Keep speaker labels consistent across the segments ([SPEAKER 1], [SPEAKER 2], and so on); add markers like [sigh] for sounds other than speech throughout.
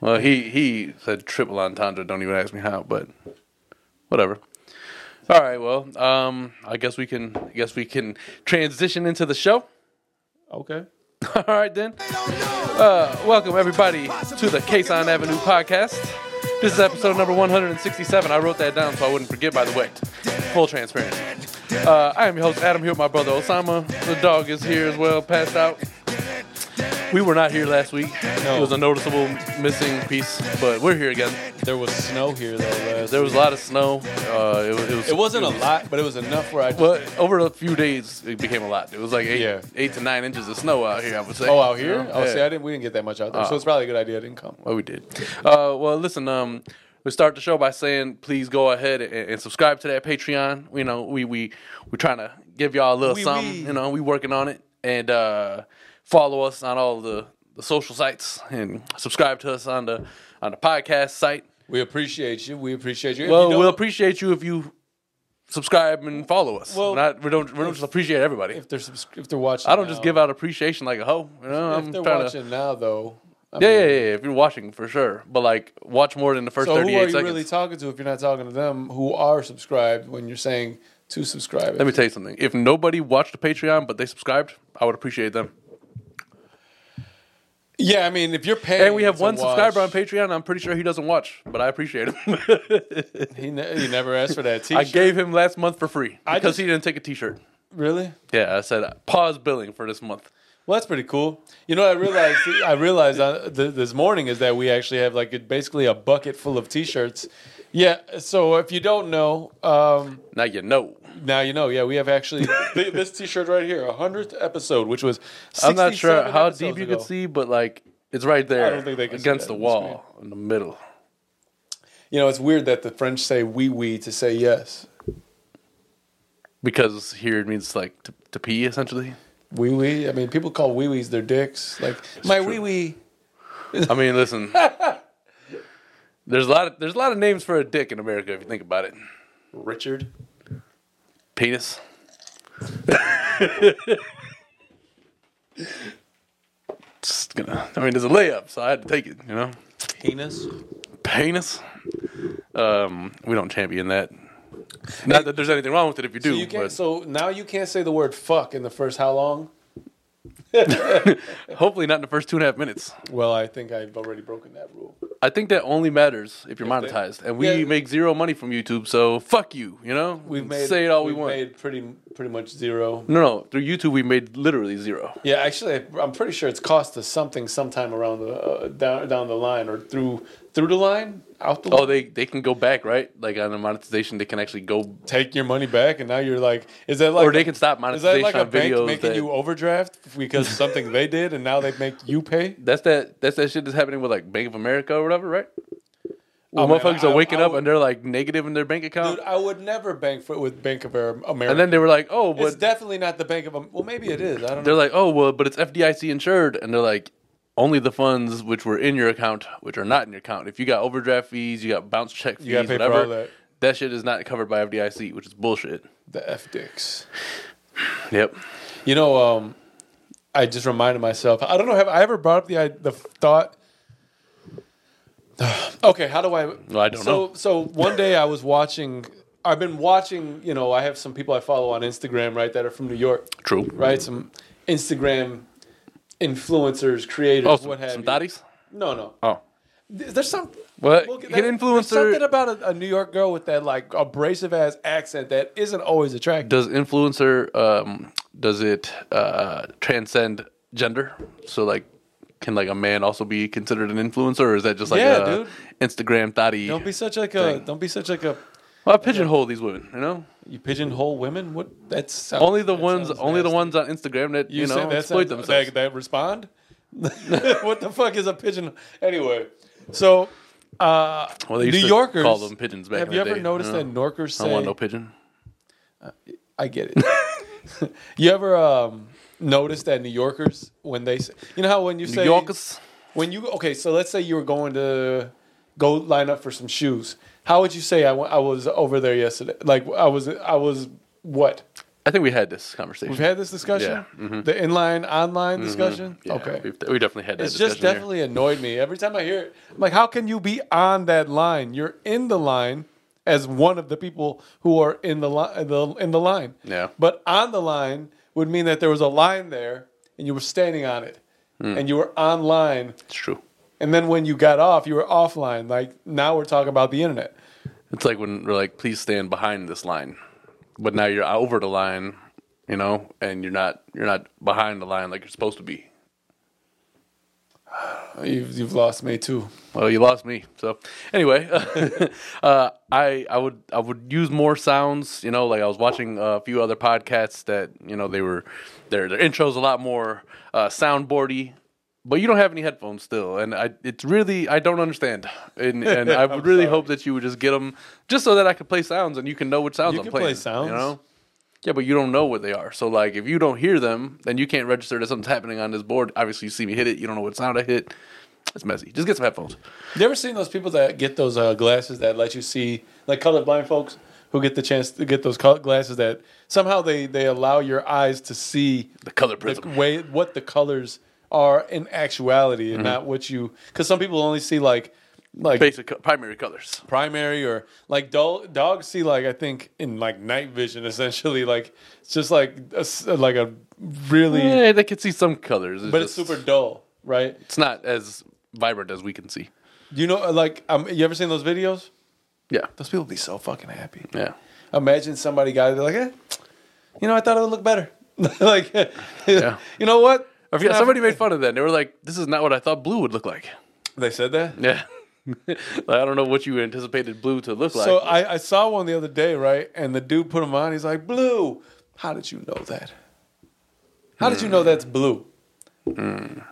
[SPEAKER 1] Well, he he said triple entendre. Don't even ask me how, but whatever. All right. Well, um, I guess we can I guess we can transition into the show.
[SPEAKER 2] Okay.
[SPEAKER 1] [laughs] All right then. Uh, welcome everybody to the Caseon Avenue podcast. This is episode number 167. I wrote that down so I wouldn't forget. By the way, full transparency. Uh, I am your host Adam here with my brother Osama. The dog is here as well, passed out. We were not here last week.
[SPEAKER 2] No.
[SPEAKER 1] It was a noticeable missing piece, but we're here again.
[SPEAKER 2] There was snow here though. Last
[SPEAKER 1] There was a lot of snow. Uh, it, wa- it was.
[SPEAKER 2] It wasn't a lot, but it was enough where I just,
[SPEAKER 1] Well, over a few days, it became a lot. It was like eight,
[SPEAKER 2] Yeah.
[SPEAKER 1] eight to nine inches of snow out here. I would say.
[SPEAKER 2] oh out here.
[SPEAKER 1] You know?
[SPEAKER 2] Oh, see,
[SPEAKER 1] Yeah. Oh.
[SPEAKER 2] I didn't. We didn't get that much out there, so it's probably a good idea I didn't come.
[SPEAKER 1] Well, we did. Uh, well, listen. Um, we start the show by saying please go ahead and, and subscribe to that Patreon. You know, we we we're trying to give y'all a little
[SPEAKER 2] Wee
[SPEAKER 1] something.
[SPEAKER 2] wee.
[SPEAKER 1] You know, we working on it and uh, follow us on all the the social sites and subscribe to us on the on the podcast site.
[SPEAKER 2] We appreciate you. We appreciate you. If
[SPEAKER 1] Well,
[SPEAKER 2] you don't-
[SPEAKER 1] we'll appreciate you if you subscribe and follow us.
[SPEAKER 2] Well,
[SPEAKER 1] We're not we don't we don't just appreciate everybody.
[SPEAKER 2] if they're subscri- if they're watching.
[SPEAKER 1] I don't just
[SPEAKER 2] now-
[SPEAKER 1] give out appreciation like a hoe. You know,
[SPEAKER 2] If
[SPEAKER 1] I'm
[SPEAKER 2] they're
[SPEAKER 1] trying
[SPEAKER 2] watching
[SPEAKER 1] to.
[SPEAKER 2] now though. I
[SPEAKER 1] Yeah,
[SPEAKER 2] mean,
[SPEAKER 1] yeah, yeah, yeah. If you're watching, for sure. But like, watch more than the first
[SPEAKER 2] So who are
[SPEAKER 1] 38
[SPEAKER 2] you
[SPEAKER 1] seconds.
[SPEAKER 2] really talking to if you're not talking to them who are subscribed when you're saying to subscribe?
[SPEAKER 1] Let me tell you something. If nobody watched the Patreon but they subscribed, I would appreciate them.
[SPEAKER 2] yeah, I mean if you're paying
[SPEAKER 1] And we have
[SPEAKER 2] to
[SPEAKER 1] one subscriber on
[SPEAKER 2] watch-
[SPEAKER 1] Patreon. I'm pretty sure he doesn't watch, but I appreciate
[SPEAKER 2] [laughs]
[SPEAKER 1] him.
[SPEAKER 2] He, ne- he never asked for
[SPEAKER 1] [laughs]
[SPEAKER 2] that
[SPEAKER 1] I
[SPEAKER 2] t-shirt.
[SPEAKER 1] gave him last month for free
[SPEAKER 2] I
[SPEAKER 1] because
[SPEAKER 2] just-
[SPEAKER 1] he didn't take a T-shirt.
[SPEAKER 2] really?
[SPEAKER 1] Yeah, I said pause billing for this month.
[SPEAKER 2] Well, that's pretty cool. You know, I realized I realized uh, th- this morning is that we actually have like a, basically a bucket full of T-shirts. Yeah. So if you don't know, um,
[SPEAKER 1] Now you know.
[SPEAKER 2] now you know. Yeah, we have actually th- this T-shirt right here, a hundredth episode, which was
[SPEAKER 1] I'm not sure
[SPEAKER 2] 67
[SPEAKER 1] how
[SPEAKER 2] episodes
[SPEAKER 1] deep you
[SPEAKER 2] ago.
[SPEAKER 1] could see, but like it's right there
[SPEAKER 2] don't think they can see
[SPEAKER 1] against the
[SPEAKER 2] that on the
[SPEAKER 1] wall in the middle.
[SPEAKER 2] You know, it's weird that the French say "oui oui" to say yes.
[SPEAKER 1] Because here it means like to, to pee essentially.
[SPEAKER 2] Wee wee. I mean, people call wee wees their dicks. Like my wee wee.
[SPEAKER 1] I mean, listen. [laughs] There's a lot of there's a lot of names for a dick in America if you think about it.
[SPEAKER 2] Richard.
[SPEAKER 1] Penis. [laughs] Just gonna. I mean, there's a layup, so I had to take it. You know,
[SPEAKER 2] Penis.
[SPEAKER 1] penis. Um, we don't champion that. Not that there's anything wrong with it if you do.
[SPEAKER 2] You can't.
[SPEAKER 1] but
[SPEAKER 2] So now you can't say the word "fuck" in the first how long?
[SPEAKER 1] [laughs] hopefully not in the first two and a half minutes.
[SPEAKER 2] Well, I think I've already broken that rule.
[SPEAKER 1] I think that only matters if you're
[SPEAKER 2] they-
[SPEAKER 1] monetized, and we
[SPEAKER 2] Yeah.
[SPEAKER 1] make zero money from YouTube. So fuck you. You know,
[SPEAKER 2] We've made
[SPEAKER 1] say it all we
[SPEAKER 2] we've
[SPEAKER 1] want.
[SPEAKER 2] Made pretty pretty much zero.
[SPEAKER 1] no, no, through YouTube we made literally zero.
[SPEAKER 2] Yeah, actually, I'm pretty sure it's cost us something sometime around the uh, down down the line or through through the line out the.
[SPEAKER 1] Oh,
[SPEAKER 2] line.
[SPEAKER 1] they they can go back right, like on the monetization, they can actually go
[SPEAKER 2] Take your money back, and now you're like, is that like
[SPEAKER 1] or they can stop
[SPEAKER 2] is that
[SPEAKER 1] monetization
[SPEAKER 2] like a
[SPEAKER 1] on
[SPEAKER 2] bank
[SPEAKER 1] videos.
[SPEAKER 2] making
[SPEAKER 1] that-
[SPEAKER 2] you overdraft because something they did, and now they make you pay?
[SPEAKER 1] that's that. That's that shit that's happening with like Bank of America or whatever, right? Well,
[SPEAKER 2] Oh, man,
[SPEAKER 1] motherfuckers
[SPEAKER 2] I-
[SPEAKER 1] are waking
[SPEAKER 2] I
[SPEAKER 1] up
[SPEAKER 2] would-
[SPEAKER 1] and they're like negative in their bank account,
[SPEAKER 2] Dude, I would never bank for with Bank of Amer- America.
[SPEAKER 1] and then they were like, "Oh,
[SPEAKER 2] it's
[SPEAKER 1] but
[SPEAKER 2] definitely not the Bank of Am- Well, maybe it is. I don't
[SPEAKER 1] they're
[SPEAKER 2] know.
[SPEAKER 1] like, oh, well, but it's FDIC insured," and they're like, "Only the funds which were in your account, which are not in your account. If you got overdraft fees, you got bounce check fees,
[SPEAKER 2] You gotta pay for
[SPEAKER 1] whatever,
[SPEAKER 2] all that.
[SPEAKER 1] shit is not covered by FDIC, which is bullshit."
[SPEAKER 2] The F dicks.
[SPEAKER 1] Yep.
[SPEAKER 2] You know, um, I just reminded myself. I don't know. Have I ever brought up the I- the thought? [sighs] okay, how do I?
[SPEAKER 1] I don't
[SPEAKER 2] so,
[SPEAKER 1] know.
[SPEAKER 2] So one day I was watching. I've been watching. You know, I have some people I follow on Instagram, right, that are from New York,
[SPEAKER 1] True.
[SPEAKER 2] right? Some Instagram influencers, creators,
[SPEAKER 1] Oh, some,
[SPEAKER 2] what have
[SPEAKER 1] some
[SPEAKER 2] you.
[SPEAKER 1] thotties?
[SPEAKER 2] No, no.
[SPEAKER 1] Oh.
[SPEAKER 2] Th- There's some.
[SPEAKER 1] Well,
[SPEAKER 2] Look,
[SPEAKER 1] get
[SPEAKER 2] that-
[SPEAKER 1] influencer-
[SPEAKER 2] there's Something about a, a New York girl with that like abrasive ass accent that isn't always attractive.
[SPEAKER 1] does influencer um, does it uh, transcend gender so like can like a man also be considered an influencer or is that just like
[SPEAKER 2] Yeah,
[SPEAKER 1] a
[SPEAKER 2] dude.
[SPEAKER 1] instagram thotty
[SPEAKER 2] Don't be such like a. Don't be such like a.
[SPEAKER 1] well, i pigeonhole these women you know
[SPEAKER 2] You pigeonhole women? What? That's
[SPEAKER 1] only the ones only the ones on instagram that you, know exploit themselves
[SPEAKER 2] That, that
[SPEAKER 1] [laughs]
[SPEAKER 2] respond? what the fuck is a pigeon? Anyway, so uh,
[SPEAKER 1] well they
[SPEAKER 2] New
[SPEAKER 1] used to
[SPEAKER 2] Yorkers
[SPEAKER 1] call them pigeons back
[SPEAKER 2] Have
[SPEAKER 1] in
[SPEAKER 2] you
[SPEAKER 1] the
[SPEAKER 2] ever
[SPEAKER 1] day,
[SPEAKER 2] noticed
[SPEAKER 1] know?
[SPEAKER 2] that Norkers
[SPEAKER 1] i
[SPEAKER 2] say?
[SPEAKER 1] don't want no pigeon
[SPEAKER 2] I get it. [laughs] you ever um, notice that New Yorkers when they say, you know how when you
[SPEAKER 1] new
[SPEAKER 2] say
[SPEAKER 1] yorkers
[SPEAKER 2] when you okay, so let's say you were going to go line up for some shoes. How would you say I went, I was over there yesterday? Like I was I was what?
[SPEAKER 1] I think we had this conversation.
[SPEAKER 2] We've had this discussion,
[SPEAKER 1] Yeah, Mm-hmm.
[SPEAKER 2] the inline online discussion.
[SPEAKER 1] Yeah,
[SPEAKER 2] okay,
[SPEAKER 1] we've- we definitely had that.
[SPEAKER 2] it's just
[SPEAKER 1] discussion here.
[SPEAKER 2] definitely annoyed me every time I hear it. I'm like, how can you be on that line? You're in the line as one of the people who are in the line. The, in the line,
[SPEAKER 1] Yeah.
[SPEAKER 2] But on the line would mean that there was a line there, and you were standing on it,
[SPEAKER 1] Hmm.
[SPEAKER 2] and you were online.
[SPEAKER 1] It's true.
[SPEAKER 2] And then when you got off, you were offline. Like now we're talking about the internet.
[SPEAKER 1] It's like when we're like, please stand behind this line, but now you're over the line, you know, and you're not you're not behind the line like you're supposed to be. Oh,
[SPEAKER 2] You've, you've lost me too.
[SPEAKER 1] Well, you lost me. So anyway, [laughs] uh, I I would I would use more sounds. You know, like I was watching a few other podcasts that you know they were their their intros a lot more uh, soundboardy. But you don't have any headphones still, and I it's really I don't understand, and
[SPEAKER 2] [laughs]
[SPEAKER 1] and I would really hope that you would just get them just so that I could play sounds and you can know which sounds
[SPEAKER 2] You
[SPEAKER 1] I'm
[SPEAKER 2] can play
[SPEAKER 1] playing.
[SPEAKER 2] sounds.
[SPEAKER 1] you know. Yeah, but you don't know what they are. So like, if you don't hear them, then you can't register that something's happening on this board. Obviously, you see me hit it. You don't know what sound I hit. It's messy. Just get some headphones.
[SPEAKER 2] You ever seen those people that get those uh, glasses that let you see, like colorblind folks who get the chance to get those col- glasses that somehow they, they allow your eyes to see
[SPEAKER 1] The color
[SPEAKER 2] the
[SPEAKER 1] prism.
[SPEAKER 2] way what the colors are in actuality and not what you because some people only see like like
[SPEAKER 1] Basic co- primary colors.
[SPEAKER 2] primary or like do- dogs see like I think in like night vision essentially like it's just like a s like a really
[SPEAKER 1] Yeah, they could see some colors.
[SPEAKER 2] but it's
[SPEAKER 1] just-
[SPEAKER 2] super dull right
[SPEAKER 1] It's not as vibrant as we can see.
[SPEAKER 2] you know like um, you ever seen those videos
[SPEAKER 1] Yeah.
[SPEAKER 2] those people be so fucking happy
[SPEAKER 1] Yeah.
[SPEAKER 2] imagine somebody got it they're like, eh, you know, I thought it would look better. [laughs] like, you know what?
[SPEAKER 1] I forget, somebody made fun of that. They were like, "This is not what I thought blue would look like."
[SPEAKER 2] They said that.
[SPEAKER 1] Yeah. [laughs] Like, I don't know what you anticipated blue to look like.
[SPEAKER 2] So I, I saw one the other day, right? And the dude put him on. He's like, blue. How did you know that? How did you
[SPEAKER 1] Hmm.
[SPEAKER 2] know that's blue?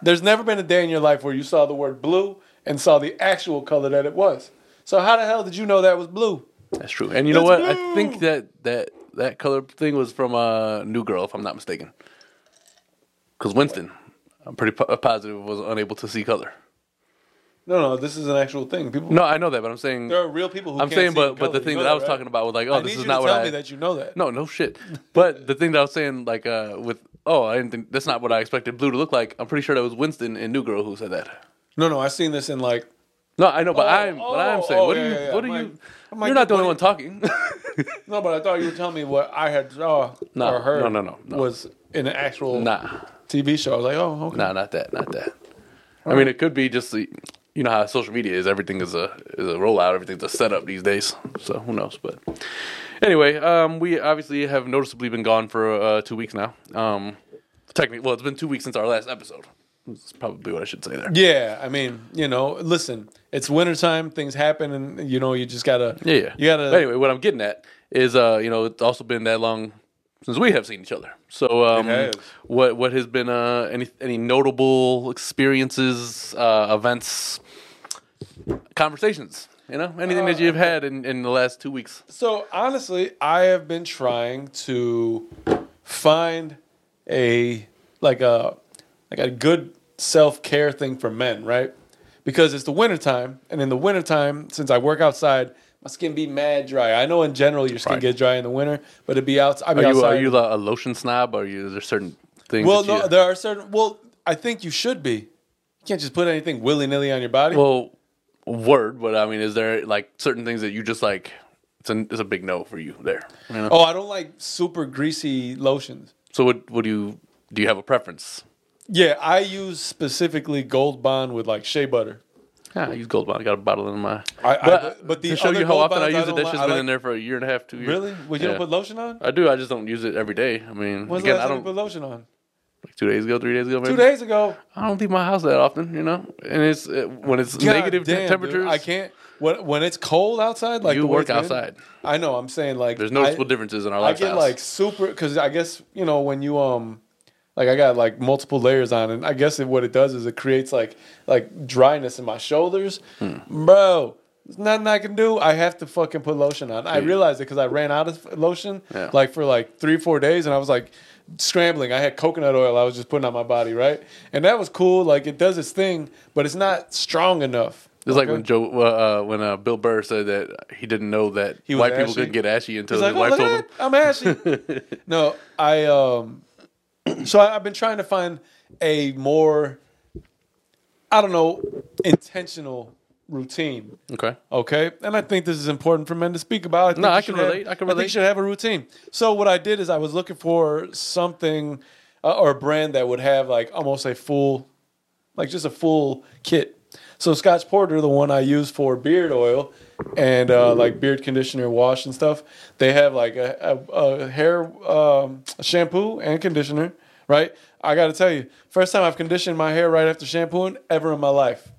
[SPEAKER 2] There's never been a day in your life where you saw the word blue and saw the actual color that it was. So how the hell did you know that was blue?
[SPEAKER 1] That's true. And you know what?
[SPEAKER 2] It's
[SPEAKER 1] I think that that that color thing was from uh, New Girl, if I'm not mistaken. Because Winston, I'm pretty po- uh, positive, was unable to see color.
[SPEAKER 2] No, no, this is an actual thing. People,
[SPEAKER 1] No, I know that, but I'm saying
[SPEAKER 2] there are real people who
[SPEAKER 1] I'm
[SPEAKER 2] can't
[SPEAKER 1] saying,
[SPEAKER 2] see
[SPEAKER 1] but but
[SPEAKER 2] color.
[SPEAKER 1] the
[SPEAKER 2] You
[SPEAKER 1] thing
[SPEAKER 2] know
[SPEAKER 1] that, I was
[SPEAKER 2] right?
[SPEAKER 1] talking about was like, oh,
[SPEAKER 2] I
[SPEAKER 1] this
[SPEAKER 2] need
[SPEAKER 1] is
[SPEAKER 2] you
[SPEAKER 1] not
[SPEAKER 2] to
[SPEAKER 1] what
[SPEAKER 2] tell
[SPEAKER 1] I.
[SPEAKER 2] me that you know that.
[SPEAKER 1] No, no shit. But the thing that I was saying, like, uh, with oh, I didn't think that's not what I expected blue to look like. I'm pretty sure that was Winston in New Girl who said that.
[SPEAKER 2] No, no, I've seen this in like
[SPEAKER 1] No, I know, but
[SPEAKER 2] Oh,
[SPEAKER 1] I'm but I'm saying,
[SPEAKER 2] oh,
[SPEAKER 1] what
[SPEAKER 2] yeah,
[SPEAKER 1] do you?
[SPEAKER 2] yeah, yeah.
[SPEAKER 1] What do
[SPEAKER 2] I'm
[SPEAKER 1] you?
[SPEAKER 2] like- I'm like,
[SPEAKER 1] you're not the only one
[SPEAKER 2] what
[SPEAKER 1] talking. [laughs]
[SPEAKER 2] no, but I thought you were telling me what I had saw
[SPEAKER 1] No,
[SPEAKER 2] or heard.
[SPEAKER 1] no, no, no, no.
[SPEAKER 2] was in an actual
[SPEAKER 1] nah,
[SPEAKER 2] TV show. I was like, oh, okay.
[SPEAKER 1] nah, not that, not that. I mean, it could be just the, you know how social media is. Everything is a is a rollout. Everything's a setup these days. So who knows? But anyway, um, we obviously have noticeably been gone for uh, two weeks now. Um, technically, well, it's been two weeks since our last episode. That's probably what I should say there.
[SPEAKER 2] Yeah, I mean, you know, listen, it's wintertime, things happen, and you know, you just gotta,
[SPEAKER 1] Yeah, yeah.
[SPEAKER 2] you gotta.
[SPEAKER 1] But anyway, what I'm getting at is, uh, you know, it's also been that long since we have seen each other. So, um,
[SPEAKER 2] has.
[SPEAKER 1] what what has been uh, any any notable experiences, uh, events, conversations? You know, anything
[SPEAKER 2] Uh,
[SPEAKER 1] that you've had in, in the last two weeks?
[SPEAKER 2] So honestly, I have been trying to find a like a like a good self care thing for men, right? Because it's the wintertime, and in the wintertime, since I work outside, my skin be mad dry. I know in general your skin
[SPEAKER 1] Right.
[SPEAKER 2] gets dry in the winter, but it be out. I be
[SPEAKER 1] Are you,
[SPEAKER 2] outside.
[SPEAKER 1] are you uh, a lotion snob? Are you is there certain things?
[SPEAKER 2] well,
[SPEAKER 1] that you,
[SPEAKER 2] no, there are certain. Well, I think you should be. You can't just put anything willy nilly on your body.
[SPEAKER 1] well, word, but I mean, is there like certain things that you just like? It's a it's a big no for you there. You know?
[SPEAKER 2] oh, I don't like super greasy lotions.
[SPEAKER 1] So, what what do you do? You have a preference?
[SPEAKER 2] Yeah, I use specifically Gold Bond with like shea butter.
[SPEAKER 1] Yeah, I use Gold Bond. I got a bottle in my.
[SPEAKER 2] I- I-
[SPEAKER 1] but,
[SPEAKER 2] but the
[SPEAKER 1] to show
[SPEAKER 2] other
[SPEAKER 1] you how
[SPEAKER 2] Gold
[SPEAKER 1] often I
[SPEAKER 2] Bonds I
[SPEAKER 1] use it,
[SPEAKER 2] don't
[SPEAKER 1] that
[SPEAKER 2] like-
[SPEAKER 1] shit's
[SPEAKER 2] I
[SPEAKER 1] been
[SPEAKER 2] like-
[SPEAKER 1] in there for a year and a half, two years.
[SPEAKER 2] Really? Well, you
[SPEAKER 1] Yeah.
[SPEAKER 2] don't put lotion on?
[SPEAKER 1] I do. I just don't use it every day. I mean,
[SPEAKER 2] When's
[SPEAKER 1] again,
[SPEAKER 2] the
[SPEAKER 1] I
[SPEAKER 2] last time you
[SPEAKER 1] don't.
[SPEAKER 2] put lotion on?
[SPEAKER 1] Like two days ago, three days ago, maybe.
[SPEAKER 2] Two days ago.
[SPEAKER 1] I don't leave my house that often, you know. And it's uh when it's
[SPEAKER 2] God
[SPEAKER 1] negative
[SPEAKER 2] damn, dude.
[SPEAKER 1] temperatures.
[SPEAKER 2] I can't. When, when it's cold outside, like
[SPEAKER 1] You
[SPEAKER 2] the way
[SPEAKER 1] work
[SPEAKER 2] it's been,
[SPEAKER 1] outside.
[SPEAKER 2] I know. I'm saying like
[SPEAKER 1] There's noticeable
[SPEAKER 2] I,
[SPEAKER 1] differences in our
[SPEAKER 2] I
[SPEAKER 1] lifestyles.
[SPEAKER 2] get like super because I guess you know when you um like I got like multiple layers on, and I guess it, what it does is it creates like like dryness in my shoulders,
[SPEAKER 1] Hmm.
[SPEAKER 2] bro. There's nothing I can do. I have to fucking put lotion on. I realized it because I ran out of lotion
[SPEAKER 1] Yeah.
[SPEAKER 2] like for like three four days, and I was like scrambling. I had coconut oil. I was just putting on my body, right? And that was cool. Like it does its thing, but it's not strong enough.
[SPEAKER 1] It's like when Joe, uh, uh, when uh, Bill Burr said that he didn't know that
[SPEAKER 2] He was
[SPEAKER 1] white people
[SPEAKER 2] ashy.
[SPEAKER 1] couldn't get ashy until
[SPEAKER 2] He's like,
[SPEAKER 1] his
[SPEAKER 2] oh,
[SPEAKER 1] wife
[SPEAKER 2] look
[SPEAKER 1] told him.
[SPEAKER 2] at that. I'm ashy. no, I um [clears throat] so I, I've been trying to find a more I don't know, intentional routine.
[SPEAKER 1] Okay.
[SPEAKER 2] Okay? And I think this is important for men to speak about. I think
[SPEAKER 1] No,
[SPEAKER 2] you
[SPEAKER 1] I can
[SPEAKER 2] should have-
[SPEAKER 1] relate. I can
[SPEAKER 2] think
[SPEAKER 1] relate.
[SPEAKER 2] you should have a routine. So what I did is I was looking for something uh, or a brand that would have like almost a full like just a full kit. So Scotch Porter, the one I use for beard oil and uh, like beard conditioner, wash and stuff, they have like a, a, a hair um, shampoo and conditioner, right? I got to tell you, first time I've conditioned my hair right after shampooing ever in my life.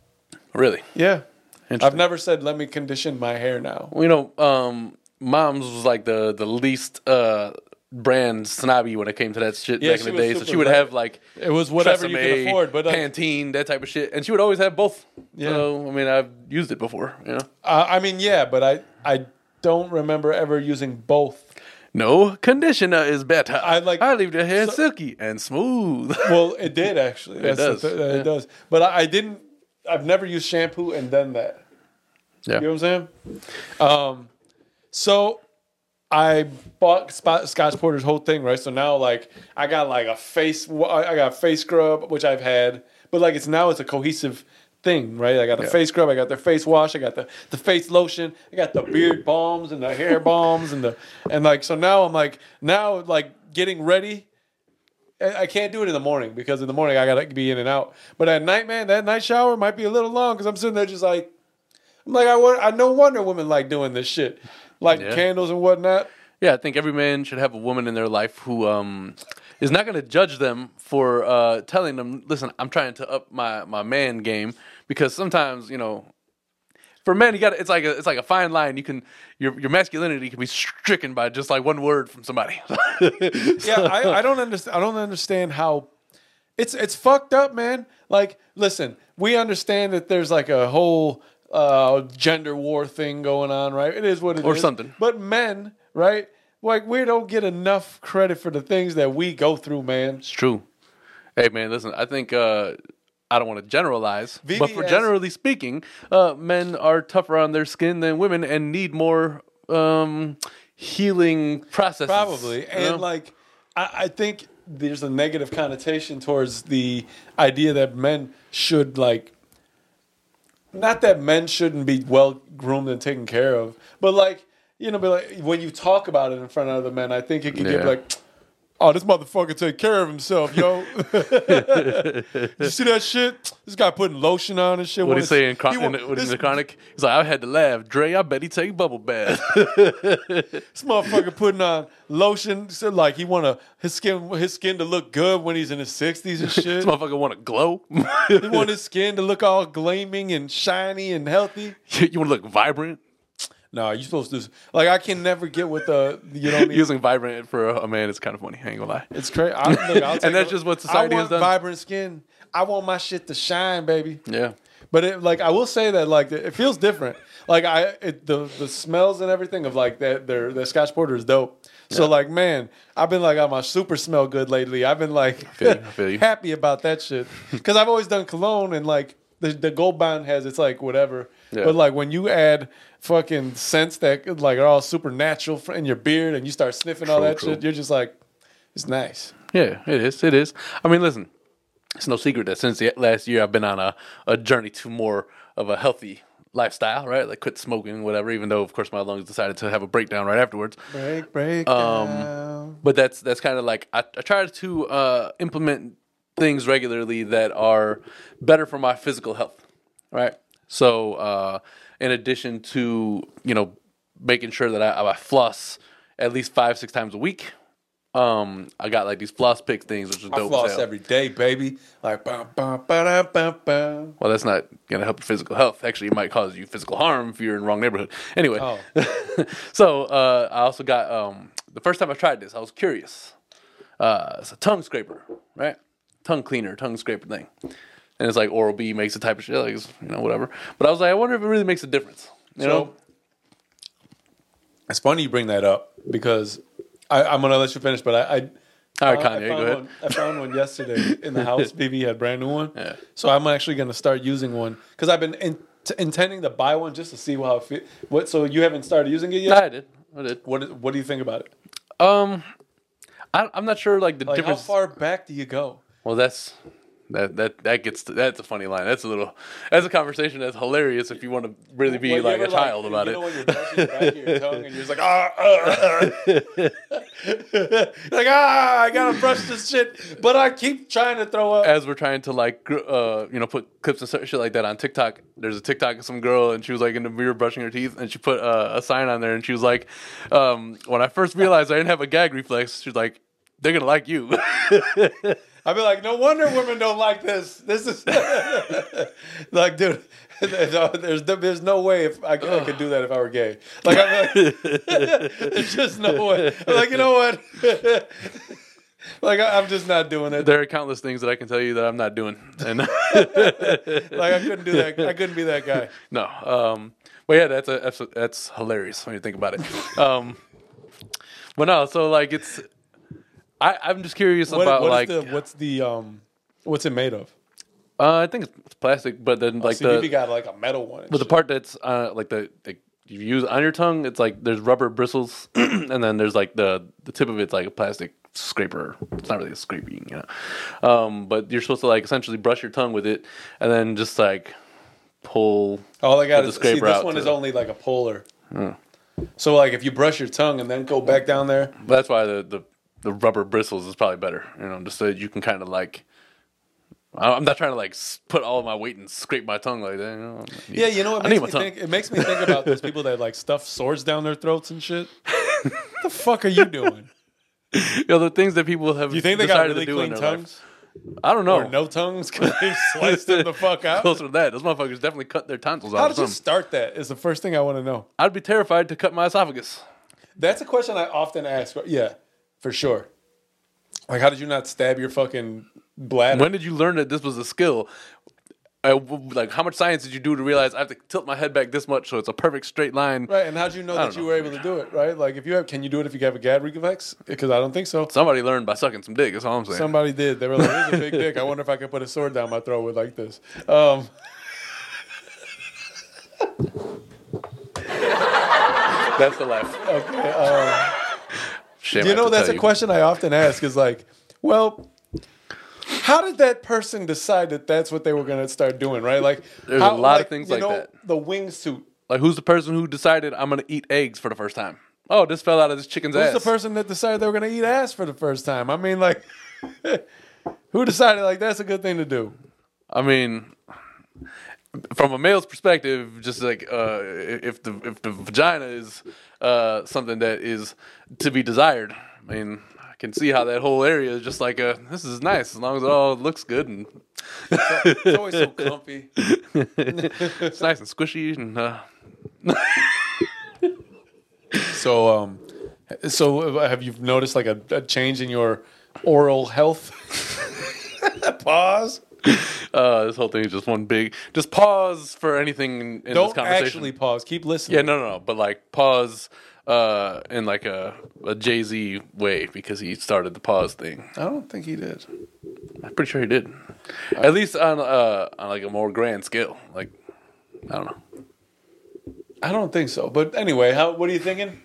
[SPEAKER 1] Really?
[SPEAKER 2] Yeah, I've
[SPEAKER 1] Interesting.
[SPEAKER 2] never said let me condition my hair now.
[SPEAKER 1] Well, you know, um, Mom's was like the the least uh, brand snobby when it came to that shit
[SPEAKER 2] Yeah,
[SPEAKER 1] back in
[SPEAKER 2] she
[SPEAKER 1] the
[SPEAKER 2] was
[SPEAKER 1] day. So
[SPEAKER 2] super
[SPEAKER 1] she would
[SPEAKER 2] right.
[SPEAKER 1] have like
[SPEAKER 2] It was whatever you
[SPEAKER 1] Tresemme,
[SPEAKER 2] can afford, but uh,
[SPEAKER 1] Pantene, that type of shit, and she would always have both.
[SPEAKER 2] Yeah.
[SPEAKER 1] So I mean, I've used it before. You know,
[SPEAKER 2] uh, I mean, yeah, but I I don't remember ever using both.
[SPEAKER 1] no conditioner is better.
[SPEAKER 2] I like-
[SPEAKER 1] I leave the hair
[SPEAKER 2] so-
[SPEAKER 1] silky and smooth. [laughs]
[SPEAKER 2] Well, it did actually. That's
[SPEAKER 1] does,
[SPEAKER 2] The, th- that
[SPEAKER 1] yeah.
[SPEAKER 2] It does. But I, I didn't. I've never used shampoo and done that.
[SPEAKER 1] yeah.
[SPEAKER 2] You know what I'm saying? Um, so I bought Sp- Scotch Porter's whole thing, right? So now, like, I got like a face. wa- I I got a face scrub, which I've had, but like, it's now it's a cohesive thing, right? I got the
[SPEAKER 1] Yeah.
[SPEAKER 2] face scrub, I got the face wash, I got the the face lotion, I got the beard balms and the hair [laughs] balms and the and like, so now I'm like now like getting ready. I I can't do it in the morning because in the morning I gotta be in and out. But at night, man, that night shower might be a little long because I'm sitting there just like, I'm like, I, won- I no wonder women like doing this shit, like
[SPEAKER 1] Yeah.
[SPEAKER 2] candles and
[SPEAKER 1] [laughs]
[SPEAKER 2] whatnot.
[SPEAKER 1] Yeah, I think every man should have a woman in their life who um, is not going to judge them for uh, telling them, "Listen, I'm trying to up my, my man game," because sometimes you know, for men, you got it's like a it's like a fine line. You can your your masculinity can be stricken by just like one word from somebody. [laughs]
[SPEAKER 2] Yeah, I, I don't understand. I don't understand how it's it's fucked up, man. Like, listen, we understand that there's like a whole uh, gender war thing going on, right? It is what it is,
[SPEAKER 1] Or something.
[SPEAKER 2] But men, right? Like, we don't get enough credit for the things that we go through, man.
[SPEAKER 1] It's true. Hey man, listen, I think uh, I don't want to generalize, but for
[SPEAKER 2] VVS
[SPEAKER 1] generally speaking, uh, men are tougher on their skin than women and need more um, healing processes.
[SPEAKER 2] Probably.
[SPEAKER 1] you know?
[SPEAKER 2] And like, I, I think there's a negative connotation towards the idea that men should like. Not that men shouldn't be well groomed and taken care of, but like you know, but like when you talk about it in front of other men, I think it can get
[SPEAKER 1] Yeah.
[SPEAKER 2] like, "Oh, this motherfucker take care of himself, yo." [laughs] you see that shit? This guy putting lotion on and shit.
[SPEAKER 1] What
[SPEAKER 2] when
[SPEAKER 1] he say in,
[SPEAKER 2] it's-
[SPEAKER 1] Con-
[SPEAKER 2] he
[SPEAKER 1] in,
[SPEAKER 2] wa-
[SPEAKER 1] the- what is
[SPEAKER 2] this
[SPEAKER 1] it, Chronic? He's like, I had to laugh. Dre, I bet he take bubble bath. [laughs]
[SPEAKER 2] This motherfucker putting on lotion, so like he want to his skin his skin to look good when he's in his sixties [laughs] and
[SPEAKER 1] this
[SPEAKER 2] shit.
[SPEAKER 1] motherfucker want to glow. [laughs] you
[SPEAKER 2] he want his skin to look all gleaming and shiny and healthy.
[SPEAKER 1] want to look vibrant?
[SPEAKER 2] No, you supposed to like I can never get with the you know
[SPEAKER 1] [laughs]
[SPEAKER 2] what I mean?
[SPEAKER 1] Using vibrant for a, a man is kind of funny. I ain't gonna lie.
[SPEAKER 2] it's crazy. I, look, [laughs] I'll
[SPEAKER 1] And
[SPEAKER 2] take
[SPEAKER 1] that's
[SPEAKER 2] a-
[SPEAKER 1] just what society
[SPEAKER 2] I
[SPEAKER 1] has
[SPEAKER 2] want
[SPEAKER 1] done.
[SPEAKER 2] Vibrant skin. I want my shit to shine, baby.
[SPEAKER 1] Yeah.
[SPEAKER 2] But it, like I will say that like it feels different. Like I it, the the smells and everything of like that their the Scotch Porter is dope. So like man, I've been like on my super smell good lately. I've been like
[SPEAKER 1] feel you, I
[SPEAKER 2] [laughs]
[SPEAKER 1] feel you.
[SPEAKER 2] happy about that shit because I've always done cologne and like the the gold bond has it's like whatever.
[SPEAKER 1] Yeah.
[SPEAKER 2] But like when you add fucking scents that like are all supernatural fr- in your beard and you start sniffing all
[SPEAKER 1] True,
[SPEAKER 2] that
[SPEAKER 1] true.
[SPEAKER 2] shit, you're just like, it's nice.
[SPEAKER 1] Yeah, it is. It is. I mean, listen, it's no secret that since the last year, I've been on a, a journey to more of a healthy lifestyle, right? Like quit smoking, whatever, even though, of course, my lungs decided to have a breakdown right afterwards.
[SPEAKER 2] Break, break.
[SPEAKER 1] Um,
[SPEAKER 2] down.
[SPEAKER 1] but that's that's kind of like I, I try to uh, implement things regularly that are better for my physical health right so uh, in addition to you know making sure that I, I floss at least five six times a week um i got like these floss pick things which is
[SPEAKER 2] I
[SPEAKER 1] dope as
[SPEAKER 2] floss
[SPEAKER 1] hell.
[SPEAKER 2] every day, baby. Like, bum, bum, ba, bum, bum.
[SPEAKER 1] well that's not gonna help your physical health actually it might cause you physical harm if you're in the wrong neighborhood anyway
[SPEAKER 2] Oh.
[SPEAKER 1] [laughs] so uh, i also got um the first time i tried this i was curious uh, it's a tongue scraper, right? Tongue cleaner, tongue scraper thing. And it's like Oral B makes a type of shit, like it's, you know, whatever. But I was like, I wonder if it really makes a difference. You know?
[SPEAKER 2] So, it's funny you bring that up because I, I'm gonna let you finish, but I, I
[SPEAKER 1] All right,
[SPEAKER 2] I- I
[SPEAKER 1] Kanye,
[SPEAKER 2] found
[SPEAKER 1] go ahead.
[SPEAKER 2] One, I found
[SPEAKER 1] [laughs]
[SPEAKER 2] one yesterday in the house. BB had a brand new one, so I'm actually gonna start using one because I've been intentionally t- intending to buy one just to see how it feels. What? So you haven't started using it yet?
[SPEAKER 1] I did. I did.
[SPEAKER 2] What? What do you think about it?
[SPEAKER 1] Um, I, I'm not sure like the
[SPEAKER 2] Like, how
[SPEAKER 1] difference.
[SPEAKER 2] far back do you go?
[SPEAKER 1] Well, that's that that that gets to, that's a funny line. That's a little that's a conversation that's hilarious if you want to really be
[SPEAKER 2] Well, you
[SPEAKER 1] like
[SPEAKER 2] ever,
[SPEAKER 1] a child about
[SPEAKER 2] you
[SPEAKER 1] it.
[SPEAKER 2] Know when you're brushing the back of
[SPEAKER 1] [laughs]
[SPEAKER 2] your tongue and you're just like, ah, ah,
[SPEAKER 1] [laughs]
[SPEAKER 2] ah." like ah, I gotta brush this shit, but I keep trying to throw up.
[SPEAKER 1] as we're trying to like gr- uh, you know put clips and stuff- shit like that on TikTok, there's a TikTok of some girl and she was like in the mirror brushing her teeth and she put uh, a sign on there and she was like, um, when I first realized I didn't have a gag reflex, she's like, they're gonna like you. [laughs]
[SPEAKER 2] I'd be like, no wonder women don't like this. This is [laughs] like, dude, [laughs] there's there's no way if I, I could do that if I were gay. Like, I'm like, [laughs] there's just no way. I'm like, you know what? [laughs] like, I, I'm just not doing it.
[SPEAKER 1] there are countless things that I can tell you that I'm not doing, and [laughs]
[SPEAKER 2] Like, I couldn't do that. I couldn't be that guy.
[SPEAKER 1] no, um, but yeah, that's a, that's that's hilarious when you think about it.
[SPEAKER 2] [laughs]
[SPEAKER 1] Um, but no, so like it's. I, I'm just curious
[SPEAKER 2] What,
[SPEAKER 1] about
[SPEAKER 2] what is
[SPEAKER 1] like
[SPEAKER 2] the what's the um what's it made of?
[SPEAKER 1] uh, I think it's plastic, but then like
[SPEAKER 2] Like CDB
[SPEAKER 1] the
[SPEAKER 2] got like a metal one. and
[SPEAKER 1] But the
[SPEAKER 2] shit.
[SPEAKER 1] part that's uh, like the, the you use on your tongue, it's like there's rubber bristles, [clears throat] and then there's like the the tip of it's like a plastic scraper. It's not really a scraping, you know. Um, but you're supposed to like essentially brush your tongue with it, and then just like pull.
[SPEAKER 2] all I got
[SPEAKER 1] with
[SPEAKER 2] is
[SPEAKER 1] the
[SPEAKER 2] see
[SPEAKER 1] scraper
[SPEAKER 2] this
[SPEAKER 1] out,
[SPEAKER 2] one is
[SPEAKER 1] too.
[SPEAKER 2] only like a polar. So like, if you brush your tongue and then go back down there,
[SPEAKER 1] But that's why the, the the rubber bristles is probably better, you know, just so you can kind of like. I- I'm not trying to like s- put all of my weight and scrape my tongue like that. You know? I need-
[SPEAKER 2] Yeah, you know what
[SPEAKER 1] I need
[SPEAKER 2] makes me
[SPEAKER 1] my tongue.
[SPEAKER 2] think? It makes me think about those people that like stuff swords down their throats and shit. what the fuck are you doing?
[SPEAKER 1] You know, the things that people have
[SPEAKER 2] Do you think they got
[SPEAKER 1] decided
[SPEAKER 2] really
[SPEAKER 1] to do in
[SPEAKER 2] clean
[SPEAKER 1] their life.
[SPEAKER 2] tongues
[SPEAKER 1] I don't know.
[SPEAKER 2] or no tongues [laughs] because
[SPEAKER 1] [laughs]
[SPEAKER 2] they sliced them the fuck out?
[SPEAKER 1] Closer to that, those motherfuckers definitely cut their tonsils
[SPEAKER 2] How
[SPEAKER 1] out. or
[SPEAKER 2] did you
[SPEAKER 1] something.
[SPEAKER 2] start that? Is the first thing I want to know.
[SPEAKER 1] I'd be terrified to cut my esophagus.
[SPEAKER 2] That's a question I often ask. Yeah, for sure. Like, how did you not stab your fucking bladder?
[SPEAKER 1] When did you learn that this was a skill? I w like, how much science did you do to realize I have to tilt my head back this much so it's a perfect straight line?
[SPEAKER 2] right, and how'd you know that
[SPEAKER 1] don't
[SPEAKER 2] you
[SPEAKER 1] know.
[SPEAKER 2] were able to do it? Right, like if you have, can you do it if you have a gag reflex? Because I don't think so.
[SPEAKER 1] Somebody learned by sucking some dick. That's all I'm saying.
[SPEAKER 2] Somebody did. They were like, "Here's a big dick. I wonder if I could put a sword down my throat with like this." Um,
[SPEAKER 1] That's the laugh.
[SPEAKER 2] okay, um,
[SPEAKER 1] Shame I
[SPEAKER 2] you
[SPEAKER 1] have
[SPEAKER 2] know
[SPEAKER 1] to
[SPEAKER 2] that's
[SPEAKER 1] tell
[SPEAKER 2] a question i often ask is like well how did that person decide that that's what they were going to start doing right like
[SPEAKER 1] There's a
[SPEAKER 2] how-
[SPEAKER 1] lot of things
[SPEAKER 2] you
[SPEAKER 1] like
[SPEAKER 2] know,
[SPEAKER 1] that.
[SPEAKER 2] the wingsuit
[SPEAKER 1] Like, who's the person who decided I'm gonna eat eggs for the first time? Oh, this fell out of this chicken's
[SPEAKER 2] who's
[SPEAKER 1] ass.
[SPEAKER 2] the person that decided they were going to eat ass for the first time i mean like [laughs] who decided like that's a good thing to do
[SPEAKER 1] I mean, from a male's perspective, just like uh, if the if the vagina is uh, something that is to be desired, I mean, I can see how that whole area is just like a this is nice as long as it all looks good and
[SPEAKER 2] it's
[SPEAKER 1] [laughs]
[SPEAKER 2] always so comfy
[SPEAKER 1] it's nice and squishy and uh, [laughs]
[SPEAKER 2] so um so uh, have you noticed like a, a change in your oral
[SPEAKER 1] [laughs]
[SPEAKER 2] health pause
[SPEAKER 1] uh, this whole thing is just one big. Just pause for anything in, in this
[SPEAKER 2] don't
[SPEAKER 1] conversation.
[SPEAKER 2] actually pause keep listening
[SPEAKER 1] Yeah, no, no, no. But like pause uh, in like a, a Jay Z way because he started the pause thing.
[SPEAKER 2] i don't think he did
[SPEAKER 1] I'm pretty sure he did. At least on uh on like a more grand scale. Like I don't know.
[SPEAKER 2] I don't think so. But anyway, how? What are you thinking?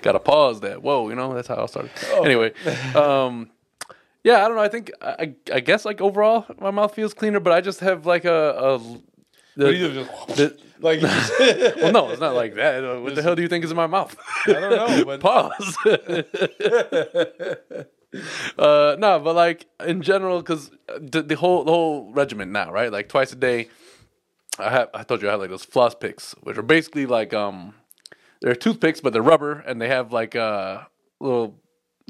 [SPEAKER 1] Got to pause that. Whoa, you know that's how I started.
[SPEAKER 2] Oh.
[SPEAKER 1] Anyway, um, yeah, I don't know. I think I, I I guess like overall my mouth feels cleaner, but I just have like a. a the-
[SPEAKER 2] What do you do? Just-
[SPEAKER 1] the-
[SPEAKER 2] Like, you just- [laughs] I
[SPEAKER 1] well, no, it's not like that. Uh, What the hell do you think is in my mouth? [laughs]
[SPEAKER 2] don't know, but
[SPEAKER 1] Pause. [laughs] uh, no, but like in general, because the, the whole the whole regiment now, right? Like twice a day, I have I told you I have like those floss picks, which are basically like um, they're toothpicks, but they're rubber and they have like uh little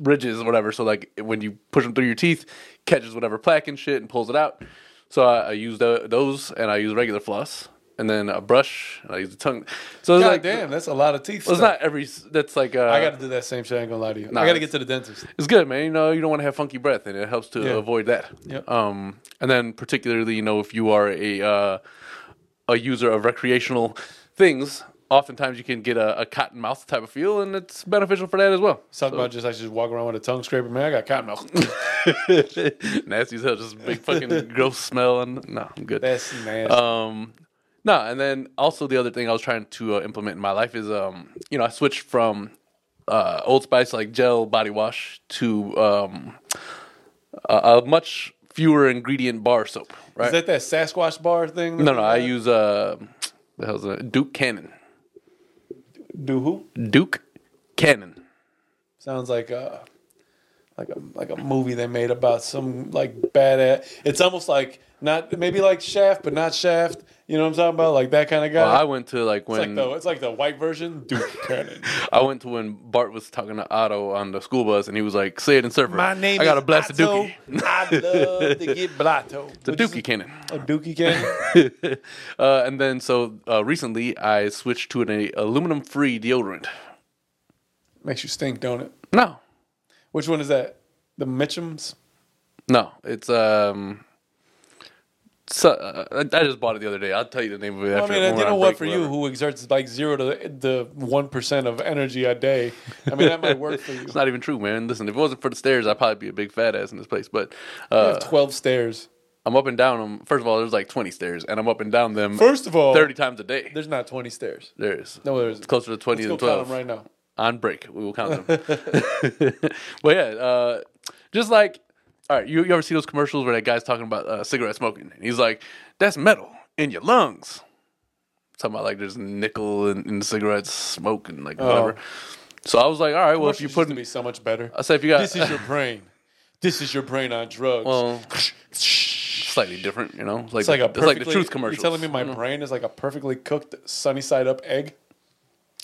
[SPEAKER 1] ridges or whatever. So like when you push them through your teeth, catches whatever plaque and shit and pulls it out. So I, I use tho- those and I use regular floss and then a brush and I use the tongue. So it's
[SPEAKER 2] God
[SPEAKER 1] like
[SPEAKER 2] damn, that's a lot of teeth.
[SPEAKER 1] well, it's not
[SPEAKER 2] stuff.
[SPEAKER 1] every. s- That's like uh,
[SPEAKER 2] I got to do that same shit. I ain't gonna lie to you.
[SPEAKER 1] Nah,
[SPEAKER 2] I got to
[SPEAKER 1] it's-
[SPEAKER 2] get to the dentist.
[SPEAKER 1] it's good, man. You know, you don't want to have funky breath, and it helps to
[SPEAKER 2] Yeah.
[SPEAKER 1] avoid that.
[SPEAKER 2] Yep.
[SPEAKER 1] Um, and then particularly, you know, if you are a uh, a user of recreational things, oftentimes you can get a, a cotton mouth type of feel, and it's beneficial for that as well. [laughs]
[SPEAKER 2] Talking about just I should just walk around with a tongue scraper. Man, I got cotton [laughs] mouth. [laughs]
[SPEAKER 1] Nasty as hell, just big fucking gross smell, and no, I'm good.
[SPEAKER 2] That's nasty.
[SPEAKER 1] Um, No, and then also the other thing I was trying to uh, implement in my life is, um, you know, I switched from uh, Old Spice like gel body wash to um, a, a much fewer ingredient bar soap. Right?
[SPEAKER 2] Is that that Sasquatch bar thing?
[SPEAKER 1] no, no, I use uh, the hell's it? Duke Cannon.
[SPEAKER 2] Do who?
[SPEAKER 1] Duke Cannon.
[SPEAKER 2] Sounds like a like a like a movie they made about some like badass. It's almost like not maybe like Shaft, but not Shaft. You know what I'm talking about? Like that kind of guy.
[SPEAKER 1] Well, I went to like
[SPEAKER 2] it's like
[SPEAKER 1] when
[SPEAKER 2] the it's like the white version. Duke
[SPEAKER 1] [laughs]
[SPEAKER 2] Cannon.
[SPEAKER 1] I went to when Bart was talking to Otto on the school bus, and he was like, "Say it in surfer."
[SPEAKER 2] My name
[SPEAKER 1] I got
[SPEAKER 2] is
[SPEAKER 1] a blast of
[SPEAKER 2] Otto.
[SPEAKER 1] Dookie.
[SPEAKER 2] [laughs] I love to get [laughs] blotto.
[SPEAKER 1] The Dookie Cannon.
[SPEAKER 2] A Dookie Cannon.
[SPEAKER 1] [laughs] uh, and then so uh, recently I switched to an a, aluminum free deodorant.
[SPEAKER 2] Makes you stink, don't it?
[SPEAKER 1] No,
[SPEAKER 2] Which one is that? The Mitchums?
[SPEAKER 1] no, it's um. So, uh, I I just bought it the other day. I'll tell you the name of it.
[SPEAKER 2] I
[SPEAKER 1] After
[SPEAKER 2] mean,
[SPEAKER 1] when
[SPEAKER 2] you
[SPEAKER 1] we're
[SPEAKER 2] know
[SPEAKER 1] on
[SPEAKER 2] what?
[SPEAKER 1] break,
[SPEAKER 2] For
[SPEAKER 1] whatever.
[SPEAKER 2] you, who exerts like zero to the one percent of energy a day, I mean that might work for you.
[SPEAKER 1] It's not even true, man. Listen, if it wasn't for the stairs, I'd probably be a big fat ass in this place. But [laughs]
[SPEAKER 2] You
[SPEAKER 1] uh,
[SPEAKER 2] have Twelve stairs.
[SPEAKER 1] I'm up and down them. First of all, there's like 20 stairs, and I'm up and down them
[SPEAKER 2] First of all,
[SPEAKER 1] 30 times a day.
[SPEAKER 2] There's not 20 stairs.
[SPEAKER 1] There is.
[SPEAKER 2] No, there isn't.
[SPEAKER 1] It's closer to 20
[SPEAKER 2] Let's
[SPEAKER 1] than
[SPEAKER 2] go
[SPEAKER 1] 12.
[SPEAKER 2] count them right now.
[SPEAKER 1] On break, we will count them. [laughs] but yeah, uh, just like, all right, you, you ever see those commercials where that guy's talking about uh, cigarette smoking? And he's like, that's metal in your lungs. Talking about like there's nickel in, in cigarettes, smoke, and like whatever. So I was like, all right, well, if you
[SPEAKER 2] Oh. Commercials
[SPEAKER 1] put
[SPEAKER 2] used to be so much better.
[SPEAKER 1] I said, if you got
[SPEAKER 2] This is your brain. This is your brain on drugs.
[SPEAKER 1] well, [laughs] slightly different, you know? It's like,
[SPEAKER 2] it's like a
[SPEAKER 1] it's like the
[SPEAKER 2] perfectly-
[SPEAKER 1] truth commercial.
[SPEAKER 2] You're telling me my brain is like a perfectly cooked sunny side up egg?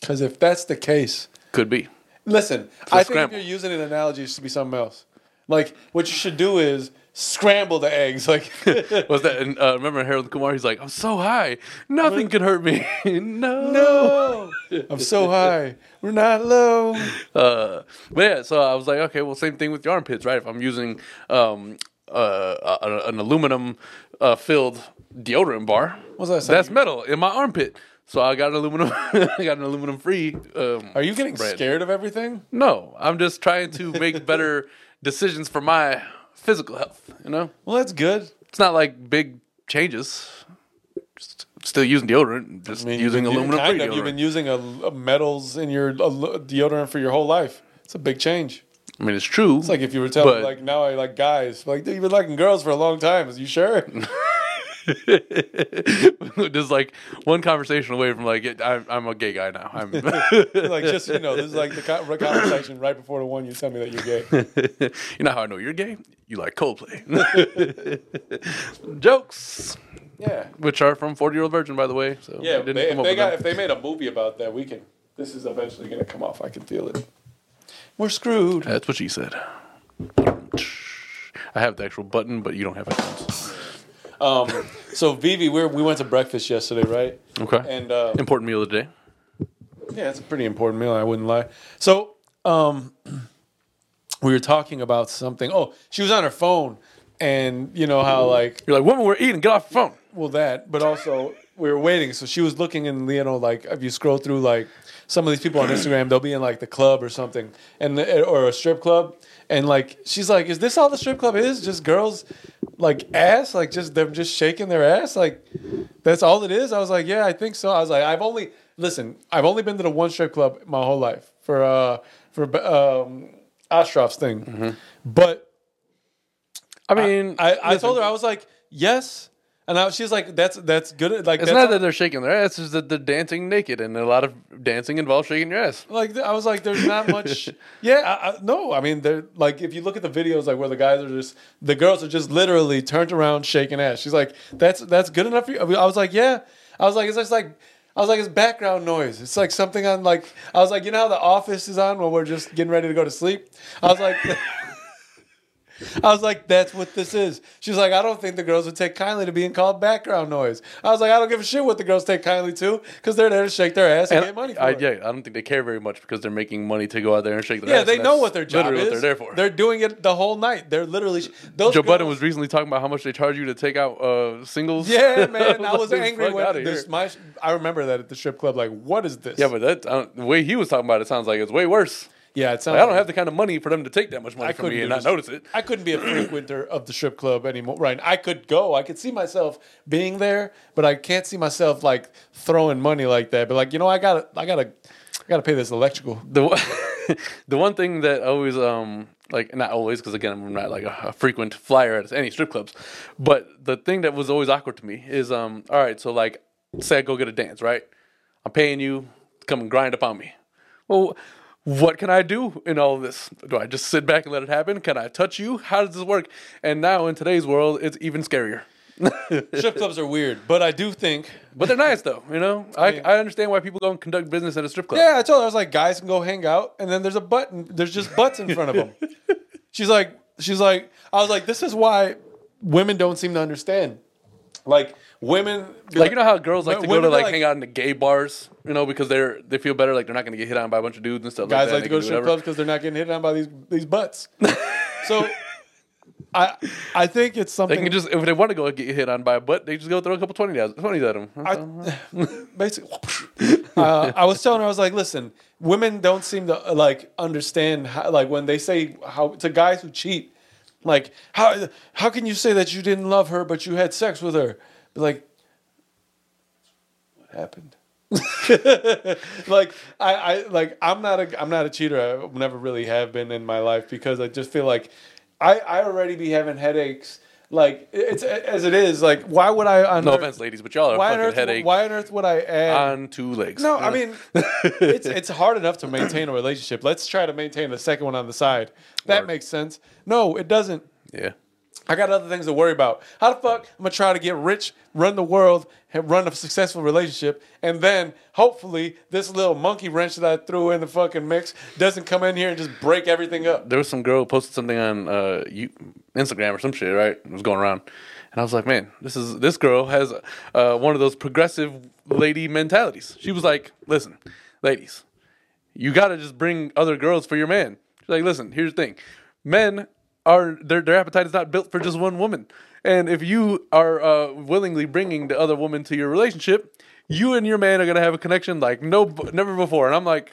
[SPEAKER 2] Because if that's the case,
[SPEAKER 1] Could
[SPEAKER 2] [laughs]
[SPEAKER 1] be.
[SPEAKER 2] listen, I think
[SPEAKER 1] scramble.
[SPEAKER 2] if you're using an analogy, it should be something else. Like what you should do is scramble the eggs. Like [laughs]
[SPEAKER 1] Was that? And, uh, remember Harold Kumar? He's like, I'm so high, nothing could hurt me. [laughs] no.
[SPEAKER 2] no,
[SPEAKER 1] [laughs]
[SPEAKER 2] I'm so high. We're not low.
[SPEAKER 1] Uh, but yeah, so I was like, okay, well, same thing with your armpits, right? If I'm using um, uh, a- a- an aluminum uh, filled deodorant bar,
[SPEAKER 2] What's that saying?
[SPEAKER 1] that's metal in my armpit. So I got an aluminum. [laughs] I got an aluminum free. Um,
[SPEAKER 2] Are you getting
[SPEAKER 1] Bread.
[SPEAKER 2] scared of everything?
[SPEAKER 1] no, I'm just trying to make better [laughs] decisions for my physical health. You know,
[SPEAKER 2] Well, that's good.
[SPEAKER 1] it's not like big changes. Just still using deodorant, just
[SPEAKER 2] I mean,
[SPEAKER 1] using
[SPEAKER 2] you've been-
[SPEAKER 1] aluminum free
[SPEAKER 2] kind
[SPEAKER 1] deodorant.
[SPEAKER 2] of, You've been using a, a metals in your a l- deodorant for your whole life. It's a big change.
[SPEAKER 1] I mean, it's true.
[SPEAKER 2] It's like if you were telling
[SPEAKER 1] But-
[SPEAKER 2] like now I like guys like dude, you've been liking girls for a long time. Is
[SPEAKER 1] [laughs]
[SPEAKER 2] you sure?
[SPEAKER 1] just like one conversation away from like I'm, I'm a gay guy now. I'm [laughs]
[SPEAKER 2] like just you know this is like the co- conversation right before the one you tell me that you're
[SPEAKER 1] [laughs]
[SPEAKER 2] gay.
[SPEAKER 1] you know how I know you're gay? You like Coldplay. [laughs] Jokes,
[SPEAKER 2] Yeah,
[SPEAKER 1] which are from Forty Year Old Virgin, by the way. So
[SPEAKER 2] yeah.
[SPEAKER 1] I
[SPEAKER 2] They, if they got if they made a movie about that, we can. This is eventually gonna come off. I can feel it. We're screwed.
[SPEAKER 1] That's what she said. I have the actual button, but you don't have headphones.
[SPEAKER 2] Um, so Vivi, we we went to breakfast yesterday, right?
[SPEAKER 1] Okay.
[SPEAKER 2] And uh,
[SPEAKER 1] Important meal of the day.
[SPEAKER 2] Yeah, it's a pretty important meal. I wouldn't lie. So, um, [clears throat] we were talking about something. Oh, she was on her phone, and you know how like
[SPEAKER 1] You're like, woman, we're eating. Get off the phone.
[SPEAKER 2] well that, but also we were waiting. So she was looking, and you know like if you scroll through like some of these people on Instagram, they'll be in like the club or something, and or a strip club, and like she's like, is this all the strip club is? Just girls like ass, like just them just shaking their ass, like that's all it is. I was like, yeah, I think so. I was like, I've only listen, I've only been to the one strip club my whole life for uh for um Ostrov's thing, but.
[SPEAKER 1] I mean,
[SPEAKER 2] I, I
[SPEAKER 1] listen,
[SPEAKER 2] told her I was like, yes, and I, she's like, that's that's good. Like
[SPEAKER 1] It's
[SPEAKER 2] that's
[SPEAKER 1] not that they're shaking their ass; it's just that they're dancing naked, and a lot of dancing involves shaking your ass.
[SPEAKER 2] like I was like, there's not much. yeah, I, I, no, I mean, they're like if you look at the videos, like where the guys are just the girls are just literally turned around shaking ass. She's like, that's that's good enough for you. I mean, I was like, yeah. I was like, it's just like. I was like, it's background noise. It's like something on, like, I was like, you know how the office is on when we're just getting ready to go to sleep? I was like, [laughs] I was like, that's what this is. She was like, I don't think the girls would take kindly to being called background noise. I was like, I don't give a shit what the girls take kindly to because they're there to shake their ass and,
[SPEAKER 1] And
[SPEAKER 2] get money for
[SPEAKER 1] I,
[SPEAKER 2] it.
[SPEAKER 1] yeah, I don't think they care very much because they're making money to go out there and shake their ass.
[SPEAKER 2] Yeah, they
[SPEAKER 1] and
[SPEAKER 2] know
[SPEAKER 1] that's
[SPEAKER 2] what their job
[SPEAKER 1] literally
[SPEAKER 2] is.
[SPEAKER 1] what they're there for.
[SPEAKER 2] They're doing it the whole night. They're literally sh- those.
[SPEAKER 1] Joe
[SPEAKER 2] girls-
[SPEAKER 1] Budden was recently talking about how much they charge you to take out uh, singles.
[SPEAKER 2] [laughs]
[SPEAKER 1] [laughs]
[SPEAKER 2] Yeah, man, I was
[SPEAKER 1] Like,
[SPEAKER 2] angry
[SPEAKER 1] fuck outta
[SPEAKER 2] when
[SPEAKER 1] here.
[SPEAKER 2] this, my. I remember that at the strip club. Like, what is this?
[SPEAKER 1] Yeah, but that I don't- the way he was talking about it sounds like it's way worse.
[SPEAKER 2] Yeah, it's
[SPEAKER 1] Like, I don't have the kind of money for them to take that much money
[SPEAKER 2] I
[SPEAKER 1] from
[SPEAKER 2] couldn't
[SPEAKER 1] me and
[SPEAKER 2] do
[SPEAKER 1] not notice
[SPEAKER 2] this.
[SPEAKER 1] it.
[SPEAKER 2] I couldn't be a
[SPEAKER 1] [clears throat]
[SPEAKER 2] frequenter of the strip club anymore. Right. I could go. I could see myself being there, but I can't see myself like throwing money like that. But like, you know, I gotta I gotta I gotta pay this
[SPEAKER 1] [laughs]
[SPEAKER 2] electrical.
[SPEAKER 1] the one- the one thing that always um like not always because again I'm not like a, a frequent flyer at any strip clubs, but the thing that was always awkward to me is um all right so like say I go get a dance right, I'm paying you come and grind upon me, well. What can I do in all of this? Do I just sit back and let it happen? Can I touch you? How does this work? And now in today's world, it's even scarier.
[SPEAKER 2] strip clubs are weird, but I do think
[SPEAKER 1] But they're nice though, you know. I, I understand why people go and conduct business at a strip club.
[SPEAKER 2] Yeah, I told her I was like, guys can go hang out, and then there's a button. There's just butts in front
[SPEAKER 1] [laughs]
[SPEAKER 2] of them. she's like, she's like, I was like, this is why women don't seem to understand. Like women,
[SPEAKER 1] Like you know how girls like to go
[SPEAKER 2] Women
[SPEAKER 1] to
[SPEAKER 2] are
[SPEAKER 1] like,
[SPEAKER 2] like-
[SPEAKER 1] hang out in the gay bars, you know, because they're they feel better, like they're not gonna get hit on by a bunch of dudes and stuff.
[SPEAKER 2] guys
[SPEAKER 1] like, that.
[SPEAKER 2] like to
[SPEAKER 1] They
[SPEAKER 2] go
[SPEAKER 1] can
[SPEAKER 2] to
[SPEAKER 1] do
[SPEAKER 2] strip
[SPEAKER 1] whatever.
[SPEAKER 2] clubs because they're not getting hit on by these these
[SPEAKER 1] [laughs]
[SPEAKER 2] butts. so, I I think it's
[SPEAKER 1] They
[SPEAKER 2] something.
[SPEAKER 1] can just if they want to go get hit on by a butt, they just go throw a couple twenties at 20s at them.
[SPEAKER 2] I, [laughs] basically, [laughs] uh, I was telling her, I was like, listen, women don't seem to uh, like understand how, like when they say how to guys who cheat, like how how can you say that you didn't love her but you had sex with her? But like, what happened? [laughs] like I, I like I'm not a I'm not a cheater. I never really have been in my life because I just feel like I I already be having headaches. Like it's as it is. Like why would I? On
[SPEAKER 1] no offense, ladies, but y'all are
[SPEAKER 2] why on
[SPEAKER 1] fucking
[SPEAKER 2] earth?
[SPEAKER 1] headache Uh,
[SPEAKER 2] Why on earth would I add?
[SPEAKER 1] on two legs.
[SPEAKER 2] no, I mean, it's it's hard enough to maintain a relationship. Let's try to maintain the second one on the side. That
[SPEAKER 1] Word.
[SPEAKER 2] makes sense. No, it doesn't.
[SPEAKER 1] [laughs] yeah.
[SPEAKER 2] I got other things to worry about. How the fuck I'm gonna try to get rich, run the world, and run a successful relationship, and then hopefully this little monkey wrench that I threw in the fucking mix doesn't come in here and just break everything up.
[SPEAKER 1] There was some girl who posted something on uh, you, Instagram or some shit, right? It was going around, and I was like, man, this is this girl has uh, one of those progressive lady mentalities. She was like, listen, ladies, you gotta just bring other girls for your man. She's like, listen, here's the thing, men are their their appetite is not built for just one woman, and if you are uh, willingly bringing the other woman to your relationship, you and your man are gonna have a connection like no never before. And I'm like,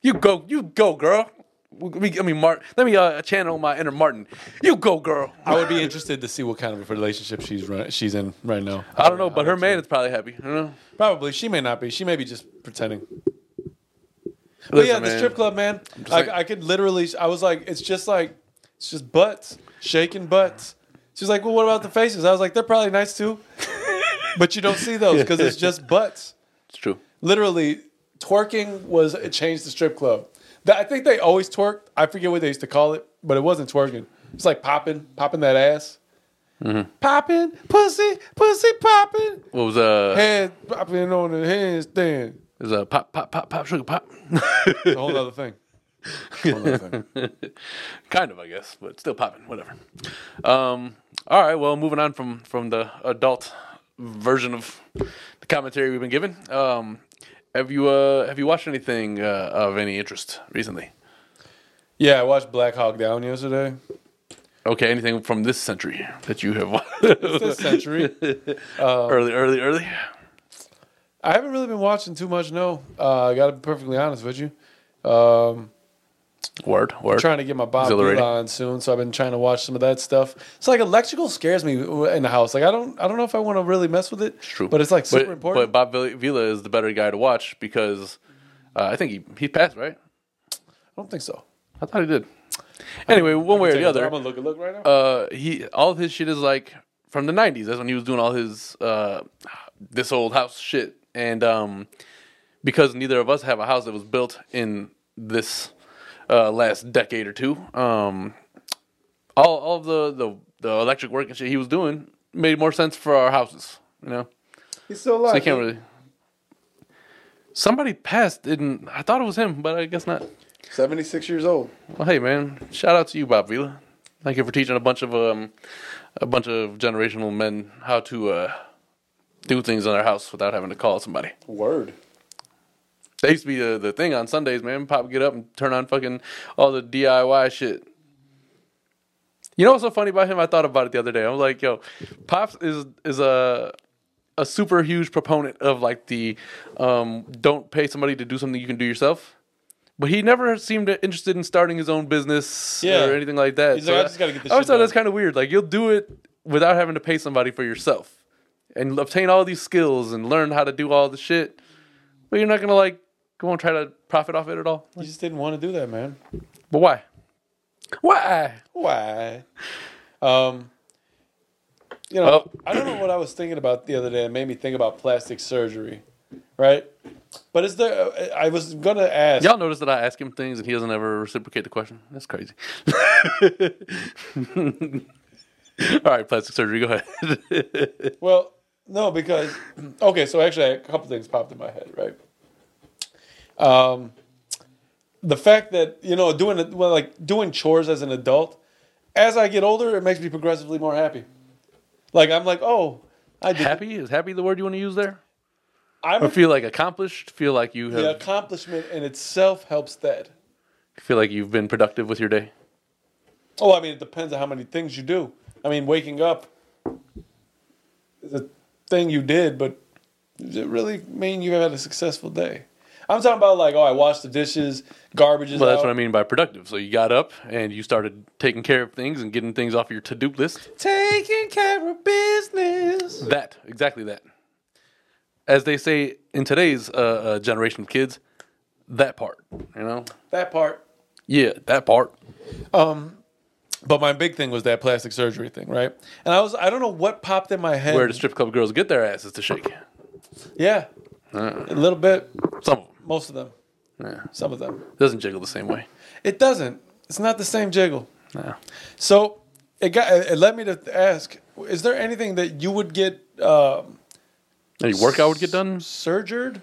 [SPEAKER 1] you go, you go, girl. Let me, let me, Mart, let me uh, channel my inner Martin. You go, girl.
[SPEAKER 2] I would be interested to see what kind of a relationship she's run, she's in right now.
[SPEAKER 1] I don't know, but her man is probably happy. I don't know.
[SPEAKER 2] Probably she may not be. She may be just pretending. But
[SPEAKER 1] Listen,
[SPEAKER 2] yeah, the
[SPEAKER 1] man.
[SPEAKER 2] strip club, man.
[SPEAKER 1] saying.
[SPEAKER 2] I, I could literally. I was like, it's just like, it's just butts shaking butts. She's like, well, what about the faces? I was like, they're probably
[SPEAKER 1] [laughs]
[SPEAKER 2] nice too, but you don't see those because it's just butts.
[SPEAKER 1] It's true.
[SPEAKER 2] Literally, twerking was it changed the strip club. That- I think they always twerked. I forget what they used to call it, but it wasn't twerking. It's like popping, popping that ass,
[SPEAKER 1] Mm-hmm.
[SPEAKER 2] popping pussy, pussy popping,
[SPEAKER 1] What was uh?
[SPEAKER 2] head popping on the handstand.
[SPEAKER 1] It was uh, pop, pop, pop, pop, sugar pop. [laughs]
[SPEAKER 2] It's a whole other thing. Whole nother thing.
[SPEAKER 1] [laughs] kind of, I guess, but still popping. Whatever. Um. All right. Well, moving on from from the adult version of the commentary we've been given. Um. Have you uh have you watched anything uh, of any interest recently?
[SPEAKER 2] Yeah, I watched Black Hawk Down yesterday.
[SPEAKER 1] Okay, anything from this century that you have watched [laughs]
[SPEAKER 2] This century.
[SPEAKER 1] early, early, early?
[SPEAKER 2] [laughs] I haven't really been watching too much. No, uh, I got to be perfectly honest with you. Um,
[SPEAKER 1] Word, word.
[SPEAKER 2] trying to get my Bob Vila
[SPEAKER 1] Exhilarating.
[SPEAKER 2] on soon, so I've been trying to watch some of that stuff. It's like electrical scares me in the house. Like I don't, I don't know if I want to really mess with it.
[SPEAKER 1] It's true.
[SPEAKER 2] but it's like super
[SPEAKER 1] But
[SPEAKER 2] important.
[SPEAKER 1] Bob Vil- Vila is the better guy to watch because uh, I think he, he passed, right?
[SPEAKER 2] I don't think so.
[SPEAKER 1] I thought he did. Anyway, one way or the
[SPEAKER 2] I'm
[SPEAKER 1] other,
[SPEAKER 2] gonna look look right now.
[SPEAKER 1] uh, he all of his shit is like from the '90s. That's when he was doing all his uh, this old house shit. And um, because neither of us have a house that was built in this uh, last decade or two, um, all all of the, the the electric work and shit he was doing made more sense for our houses. You know.
[SPEAKER 2] He's still alive.
[SPEAKER 1] I can't really. Somebody passed, didn't I? Thought it was him, but I guess not.
[SPEAKER 2] Seventy-six years old.
[SPEAKER 1] Well, hey, man, shout out to you, Bob Vila. Thank you for teaching a bunch of um, a bunch of generational men how to uh, do things in their house without having to call somebody.
[SPEAKER 2] Word.
[SPEAKER 1] That used to be the, the thing on Sundays, man. Pop would get up and turn on fucking all the DIY shit. You know what's so funny about him? I thought about it the other day. I was like, yo, Pops is is a a super huge proponent of like the um, don't pay somebody to do something you can do yourself. But he never seemed interested in starting his own business
[SPEAKER 2] Yeah.
[SPEAKER 1] or anything like that.
[SPEAKER 2] He's like, "I just gotta get this
[SPEAKER 1] I always
[SPEAKER 2] shit
[SPEAKER 1] thought
[SPEAKER 2] done."
[SPEAKER 1] that's kind of weird. Like you'll do it without having to pay somebody for yourself, and obtain all these skills and learn how to do all the shit. But you're not gonna like go and try to profit off it at all.
[SPEAKER 2] You just didn't want to do that, man.
[SPEAKER 1] But why? Why?
[SPEAKER 2] Why? Um, you know, I don't know what I was thinking about the other day. It made me think about plastic surgery, right? But is there? I was gonna ask.
[SPEAKER 1] Y'all notice that I ask him things and he doesn't ever reciprocate the question. That's crazy. [laughs] all right, plastic surgery. Go ahead. [laughs]
[SPEAKER 2] Well, no, because [clears throat] okay, so actually, a couple things popped in my head, right? Um, the fact that you know doing it- well, like doing chores as an adult, as I get older, it makes me progressively more happy. Like I'm like, oh, I did.
[SPEAKER 1] happy is happy the word you want to use there?
[SPEAKER 2] I'm
[SPEAKER 1] Or feel like accomplished? Feel like you have
[SPEAKER 2] the accomplishment in itself helps that.
[SPEAKER 1] feel like you've been productive with your day?
[SPEAKER 2] Oh, I mean, it depends on how many things you do. I mean, waking up is a thing you did, but does it really mean you had a successful day? I'm talking about like, oh, I washed the dishes, garbage is
[SPEAKER 1] Well, that's
[SPEAKER 2] out.
[SPEAKER 1] what I mean by productive. So you got up and you started taking care of things and getting things off your to-do list.
[SPEAKER 2] Taking care of business.
[SPEAKER 1] That exactly that. As they say in today's uh, uh, generation of kids, that part. You know,
[SPEAKER 2] That part. Um,
[SPEAKER 1] yeah, that part.
[SPEAKER 2] But my big thing was that plastic surgery thing, right? And I was, I don't know what popped in my head.
[SPEAKER 1] Where the strip club girls get their asses to shake.
[SPEAKER 2] Yeah.
[SPEAKER 1] Uh.
[SPEAKER 2] a little bit.
[SPEAKER 1] Some of them
[SPEAKER 2] Most of them.
[SPEAKER 1] Yeah.
[SPEAKER 2] Some of them.
[SPEAKER 1] doesn't jiggle the same way.
[SPEAKER 2] It doesn't. It's not the same jiggle.
[SPEAKER 1] No.
[SPEAKER 2] So it got it led me to ask: Is there anything that you would get um,
[SPEAKER 1] Any work I would get done,
[SPEAKER 2] surgered,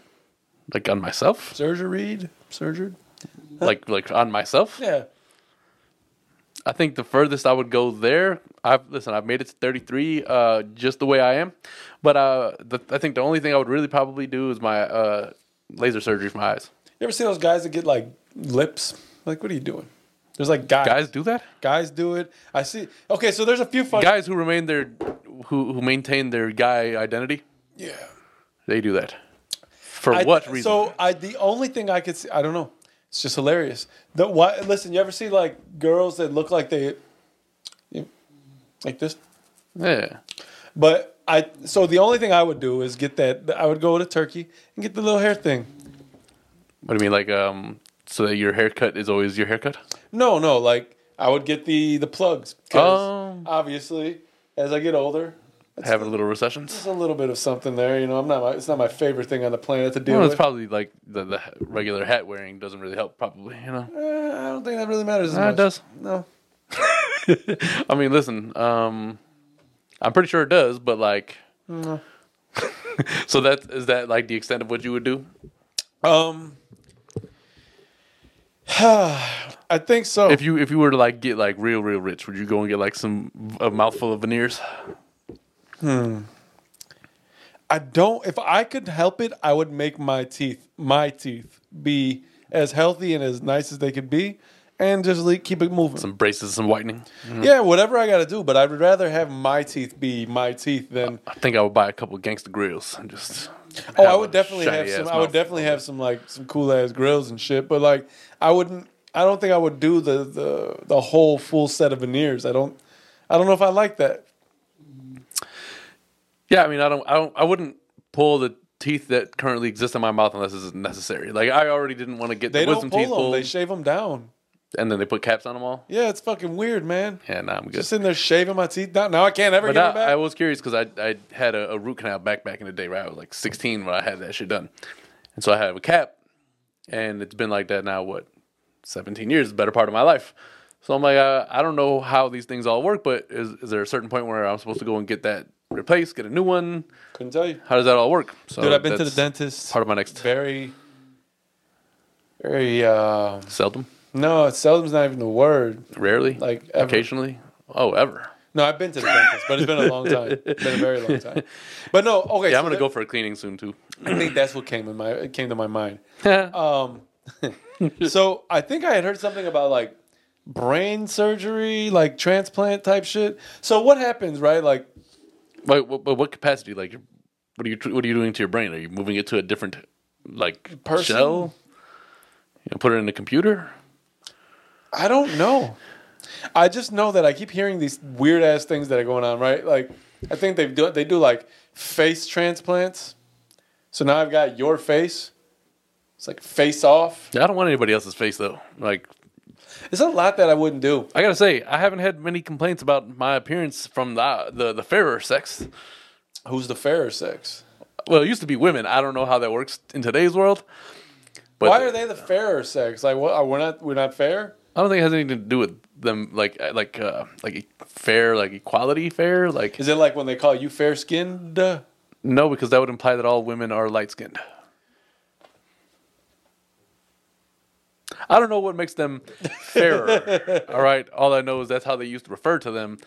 [SPEAKER 1] like on myself,
[SPEAKER 2] surgeried, surgered?
[SPEAKER 1] like like on myself.
[SPEAKER 2] Yeah,
[SPEAKER 1] I think the furthest I would go there. I've listen. I've made it to 33, uh, just the way I am. But uh, the, I think the only thing I would really probably do is my uh, laser surgery for my eyes.
[SPEAKER 2] you ever see those guys that get like lips? Like, what are you doing? There's like guys,
[SPEAKER 1] Guys
[SPEAKER 2] guys,
[SPEAKER 1] do that.
[SPEAKER 2] do it. I see. Okay, so there's a few fun.
[SPEAKER 1] Guys who remain their, who who maintain their guy identity,
[SPEAKER 2] yeah.
[SPEAKER 1] they do that. For
[SPEAKER 2] I-
[SPEAKER 1] what reason?
[SPEAKER 2] So I the only thing I could see, I don't know. It's just hilarious. The why? Listen, you ever see like girls that look like they, you- like this?
[SPEAKER 1] yeah.
[SPEAKER 2] But I so the only thing I would do is get that I would go to Turkey and get the little hair thing.
[SPEAKER 1] What do you mean? Like um, so that your haircut is always your haircut?
[SPEAKER 2] No, no, like I would get the the plugs 'cause
[SPEAKER 1] Oh.
[SPEAKER 2] obviously as I get older, it's
[SPEAKER 1] Having little recessions.
[SPEAKER 2] a little bit of something there. You know, I'm not my, it's not my favorite thing on the planet to deal
[SPEAKER 1] Well, it's
[SPEAKER 2] with.
[SPEAKER 1] probably like the, the regular hat wearing doesn't really help. Probably, you know.
[SPEAKER 2] Eh, I don't think that really matters. As
[SPEAKER 1] Ah, it
[SPEAKER 2] much.
[SPEAKER 1] does.
[SPEAKER 2] No.
[SPEAKER 1] I mean, listen, um, I'm pretty sure it does, but like,
[SPEAKER 2] Mm.
[SPEAKER 1] [laughs] so that is that like the extent of what you would do?
[SPEAKER 2] Um. [sighs] I think so.
[SPEAKER 1] If you if you were to like get like real real rich, would you go and get like some a mouthful of veneers?
[SPEAKER 2] I don't. If I could help it, I would make my teeth, my teeth, be as healthy and as nice as they could be, and just le- keep it moving.
[SPEAKER 1] Some braces, some whitening.
[SPEAKER 2] Yeah, whatever I got to do, but I would rather have my teeth be my teeth than.
[SPEAKER 1] I think I would buy a couple of gangster grills and just.
[SPEAKER 2] Oh, I
[SPEAKER 1] have
[SPEAKER 2] would
[SPEAKER 1] a
[SPEAKER 2] definitely have
[SPEAKER 1] shiny-ass
[SPEAKER 2] some. I would
[SPEAKER 1] mouthful.
[SPEAKER 2] definitely have some like some cool ass grills and shit. But like, I wouldn't. I don't think I would do the the the whole full set of veneers. I don't. I don't know if I like that.
[SPEAKER 1] Yeah, I mean, I don't, I don't, I wouldn't pull the teeth that currently exist in my mouth unless it's necessary. Like I already didn't want to get
[SPEAKER 2] They
[SPEAKER 1] the
[SPEAKER 2] don't
[SPEAKER 1] wisdom
[SPEAKER 2] pull
[SPEAKER 1] teeth
[SPEAKER 2] them.
[SPEAKER 1] pulled,
[SPEAKER 2] They shave them down.
[SPEAKER 1] and then they put caps on them all.
[SPEAKER 2] Yeah, it's fucking weird, man.
[SPEAKER 1] Yeah, nah, I'm good.
[SPEAKER 2] Just sitting there shaving my teeth down. Now I can't ever
[SPEAKER 1] But
[SPEAKER 2] get
[SPEAKER 1] now,
[SPEAKER 2] them back.
[SPEAKER 1] I was curious because I I had a, a root canal back back in the day, right? I was like 16 when I had that shit done, and so I have a cap, and it's been like that now. What 17 years, better part of my life. So I'm like, uh, I don't know how these things all work, but is is there a certain point where I'm supposed to go and get that replaced, get a new one?
[SPEAKER 2] Couldn't tell you.
[SPEAKER 1] How does that all work? So
[SPEAKER 2] Dude, I've been to the
[SPEAKER 1] Oh, that's
[SPEAKER 2] dentist.
[SPEAKER 1] Part of my next
[SPEAKER 2] Very, very. Uh,
[SPEAKER 1] seldom,
[SPEAKER 2] no, seldom's not even the word.
[SPEAKER 1] rarely,
[SPEAKER 2] Like, ever.
[SPEAKER 1] occasionally. Oh, ever.
[SPEAKER 2] No, I've been to the dentist, but it's been a
[SPEAKER 1] [laughs]
[SPEAKER 2] long time. It's been a very long time. But no, okay.
[SPEAKER 1] Yeah,
[SPEAKER 2] so
[SPEAKER 1] I'm gonna
[SPEAKER 2] that-
[SPEAKER 1] go for a cleaning soon too.
[SPEAKER 2] [laughs] I think that's what came in my it came to my mind.
[SPEAKER 1] [laughs]
[SPEAKER 2] Um, so I think I had heard something about like brain surgery, like transplant type shit. So what happens, right? Like
[SPEAKER 1] But what, but what capacity? Like, what are you what are you doing to your brain? Are you moving it to a different like
[SPEAKER 2] Person?
[SPEAKER 1] shell? You know, put it in the computer.
[SPEAKER 2] I don't know. I just know that I keep hearing these weird ass things that are going on, right? Like I think they do they do like face transplants. So now I've got your face. It's like face off.
[SPEAKER 1] I don't want anybody else's face though. Like
[SPEAKER 2] There's a lot that I wouldn't do.
[SPEAKER 1] I gotta say, I haven't had many complaints about my appearance from the the, the fairer sex.
[SPEAKER 2] Who's the fairer sex?
[SPEAKER 1] Well, it used to be women. I don't know how that works in today's world. But
[SPEAKER 2] Why are they the fairer sex? Like what? We're not. We're not fair.
[SPEAKER 1] I don't think it has anything to do with them. Like like uh, like fair, like equality, fair. Like
[SPEAKER 2] Is it like when they call you fair skinned?
[SPEAKER 1] no, because that would imply that all women are light skinned. I don't know what makes them fairer. all right, all I know is that's how they used to refer to them.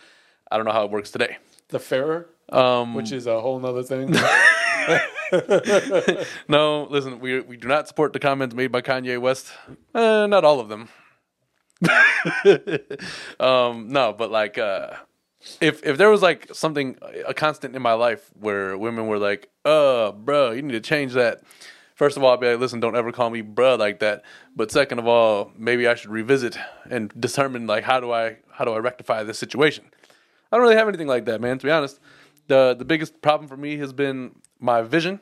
[SPEAKER 1] I don't know how it works today.
[SPEAKER 2] The fairer,
[SPEAKER 1] Um,
[SPEAKER 2] which is a whole
[SPEAKER 1] [laughs]
[SPEAKER 2] nother thing.
[SPEAKER 1] No, listen, we we do not support the comments made by Kanye West. Uh, not all of them. [laughs] um, no, but like, uh, if if there was like something a constant in my life where women were like, "Uh, bro, you need to change that." First of all, I'd be like, "Listen, don't ever call me bruh like that." But second of all, maybe I should revisit and determine like how do I how do I rectify this situation. I don't really have anything like that, man. To be honest, the the biggest problem for me has been my vision.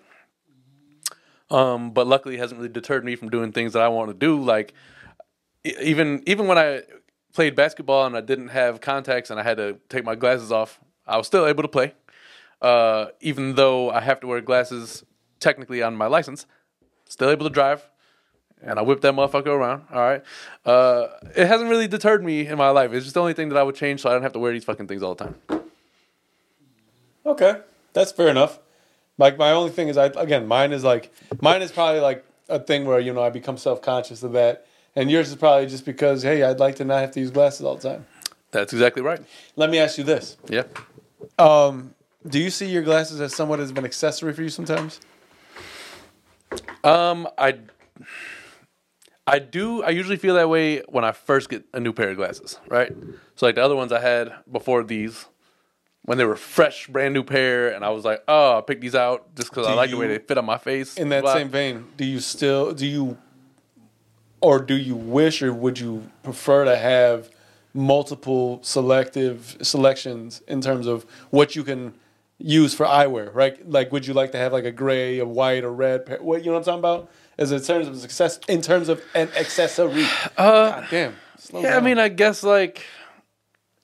[SPEAKER 1] Um, but luckily, it hasn't really deterred me from doing things that I want to do. Like e- even even when I played basketball and I didn't have contacts and I had to take my glasses off, I was still able to play. Uh, even though I have to wear glasses technically on my license, still able to drive. And I whipped that motherfucker around. All right, uh, it hasn't really deterred me in my life. It's just the only thing that I would change, so I don't have to wear these fucking things all the time.
[SPEAKER 2] Okay, that's fair enough. Like my only thing is, I again, mine is like mine is probably like a thing where you know I become self conscious of that, and yours is probably just because hey, I'd like to not have to use glasses all the time.
[SPEAKER 1] That's exactly right.
[SPEAKER 2] Let me ask you this:
[SPEAKER 1] Yeah,
[SPEAKER 2] um, Do you see your glasses as somewhat as an accessory for you sometimes?
[SPEAKER 1] Um, I I do. I usually feel that way when I first get a new pair of glasses, right? So like the other ones I had before these, when they were fresh, brand new pair, and I was like, oh, I picked these out just because I
[SPEAKER 2] Do
[SPEAKER 1] like the way
[SPEAKER 2] you-
[SPEAKER 1] they fit on my face.
[SPEAKER 2] In that
[SPEAKER 1] blah.
[SPEAKER 2] same vein, do you still do you, or do you wish, or would you prefer to have multiple selective selections in terms of what you can use for eyewear? Right, like would you like to have like a gray, a white, a red? Pair? What you know what I'm talking about? Is in terms of success, in terms of an accessory. God damn. slow
[SPEAKER 1] Uh, Yeah, I
[SPEAKER 2] down.
[SPEAKER 1] mean, I guess like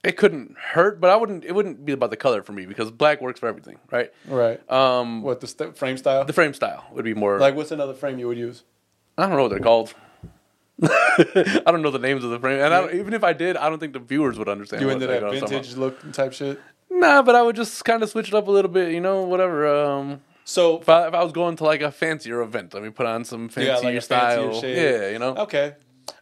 [SPEAKER 1] it couldn't hurt, but I wouldn't. It wouldn't be about the color for me because black works for everything, right?
[SPEAKER 2] right.
[SPEAKER 1] Um,
[SPEAKER 2] what the st- frame style?
[SPEAKER 1] the frame style would be more.
[SPEAKER 2] like, what's another frame you would use?
[SPEAKER 1] I don't know what they're called. [laughs] I don't know the names of the frame, and I don't, even if I did, I don't think the viewers would understand.
[SPEAKER 2] You
[SPEAKER 1] what-
[SPEAKER 2] into
[SPEAKER 1] like,
[SPEAKER 2] that
[SPEAKER 1] what I was talking about.
[SPEAKER 2] vintage look and type shit.
[SPEAKER 1] Nah, but I would just kind of switch it up a little bit, you know, whatever. Um,
[SPEAKER 2] So
[SPEAKER 1] if I, if I was going to like a fancier event, let me put on some fancier
[SPEAKER 2] Yeah, like a
[SPEAKER 1] style.
[SPEAKER 2] fancier shade.
[SPEAKER 1] Yeah, you know.
[SPEAKER 2] Okay.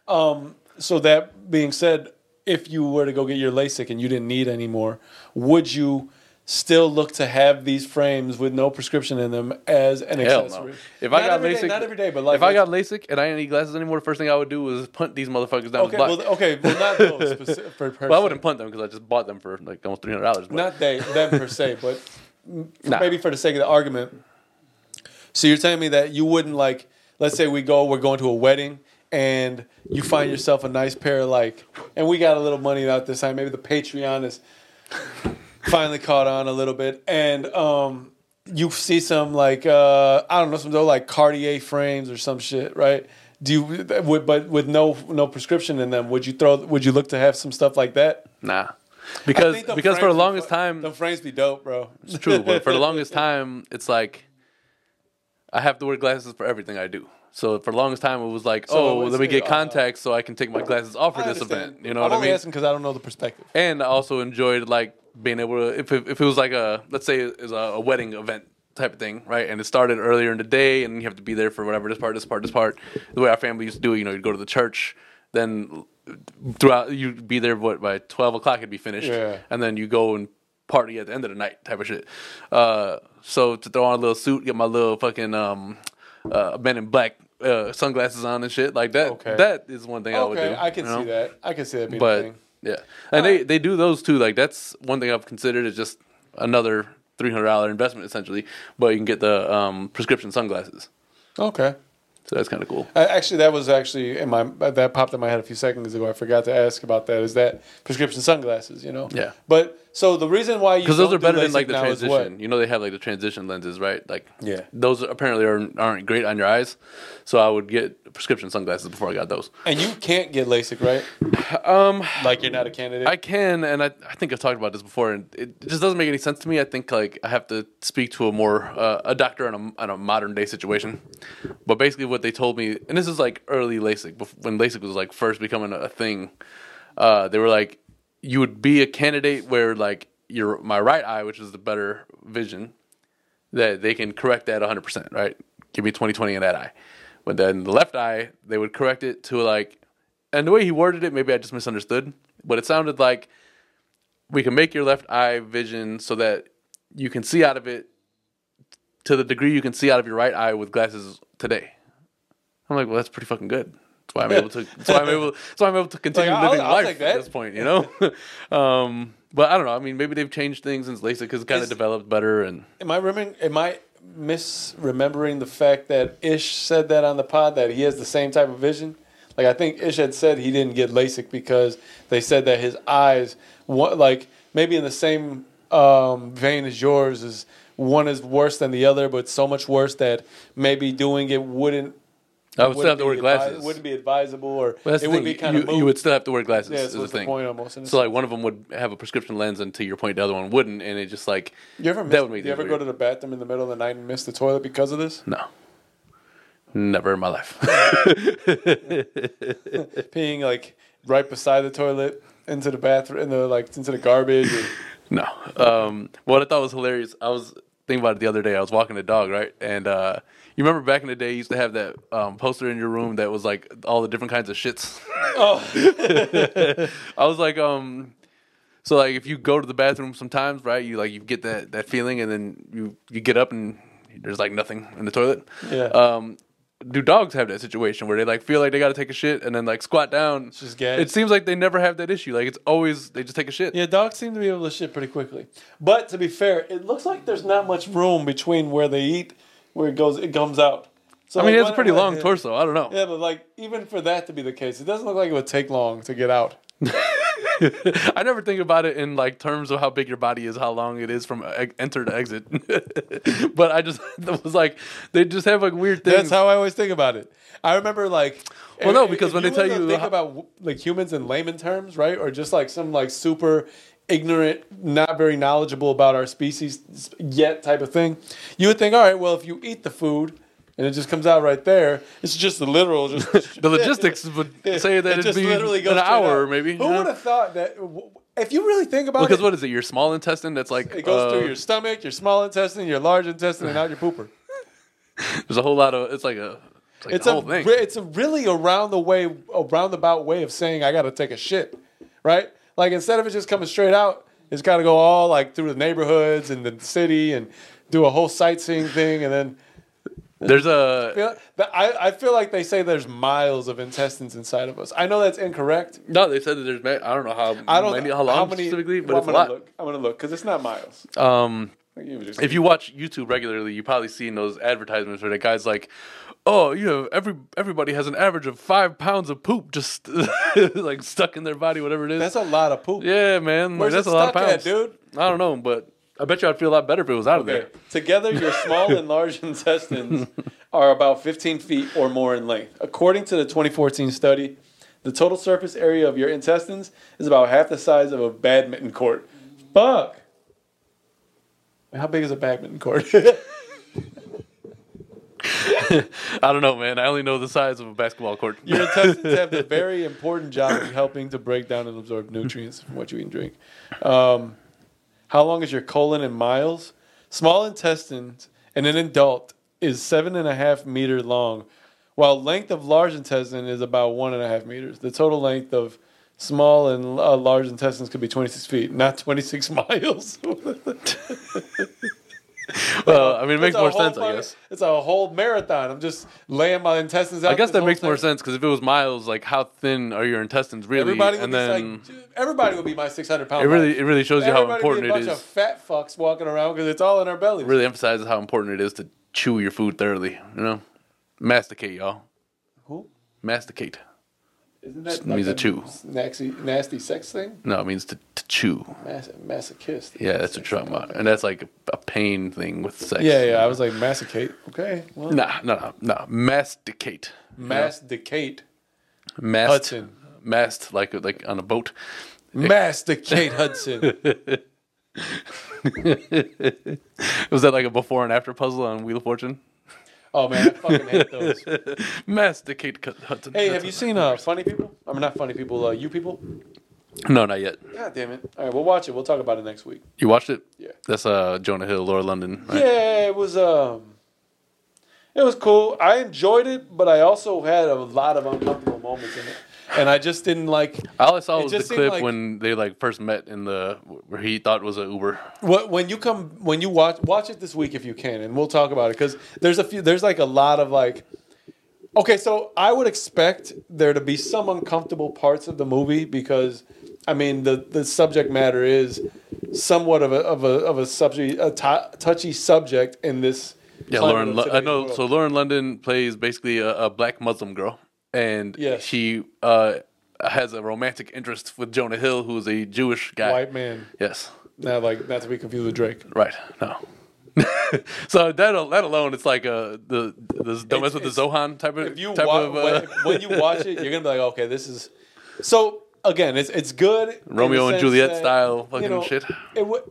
[SPEAKER 2] Um, so that being said, if you were to go get your LASIK and you didn't need any more, would you still look to have these frames with no prescription in them as an
[SPEAKER 1] Hell
[SPEAKER 2] accessory?
[SPEAKER 1] no. If
[SPEAKER 2] Not
[SPEAKER 1] I got
[SPEAKER 2] every
[SPEAKER 1] LASIK,
[SPEAKER 2] day, not every day, but like
[SPEAKER 1] if I got LASIK and I didn't need glasses anymore, the first thing I would do was punt these motherfuckers down
[SPEAKER 2] okay,
[SPEAKER 1] the block.
[SPEAKER 2] well, okay, well, not those specific,
[SPEAKER 1] [laughs]
[SPEAKER 2] for per
[SPEAKER 1] well, I
[SPEAKER 2] se.
[SPEAKER 1] wouldn't punt them because I just bought them for like almost three hundred dollars.
[SPEAKER 2] not they them per se, but m-
[SPEAKER 1] Nah.
[SPEAKER 2] maybe for the sake of the argument. So you're telling me that you wouldn't like, let's say we go, we're going to a wedding, and you find yourself a nice pair of like, and we got a little money out this time. Maybe the Patreon is finally caught on a little bit, and um, you see some like, uh, I don't know, some old like Cartier frames or some shit, right? Do you, with- but with no no prescription in them, would you throw? Would you look to have some stuff like that?
[SPEAKER 1] nah,
[SPEAKER 2] I
[SPEAKER 1] because
[SPEAKER 2] think the
[SPEAKER 1] because for
[SPEAKER 2] frames
[SPEAKER 1] the
[SPEAKER 2] be
[SPEAKER 1] longest
[SPEAKER 2] fu-
[SPEAKER 1] time,
[SPEAKER 2] the frames be
[SPEAKER 1] [laughs]
[SPEAKER 2] dope, bro.
[SPEAKER 1] It's true, but
[SPEAKER 2] [laughs]
[SPEAKER 1] for the longest time, it's like I have to wear glasses for everything I do. So for the longest time, it was like, oh,
[SPEAKER 2] So it's
[SPEAKER 1] let me
[SPEAKER 2] like,
[SPEAKER 1] get
[SPEAKER 2] uh,
[SPEAKER 1] contacts so I can take my glasses off for
[SPEAKER 2] I
[SPEAKER 1] this
[SPEAKER 2] understand.
[SPEAKER 1] event. You know
[SPEAKER 2] I'm
[SPEAKER 1] what I
[SPEAKER 2] only
[SPEAKER 1] mean?
[SPEAKER 2] asking because I don't know the perspective.
[SPEAKER 1] And I also enjoyed like being able to if it, if it was like a let's say it's a, a wedding event type of thing, right? And it started earlier in the day, and you have to be there for whatever this part, this part, this part. The way our family used to do it, you know, you'd go to the church, then throughout you'd be there what by twelve o'clock it'd be finished,
[SPEAKER 2] Yeah.
[SPEAKER 1] and then you go and party at the end of the night type of shit. Uh, so to throw on a little suit, get my little fucking um, uh, Men in Black uh, sunglasses on and shit like that.
[SPEAKER 2] Okay.
[SPEAKER 1] That is one thing I would do.
[SPEAKER 2] Okay, I can
[SPEAKER 1] you know?
[SPEAKER 2] see that. I can see that being a
[SPEAKER 1] but
[SPEAKER 2] thing.
[SPEAKER 1] yeah, and they they do those too. Like that's one thing I've considered is just another three hundred dollar investment essentially. But you can get the um, prescription sunglasses.
[SPEAKER 2] Okay.
[SPEAKER 1] So that's kind of cool.
[SPEAKER 2] I, actually, that was actually in my that popped in my head a few seconds ago. I forgot to ask about that. Is that prescription sunglasses? You know.
[SPEAKER 1] Yeah.
[SPEAKER 2] But so the reason why you
[SPEAKER 1] Because those
[SPEAKER 2] don't
[SPEAKER 1] are better
[SPEAKER 2] do
[SPEAKER 1] than
[SPEAKER 2] LASIK
[SPEAKER 1] like the
[SPEAKER 2] now is what?
[SPEAKER 1] transition. You know, they have like the transition lenses, right? Like,
[SPEAKER 2] Yeah.
[SPEAKER 1] those apparently are, aren't great on your eyes. So I would get prescription sunglasses before I got those.
[SPEAKER 2] And you can't get LASIK, right?
[SPEAKER 1] [sighs]
[SPEAKER 2] Um, like you're not a candidate.
[SPEAKER 1] I can, and I, I think I've talked about this before, and it just doesn't make any sense to me. I think like I have to speak to a more uh, a doctor on a, on a modern day situation. But basically, what they told me, and this is like early LASIK, bef- when LASIK was like first becoming a thing, uh, they were like, you would be a candidate where like your my right eye, which is the better vision, that they can correct that 100%, right? Give me 20 20 in that eye. But then the left eye, they would correct it to like, and the way he worded it, maybe I just misunderstood, but it sounded like we can make your left eye vision so that you can see out of it to the degree you can see out of your right eye with glasses today. I'm like, well, that's pretty fucking good. That's why I'm able to. That's why I'm able. That's why I'm able to continue
[SPEAKER 2] Like, I'll-
[SPEAKER 1] living
[SPEAKER 2] I'll
[SPEAKER 1] life
[SPEAKER 2] take
[SPEAKER 1] at
[SPEAKER 2] that.
[SPEAKER 1] this point. You know, [laughs] um, but I don't know. I mean, maybe they've changed things since LASIK has kind of
[SPEAKER 2] Is-
[SPEAKER 1] developed better and.
[SPEAKER 2] Am I remembering? Am I misremembering the fact that Ish said that on the pod that he has the same type of vision? Like I think Ish had said he didn't get LASIK because they said that his eyes, one, like maybe in the same um, vein as yours, is one is worse than the other, but so much worse that maybe doing it wouldn't.
[SPEAKER 1] I would still
[SPEAKER 2] wouldn't
[SPEAKER 1] have to
[SPEAKER 2] be
[SPEAKER 1] wear
[SPEAKER 2] advi-
[SPEAKER 1] glasses.
[SPEAKER 2] Wouldn't be advisable, or
[SPEAKER 1] But that's
[SPEAKER 2] it
[SPEAKER 1] the
[SPEAKER 2] would
[SPEAKER 1] thing.
[SPEAKER 2] be kind
[SPEAKER 1] you,
[SPEAKER 2] of.
[SPEAKER 1] you would still have to wear glasses.
[SPEAKER 2] Yeah, so
[SPEAKER 1] is the
[SPEAKER 2] what's the
[SPEAKER 1] thing.
[SPEAKER 2] point almost, in a
[SPEAKER 1] So like one of them would have a prescription lens, and to your point, the other one wouldn't, and it just like
[SPEAKER 2] You ever,
[SPEAKER 1] that
[SPEAKER 2] miss,
[SPEAKER 1] would make
[SPEAKER 2] you ever
[SPEAKER 1] things
[SPEAKER 2] go
[SPEAKER 1] weird.
[SPEAKER 2] to the bathroom in the middle of the night and miss the toilet because of this?
[SPEAKER 1] no, never in my life. [laughs]
[SPEAKER 2] peeing like right beside the toilet into the bathroom in the like into the garbage
[SPEAKER 1] [laughs]
[SPEAKER 2] or-
[SPEAKER 1] No. Um, what I thought was hilarious, I was thinking about it the other day. I was walking the dog, right? And uh, you remember back in the day, you used to have that um, poster in your room that was like all the different kinds of shits. [laughs]
[SPEAKER 2] oh
[SPEAKER 1] I was like, um, so like if you go to the bathroom sometimes, right? You like you get that that feeling, and then you you get up and there's like nothing in the toilet.
[SPEAKER 2] Yeah.
[SPEAKER 1] Um, do dogs have that situation where they like feel like they got to take a shit and then like squat down?
[SPEAKER 2] just gas.
[SPEAKER 1] it seems like they never have that issue. Like it's always they just take a shit.
[SPEAKER 2] yeah dogs seem to be able to shit pretty quickly but to be fair it looks like there's not much room between where they eat where it goes it comes out so
[SPEAKER 1] I mean,
[SPEAKER 2] like,
[SPEAKER 1] it's a
[SPEAKER 2] why-
[SPEAKER 1] pretty
[SPEAKER 2] why-
[SPEAKER 1] long torso. I don't know.
[SPEAKER 2] yeah but like even for that to be the case it doesn't look like it would take long to get out
[SPEAKER 1] I never think about it in like terms of how big your body is, how long it is from e- enter to exit. [laughs] but I just [laughs] it was like they just have like weird things.
[SPEAKER 2] that's how I always think about it I remember like eh,
[SPEAKER 1] Well, no, because when they
[SPEAKER 2] were
[SPEAKER 1] tell
[SPEAKER 2] to
[SPEAKER 1] you
[SPEAKER 2] think
[SPEAKER 1] how-
[SPEAKER 2] about like humans in layman terms right or just like some like super ignorant not very knowledgeable about our species yet type of thing you would think all right well if you eat the food and it just comes out right there it's just the literal
[SPEAKER 1] [laughs]
[SPEAKER 2] just
[SPEAKER 1] the logistics would say that
[SPEAKER 2] it
[SPEAKER 1] it'd
[SPEAKER 2] just
[SPEAKER 1] be
[SPEAKER 2] literally goes
[SPEAKER 1] an
[SPEAKER 2] straight
[SPEAKER 1] hour
[SPEAKER 2] out.
[SPEAKER 1] maybe.
[SPEAKER 2] who would have thought that if you really think about
[SPEAKER 1] because
[SPEAKER 2] it
[SPEAKER 1] what is it? Your small intestine that's like
[SPEAKER 2] it goes
[SPEAKER 1] uh,
[SPEAKER 2] through your stomach your small intestine your large intestine
[SPEAKER 1] [sighs]
[SPEAKER 2] and out your pooper
[SPEAKER 1] There's a whole lot of it's like a it's like
[SPEAKER 2] It's
[SPEAKER 1] the
[SPEAKER 2] a
[SPEAKER 1] whole thing.
[SPEAKER 2] re- it's a really around the way, a roundabout way of saying I got to take a shit, right? Like instead of it just coming straight out, it's got to go all like through the neighborhoods and the city and do a whole sightseeing thing, and then
[SPEAKER 1] There's a
[SPEAKER 2] Yeah, th- I I feel like they say there's miles of intestines inside of us. I know that's incorrect.
[SPEAKER 1] no. They said that there's ma- I don't know how
[SPEAKER 2] I don't
[SPEAKER 1] many, how long specifically, but
[SPEAKER 2] well,
[SPEAKER 1] it's a
[SPEAKER 2] I'm gonna
[SPEAKER 1] lot.
[SPEAKER 2] Look, I'm gonna look because it's not miles.
[SPEAKER 1] Um,
[SPEAKER 2] You were just-
[SPEAKER 1] if you watch YouTube regularly, you probably seen those advertisements where the guy's like, "Oh, you have every everybody has an average of five pounds of poop just [laughs] like stuck in their body, whatever it is."
[SPEAKER 2] that's a lot of poop.
[SPEAKER 1] yeah, man,
[SPEAKER 2] Where's
[SPEAKER 1] that's
[SPEAKER 2] it
[SPEAKER 1] a lot of
[SPEAKER 2] stuck at,
[SPEAKER 1] pounds,
[SPEAKER 2] dude?
[SPEAKER 1] I don't know, but I bet you I'd feel a lot better if it was out
[SPEAKER 2] Okay.
[SPEAKER 1] of there.
[SPEAKER 2] Together, your small and large [laughs] intestines are about 15 feet or more in length. According to the 2014 study, the total surface area of your intestines is about half the size of a badminton court. Fuck! How big is a badminton court? [laughs]
[SPEAKER 1] I don't know, man. I only know the size of a basketball court.
[SPEAKER 2] your intestines have the very important job of helping to break down and absorb nutrients from what you eat and drink. Um, how long is your colon in miles? Small intestines in an adult is seven and a half meter long, while length of large intestine is about one and a half meters. The total length of small and uh, large intestines could be 26 feet, not 26 [laughs] miles.
[SPEAKER 1] [laughs] Well, I mean, it makes
[SPEAKER 2] It's a
[SPEAKER 1] more
[SPEAKER 2] whole
[SPEAKER 1] sense, I
[SPEAKER 2] fucking-
[SPEAKER 1] guess.
[SPEAKER 2] It's a whole marathon. I'm just laying my intestines out.
[SPEAKER 1] I guess
[SPEAKER 2] this
[SPEAKER 1] that
[SPEAKER 2] whole
[SPEAKER 1] makes more
[SPEAKER 2] thing.
[SPEAKER 1] sense because if it was miles, like how thin are your intestines really?
[SPEAKER 2] Everybody would
[SPEAKER 1] and
[SPEAKER 2] be
[SPEAKER 1] then
[SPEAKER 2] like, "Dude, everybody would be my 600 pound.
[SPEAKER 1] it really
[SPEAKER 2] life."
[SPEAKER 1] it really shows you how
[SPEAKER 2] Everybody would
[SPEAKER 1] important
[SPEAKER 2] be
[SPEAKER 1] it
[SPEAKER 2] a bunch
[SPEAKER 1] is.
[SPEAKER 2] of fat fucks walking around because it's all in our bellies.
[SPEAKER 1] really emphasizes how important it is to chew your food thoroughly. You know, Masticate, y'all.
[SPEAKER 2] Who?
[SPEAKER 1] Masticate.
[SPEAKER 2] Isn't that
[SPEAKER 1] means a chew.
[SPEAKER 2] Nasty, nasty sex thing?
[SPEAKER 1] No, it means to, to chew.
[SPEAKER 2] Mas- masochist.
[SPEAKER 1] Yeah, that's what you're talking about. And that's like a, a pain thing with sex.
[SPEAKER 2] Yeah, yeah. I was like masticate. Okay. Well,
[SPEAKER 1] Nah, no, no, no. Masticate.
[SPEAKER 2] masticate.
[SPEAKER 1] Mast.
[SPEAKER 2] Hudson.
[SPEAKER 1] Mast, like like on a boat. [laughs]
[SPEAKER 2] Masticate Hudson.
[SPEAKER 1] Was that like a before and after puzzle on Wheel of Fortune?
[SPEAKER 2] Oh man, I fucking hate those.
[SPEAKER 1] [laughs] Masticate Cut- Hudson.
[SPEAKER 2] Hey, have you seen uh, Funny People? I mean, not Funny People. Uh, you people.
[SPEAKER 1] No, not yet.
[SPEAKER 2] God damn it. All right, we'll watch it. We'll talk about it next week.
[SPEAKER 1] You watched it?
[SPEAKER 2] Yeah.
[SPEAKER 1] That's uh Jonah Hill, Laura London. Right?
[SPEAKER 2] Yeah, it was um it was cool. I enjoyed it, but I also had a lot of uncomfortable moments in it. And I just didn't like
[SPEAKER 1] All I saw
[SPEAKER 2] It
[SPEAKER 1] was the
[SPEAKER 2] just seemed
[SPEAKER 1] clip
[SPEAKER 2] like-
[SPEAKER 1] when they like first met in the where he thought was a Uber.
[SPEAKER 2] what when you come when you watch watch it this week if you can and we'll talk about it cuz there's a few there's like a lot of like Okay, so I would expect there to be some uncomfortable parts of the movie because I mean the the subject matter is somewhat of a of a of a subject a t- touchy subject in this
[SPEAKER 1] Yeah,
[SPEAKER 2] climate
[SPEAKER 1] Lauren.
[SPEAKER 2] of
[SPEAKER 1] Lo- I
[SPEAKER 2] today's
[SPEAKER 1] know.
[SPEAKER 2] world.
[SPEAKER 1] So Lauren London plays basically a, a black Muslim girl, and
[SPEAKER 2] Yes.
[SPEAKER 1] she uh, has a romantic interest with Jonah Hill, who is a Jewish guy.
[SPEAKER 2] white man
[SPEAKER 1] Yes,
[SPEAKER 2] Not like not to be confused with Drake.
[SPEAKER 1] right. No. [laughs] so that al- that alone, it's like uh, the the dumbest with the
[SPEAKER 2] it's-
[SPEAKER 1] Zohan type of
[SPEAKER 2] If you
[SPEAKER 1] type
[SPEAKER 2] wa-
[SPEAKER 1] of
[SPEAKER 2] when,
[SPEAKER 1] uh,
[SPEAKER 2] when you watch it, you're gonna be like, okay, this is. So again, it's it's good. in the
[SPEAKER 1] Romeo and
[SPEAKER 2] sense
[SPEAKER 1] Juliet
[SPEAKER 2] that,
[SPEAKER 1] style
[SPEAKER 2] you
[SPEAKER 1] fucking
[SPEAKER 2] know,
[SPEAKER 1] shit.
[SPEAKER 2] It w-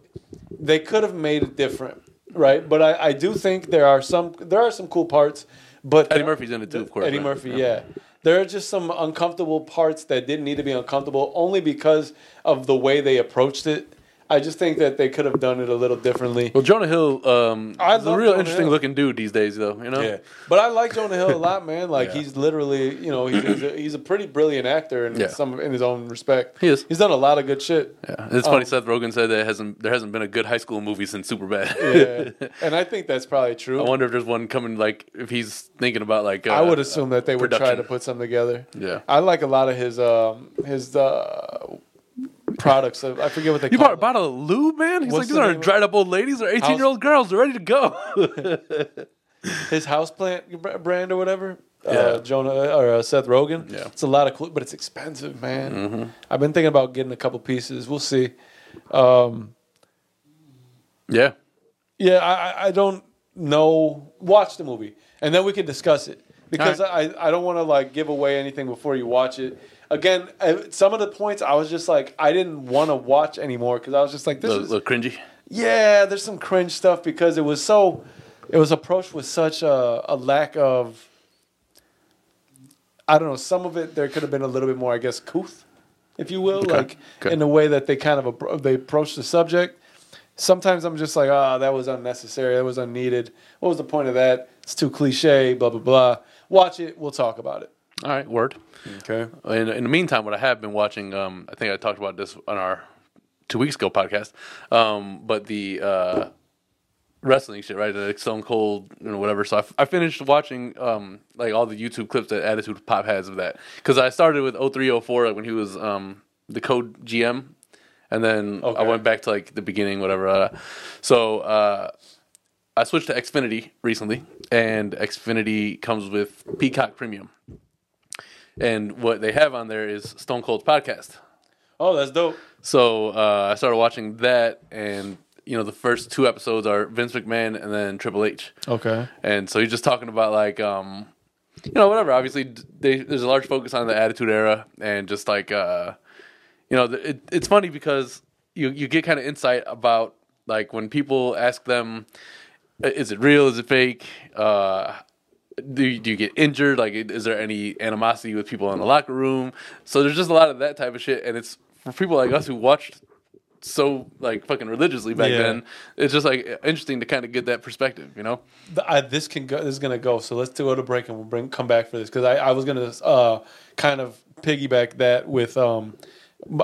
[SPEAKER 2] they could have made it different, right? But I, I do think there are some there are some cool parts.
[SPEAKER 1] [laughs]
[SPEAKER 2] But
[SPEAKER 1] Eddie Murphy's in it too, of course,
[SPEAKER 2] Eddie
[SPEAKER 1] right?
[SPEAKER 2] Murphy, yeah. There are just some uncomfortable parts that didn't need to be uncomfortable, only because of the way they approached it. I just think that they could have done it a little differently.
[SPEAKER 1] Well, Jonah Hill, um,
[SPEAKER 2] I
[SPEAKER 1] is a
[SPEAKER 2] love
[SPEAKER 1] real
[SPEAKER 2] Jonah
[SPEAKER 1] interesting
[SPEAKER 2] Hill.
[SPEAKER 1] looking dude these days, though. You know,
[SPEAKER 2] Yeah, [laughs] but I like Jonah Hill a lot, man. Like
[SPEAKER 1] Yeah.
[SPEAKER 2] he's literally, you know, he's, he's, a, he's a pretty brilliant actor in
[SPEAKER 1] Yeah.
[SPEAKER 2] some in his own respect.
[SPEAKER 1] He is.
[SPEAKER 2] He's done a lot of good shit.
[SPEAKER 1] Yeah. It's
[SPEAKER 2] Um,
[SPEAKER 1] funny. Seth Rogen said that hasn't there hasn't been a good high school movie since Superbad.
[SPEAKER 2] Yeah. and I think that's probably true.
[SPEAKER 1] [laughs] I
[SPEAKER 2] I,
[SPEAKER 1] wonder if there's one coming. Like if he's thinking about like uh,
[SPEAKER 2] would assume that they would try
[SPEAKER 1] production.
[SPEAKER 2] to put some together.
[SPEAKER 1] Yeah.
[SPEAKER 2] I like a lot of his um his uh products. I forget what they
[SPEAKER 1] You
[SPEAKER 2] call
[SPEAKER 1] bought a
[SPEAKER 2] them.
[SPEAKER 1] bottle of lube, man. He's
[SPEAKER 2] What's
[SPEAKER 1] like, these
[SPEAKER 2] the
[SPEAKER 1] are
[SPEAKER 2] name of-
[SPEAKER 1] dried up old ladies. They're 18 year old girls. They're ready to go. [laughs]
[SPEAKER 2] his houseplant br- brand or whatever.
[SPEAKER 1] Yeah.
[SPEAKER 2] Uh, Jonah or uh, Seth Rogen.
[SPEAKER 1] Yeah. Mm-hmm.
[SPEAKER 2] it's a lot of cool, but it's expensive, man. I've been thinking about getting a couple pieces. We'll see. Um,
[SPEAKER 1] yeah.
[SPEAKER 2] Yeah, I, I- I don't know. Watch the movie, and then we can discuss it because
[SPEAKER 1] All
[SPEAKER 2] I, I don't want to like give away anything before you watch it. Again, I- some of the points I was just like I didn't want to watch anymore because I was just like this
[SPEAKER 1] Look,
[SPEAKER 2] is
[SPEAKER 1] look cringy.
[SPEAKER 2] yeah. There's some cringe stuff because it was so it was approached with such a, a lack of I don't know. Some of it there could have been a little bit more, I guess, couth, if you will, like
[SPEAKER 1] okay.
[SPEAKER 2] in the way that they kind of appro- they approach the subject. Sometimes I'm just like, ah, that was unnecessary. That was unneeded. What was the point of that? It's too cliche. Blah blah blah. Watch it. We'll talk about it.
[SPEAKER 1] All right, word.
[SPEAKER 2] Okay.
[SPEAKER 1] In, in the meantime, what I have been watching, um, I think I talked about this on our two weeks ago podcast, um, but the uh, wrestling shit, right? The Stone Cold, you know, whatever. So I, f- I finished watching um, like all the YouTube clips that Attitude Pop has of that because I started with 0304 like, when he was um, the Code GM, and then I
[SPEAKER 2] Okay.
[SPEAKER 1] went back to like the beginning, whatever. Uh, so. Uh, I switched to Xfinity recently, and Xfinity comes with Peacock Premium. And what they have on there is Stone Cold's podcast.
[SPEAKER 2] Oh, that's dope.
[SPEAKER 1] So uh, I started watching that, and you know the first two episodes are Vince McMahon and then Triple H,
[SPEAKER 2] Okay.
[SPEAKER 1] and so he's just talking about like um, you know whatever. Obviously, d- they, there's a large focus on the Attitude Era, and just like uh, you know, th- it, it's funny because you you get kind of insight about like when people ask them, "I- is it real? Is it fake? Uh, do you, do you get injured? Like, i- is there any animosity with people in the locker room? So there's just a lot of that type of shit, and it's for people like us who watched so like fucking religiously back
[SPEAKER 2] Yeah.
[SPEAKER 1] then. It's just like interesting to kind of get that perspective, you know?
[SPEAKER 2] Th- I, this can go. This is gonna go. So let's do go to break and we'll bring come back for this because I, I was gonna uh, kind of piggyback that with um,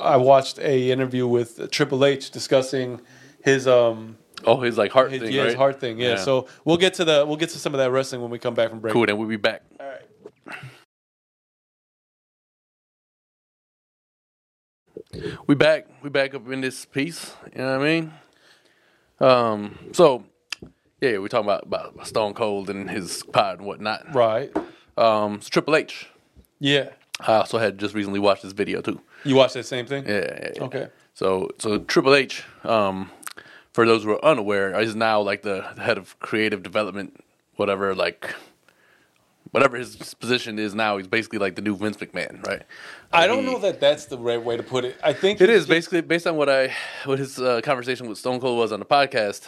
[SPEAKER 2] I watched a interview with Triple H discussing his um
[SPEAKER 1] Oh, his like heart
[SPEAKER 2] his,
[SPEAKER 1] thing,
[SPEAKER 2] yeah, his
[SPEAKER 1] right?
[SPEAKER 2] heart thing. Yeah. So we'll get to the we'll get to some of that wrestling when we come back from break.
[SPEAKER 1] cool. Then we'll be back. We back. We back up in this piece. You know what I mean? Um. So, Yeah, we're talking about, about Stone Cold and his pod and whatnot.
[SPEAKER 2] Right.
[SPEAKER 1] Um, it's Triple H.
[SPEAKER 2] Yeah.
[SPEAKER 1] I also had just recently watched this video too.
[SPEAKER 2] You watch that same thing?
[SPEAKER 1] Yeah, yeah, yeah.
[SPEAKER 2] Okay.
[SPEAKER 1] So, so Triple H, um, for those who are unaware, is now like the, the head of creative development, whatever, like whatever his position is now. He's basically like the new Vince McMahon, right?
[SPEAKER 2] I don't
[SPEAKER 1] He-
[SPEAKER 2] know that that's the right way to put it. I think
[SPEAKER 1] It is basically
[SPEAKER 2] basically.
[SPEAKER 1] based on what I what his uh, conversation with Stone Cold was on the podcast.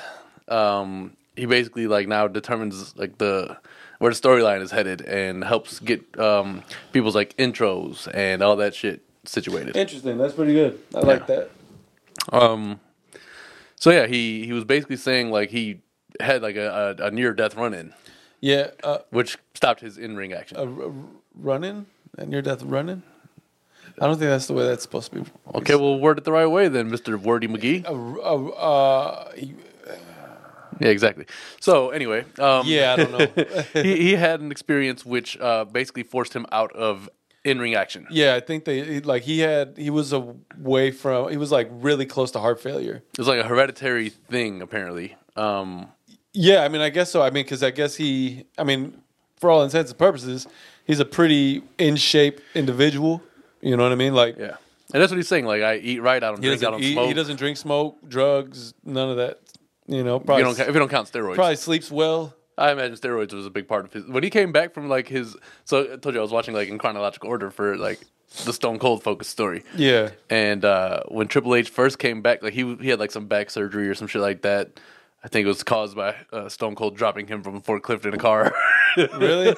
[SPEAKER 1] Um, he basically like now determines like the where the storyline is headed and helps get um, people's like intros and all that shit situated.
[SPEAKER 2] Interesting. That's pretty good. I like that.
[SPEAKER 1] Um, so yeah, he he was basically saying like he had like a, a, a near death run in,
[SPEAKER 2] Yeah. Uh,
[SPEAKER 1] which stopped his in ring action.
[SPEAKER 2] running and near death running. I don't think that's the way that's supposed to be.
[SPEAKER 1] okay, well, word it the right way then, Mister Wordy McGee.
[SPEAKER 2] A, a, uh, he-
[SPEAKER 1] Yeah, exactly. So anyway, um,
[SPEAKER 2] yeah, I
[SPEAKER 1] [laughs]
[SPEAKER 2] don't know.
[SPEAKER 1] he he had an experience which uh, basically forced him out of in ring action. It
[SPEAKER 2] yeah, I think they he- like he had he was away from he was like really close to heart failure.
[SPEAKER 1] was like a hereditary thing apparently. Um,
[SPEAKER 2] Yeah, I mean, I guess so. I mean, because I guess he, I mean, for all intents and purposes, he's a pretty in shape individual. You know what I mean? Like,
[SPEAKER 1] yeah, and that's what he's saying. Like I eat right, I don't
[SPEAKER 2] he
[SPEAKER 1] drink, I
[SPEAKER 2] doesn't
[SPEAKER 1] don't
[SPEAKER 2] eat,
[SPEAKER 1] smoke.
[SPEAKER 2] he doesn't drink, smoke, drugs, none of that. You know,
[SPEAKER 1] if
[SPEAKER 2] probably
[SPEAKER 1] you don't, ca- if you don't count steroids,
[SPEAKER 2] probably sleeps well.
[SPEAKER 1] I imagine steroids was a big part of his. When he came back from like his, so I told you I was watching like in chronological order for like the Stone Cold focus story. [laughs]
[SPEAKER 2] Yeah,
[SPEAKER 1] And uh, when Triple H first came back, like he he had like some back surgery or some shit like that. I think it was caused by uh, Stone Cold dropping him from a forklift in a car. [laughs]
[SPEAKER 2] really.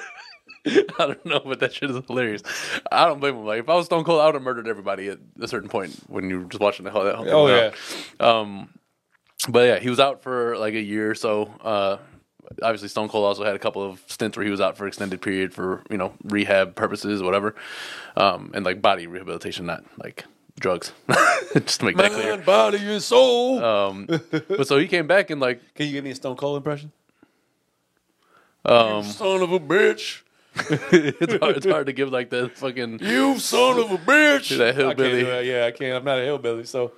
[SPEAKER 1] I don't know, but that shit is hilarious. I don't blame him. Like if I was Stone Cold, I would have murdered everybody at a certain point when you were just watching the whole that. Whole
[SPEAKER 2] Oh yeah,
[SPEAKER 1] Um, but yeah, he was out for like a year or so. Uh, obviously, Stone Cold also had a couple of stints where he was out for extended period for you know rehab purposes, whatever, um, and like body rehabilitation, not like drugs. [laughs] Just to make that
[SPEAKER 2] man,
[SPEAKER 1] clear.
[SPEAKER 2] [laughs] body and soul.
[SPEAKER 1] Um, but so he came back and like
[SPEAKER 2] Can you give me a Stone Cold impression?
[SPEAKER 1] um,
[SPEAKER 2] Son of a bitch.
[SPEAKER 1] it's, hard, it's hard to give like the fucking.
[SPEAKER 2] You son of a bitch.
[SPEAKER 1] That
[SPEAKER 2] I can't
[SPEAKER 1] hillbilly.
[SPEAKER 2] do that. Yeah, I can't. I'm not a hillbilly, so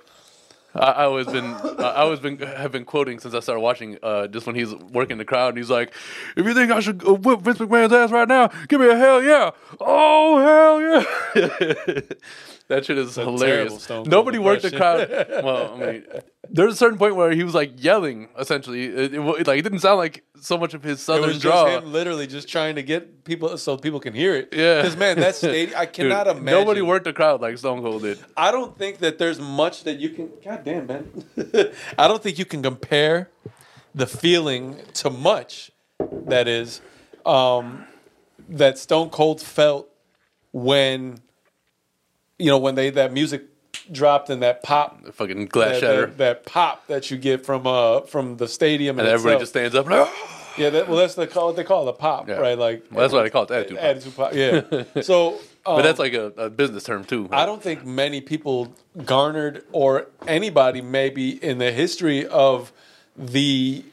[SPEAKER 1] I, I always been I I always been have been quoting since I started watching. Uh, just when he's working the crowd, and he's like, "If you think I should uh, whip Vince McMahon's ass right now, give me a hell yeah! Oh hell yeah!" [laughs] that shit is
[SPEAKER 2] terrible
[SPEAKER 1] hilarious.
[SPEAKER 2] Stone Cold
[SPEAKER 1] Nobody worked the crowd.
[SPEAKER 2] impression. [laughs]
[SPEAKER 1] Well, I mean, there's a certain point where he was like yelling. Essentially, it, it, wa- it, like it didn't sound like so much of his
[SPEAKER 2] it
[SPEAKER 1] southern
[SPEAKER 2] was
[SPEAKER 1] draw.
[SPEAKER 2] just him literally just trying to get people so people can hear it.
[SPEAKER 1] Yeah.
[SPEAKER 2] because
[SPEAKER 1] [laughs]
[SPEAKER 2] man, that stadium. I
[SPEAKER 1] Dude,
[SPEAKER 2] cannot imagine.
[SPEAKER 1] Nobody worked the crowd like Stone Cold did.
[SPEAKER 2] I don't think that there's much that you can. God damn, man. [laughs] I don't think you can compare the feeling to much that is um, that Stone Cold felt when you know when they that music dropped and that pop
[SPEAKER 1] Fucking glass
[SPEAKER 2] that,
[SPEAKER 1] shatter,
[SPEAKER 2] that, that pop that you get from uh from the stadium
[SPEAKER 1] and
[SPEAKER 2] and
[SPEAKER 1] everybody just stands up. [gasps] Like, "Ah!"
[SPEAKER 2] yeah that, well that's the call what they call the pop
[SPEAKER 1] Yeah.
[SPEAKER 2] right like
[SPEAKER 1] well, that's why they call it attitude. pop.
[SPEAKER 2] attitude pop
[SPEAKER 1] [laughs]
[SPEAKER 2] yeah so
[SPEAKER 1] But
[SPEAKER 2] um,
[SPEAKER 1] that's like a, a business term too.
[SPEAKER 2] I don't think many people garnered or anybody maybe in the history of the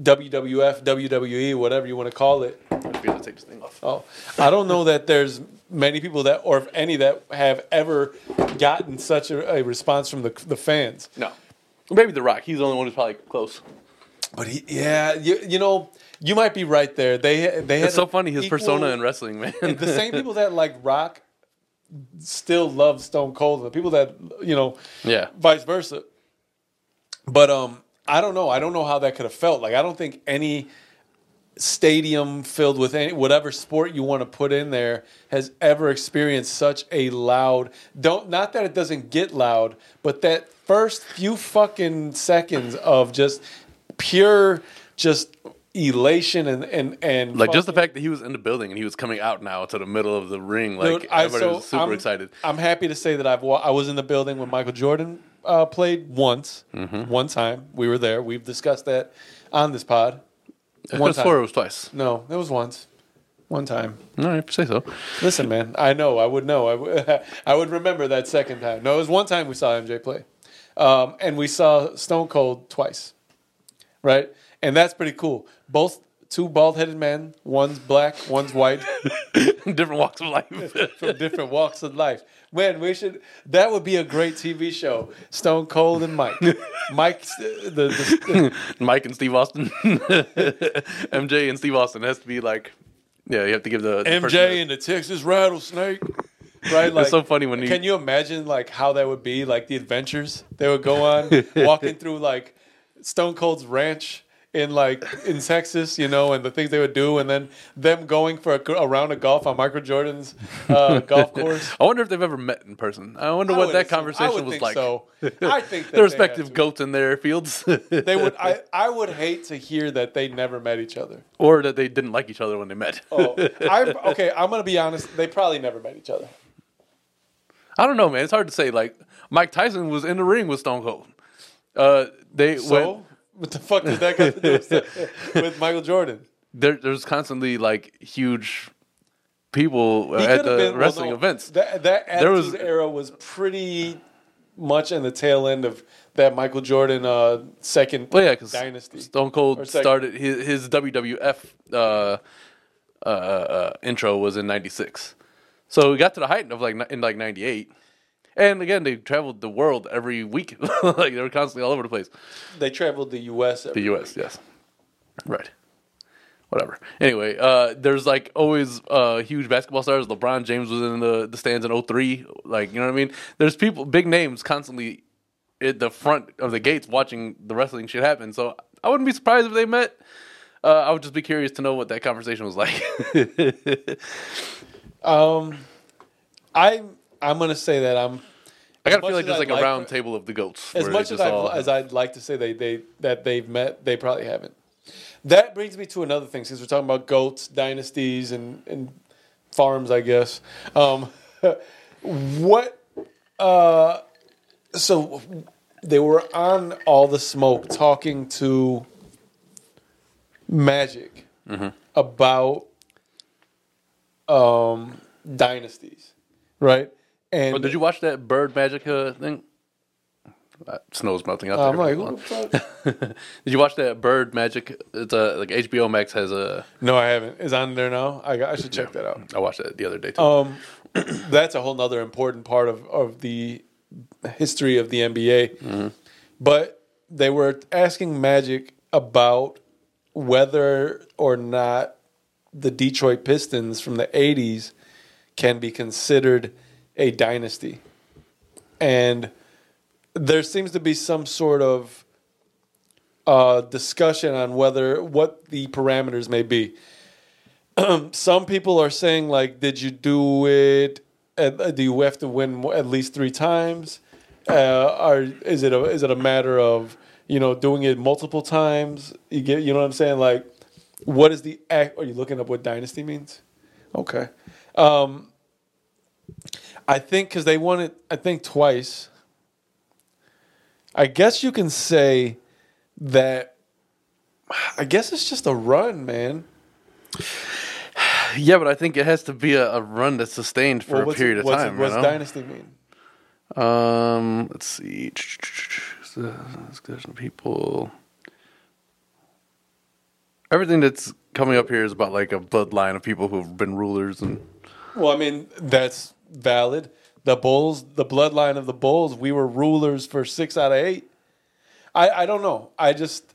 [SPEAKER 2] WWF, WWE, E, whatever you want to call it.
[SPEAKER 1] I forget to take this thing off.
[SPEAKER 2] Oh, I don't know that there's many people that, or if any, that have ever gotten such a, a response from the, the fans.
[SPEAKER 1] No. Maybe The Rock. He's the only one who's probably close.
[SPEAKER 2] But he, yeah, you, you know, you might be right there. They they had
[SPEAKER 1] It's so
[SPEAKER 2] an
[SPEAKER 1] funny, his
[SPEAKER 2] equal-
[SPEAKER 1] persona in wrestling, man.
[SPEAKER 2] [laughs] the same people that like rock still love Stone Cold. The people that you know,
[SPEAKER 1] [laughs] Yeah.
[SPEAKER 2] vice versa. But um, I don't know. I don't know how that could have felt. Like I don't think any stadium filled with any whatever sport you want to put in there has ever experienced such a loud. Don't not that it doesn't get loud, but that first few fucking seconds of just pure just elation and and and
[SPEAKER 1] Like just
[SPEAKER 2] fucking-
[SPEAKER 1] the fact that he was in the building and he was coming out now to the middle of the ring, like
[SPEAKER 2] Dude, I-
[SPEAKER 1] everybody
[SPEAKER 2] so
[SPEAKER 1] was super
[SPEAKER 2] I'm,
[SPEAKER 1] excited. [laughs]
[SPEAKER 2] I'm happy to say that I've wa- I was in the building when Michael Jordan uh, played once,
[SPEAKER 1] Mm-hmm.
[SPEAKER 2] one time. We were there. We've discussed that on this pod. One
[SPEAKER 1] One
[SPEAKER 2] time.
[SPEAKER 1] four it was twice.
[SPEAKER 2] No, it was once. One time.
[SPEAKER 1] All right, say so. [laughs]
[SPEAKER 2] Listen, man, I know. I would know. I would- [laughs] I would remember that second time. No, it was one time we saw MJ play, um, and we saw Stone Cold twice, right? And that's pretty cool. Both two bald headed men. One's black, one's white,
[SPEAKER 1] Different walks of life. [laughs]
[SPEAKER 2] from different walks of life. Man, we should. That would be a great TV show. Stone Cold and Mike. Mike, the,
[SPEAKER 1] [laughs]
[SPEAKER 2] the
[SPEAKER 1] Mike and Steve Austin, [laughs] MJ and Steve Austin It has to be like, yeah, you have to give the, the person-
[SPEAKER 2] MJ and the Texas rattlesnake. Right, like,
[SPEAKER 1] so funny when you-
[SPEAKER 2] can you imagine like how that would be like the adventures they would go on
[SPEAKER 1] [laughs]
[SPEAKER 2] walking through like Stone Cold's ranch in like in Texas, you know, and the things they would do, and then them going for a, a round of golf on Michael Jordan's uh, golf course.
[SPEAKER 1] I wonder if they've ever met in person. I wonder
[SPEAKER 2] I
[SPEAKER 1] what
[SPEAKER 2] would
[SPEAKER 1] that
[SPEAKER 2] assume- I
[SPEAKER 1] conversation
[SPEAKER 2] would
[SPEAKER 1] was
[SPEAKER 2] think
[SPEAKER 1] like. [laughs]
[SPEAKER 2] So I think that
[SPEAKER 1] Their
[SPEAKER 2] they had
[SPEAKER 1] respective
[SPEAKER 2] to.
[SPEAKER 1] goats in their fields,
[SPEAKER 2] They would. I, I would hate to hear that they never met each other.
[SPEAKER 1] or that they didn't like each other when they met.
[SPEAKER 2] Oh, I, okay, I'm gonna be honest. They probably never met each other.
[SPEAKER 1] [laughs] I don't know, man. It's hard to say. Like Mike Tyson was in the ring with Stone Cold. Uh, they
[SPEAKER 2] So
[SPEAKER 1] went,
[SPEAKER 2] what the fuck does that got to do
[SPEAKER 1] [laughs]
[SPEAKER 2] with- with Michael Jordan?
[SPEAKER 1] there, there's constantly like huge people uh,
[SPEAKER 2] He
[SPEAKER 1] at
[SPEAKER 2] could've
[SPEAKER 1] the
[SPEAKER 2] been- well,
[SPEAKER 1] wrestling
[SPEAKER 2] no,
[SPEAKER 1] events.
[SPEAKER 2] That that
[SPEAKER 1] There
[SPEAKER 2] attitude
[SPEAKER 1] was-
[SPEAKER 2] era was pretty much in the tail end of that Michael Jordan uh, second
[SPEAKER 1] Well, yeah, because
[SPEAKER 2] dynasty.
[SPEAKER 1] Stone Cold
[SPEAKER 2] second.
[SPEAKER 1] started his, his WWF uh, uh, uh, intro was in '96, so we got to the height of like ni- in like '98. And again, they traveled the world every week. [laughs] like they were constantly all over the place.
[SPEAKER 2] They traveled the U.S.
[SPEAKER 1] The U.S. Yes, right. Whatever. Anyway, uh, there's like always uh, huge basketball stars. LeBron James was in the, the stands in 03. Like you know what I mean? There's people, big names, constantly at the front of the gates watching the wrestling shit happen. So I wouldn't be surprised if they met. Uh, I would just be curious to know what that conversation was like. [laughs]
[SPEAKER 2] Um, I'm I'm gonna say that I'm
[SPEAKER 1] I gotta
[SPEAKER 2] much
[SPEAKER 1] feel like
[SPEAKER 2] as
[SPEAKER 1] there's
[SPEAKER 2] I'd
[SPEAKER 1] like a
[SPEAKER 2] like
[SPEAKER 1] round
[SPEAKER 2] for-
[SPEAKER 1] table of the goats.
[SPEAKER 2] as
[SPEAKER 1] where
[SPEAKER 2] much
[SPEAKER 1] they
[SPEAKER 2] as
[SPEAKER 1] just
[SPEAKER 2] I
[SPEAKER 1] all-
[SPEAKER 2] as I'd like to say they they that they've met, they probably haven't. That brings me to another thing, since we're talking about goats, dynasties, and and farms, I guess. Um, [laughs] what? Uh, so they were on all the smoke talking to Magic
[SPEAKER 1] Mm-hmm.
[SPEAKER 2] about um, dynasties, right? And
[SPEAKER 1] Oh, did you watch that Bird Magic uh, thing? Uh, snow's melting out there.
[SPEAKER 2] I'm like,
[SPEAKER 1] Hold on.
[SPEAKER 2] what the fuck?
[SPEAKER 1] [laughs] Did you watch that Bird Magic? It's a like HBO Max has a.
[SPEAKER 2] No, I haven't. It's on there now. I, got- I should check that out.
[SPEAKER 1] I watched that the other day too.
[SPEAKER 2] Um, that's a whole nother important part of, of the history of the NBA. But they were asking Magic about whether or not the Detroit Pistons from the 80s can be considered a dynasty. And there seems to be some sort of uh, discussion on whether what the parameters may be some people are saying like, did you do it? At, uh, do you have to win mo- at least three times? Uh, or is it a, is it a matter of you know doing it multiple times? You get you know what I'm saying? Like, what is the act? Are you looking up what dynasty means? Okay, um, I think because they won it, I think twice. I guess you can say that. I guess it's just a run, man.
[SPEAKER 1] yeah, but I think it has to be a, a run that's sustained for
[SPEAKER 2] Well,
[SPEAKER 1] a
[SPEAKER 2] what's-
[SPEAKER 1] period of
[SPEAKER 2] what's-
[SPEAKER 1] time.
[SPEAKER 2] What's
[SPEAKER 1] you know?
[SPEAKER 2] dynasty mean?
[SPEAKER 1] Um, let's see. So, There's some people. Everything that's coming up here is about like a bloodline of people who've been rulers and.
[SPEAKER 2] Well, I mean that's valid. The Bulls, the bloodline of the Bulls, we were rulers for six out of eight. I, I don't know. I just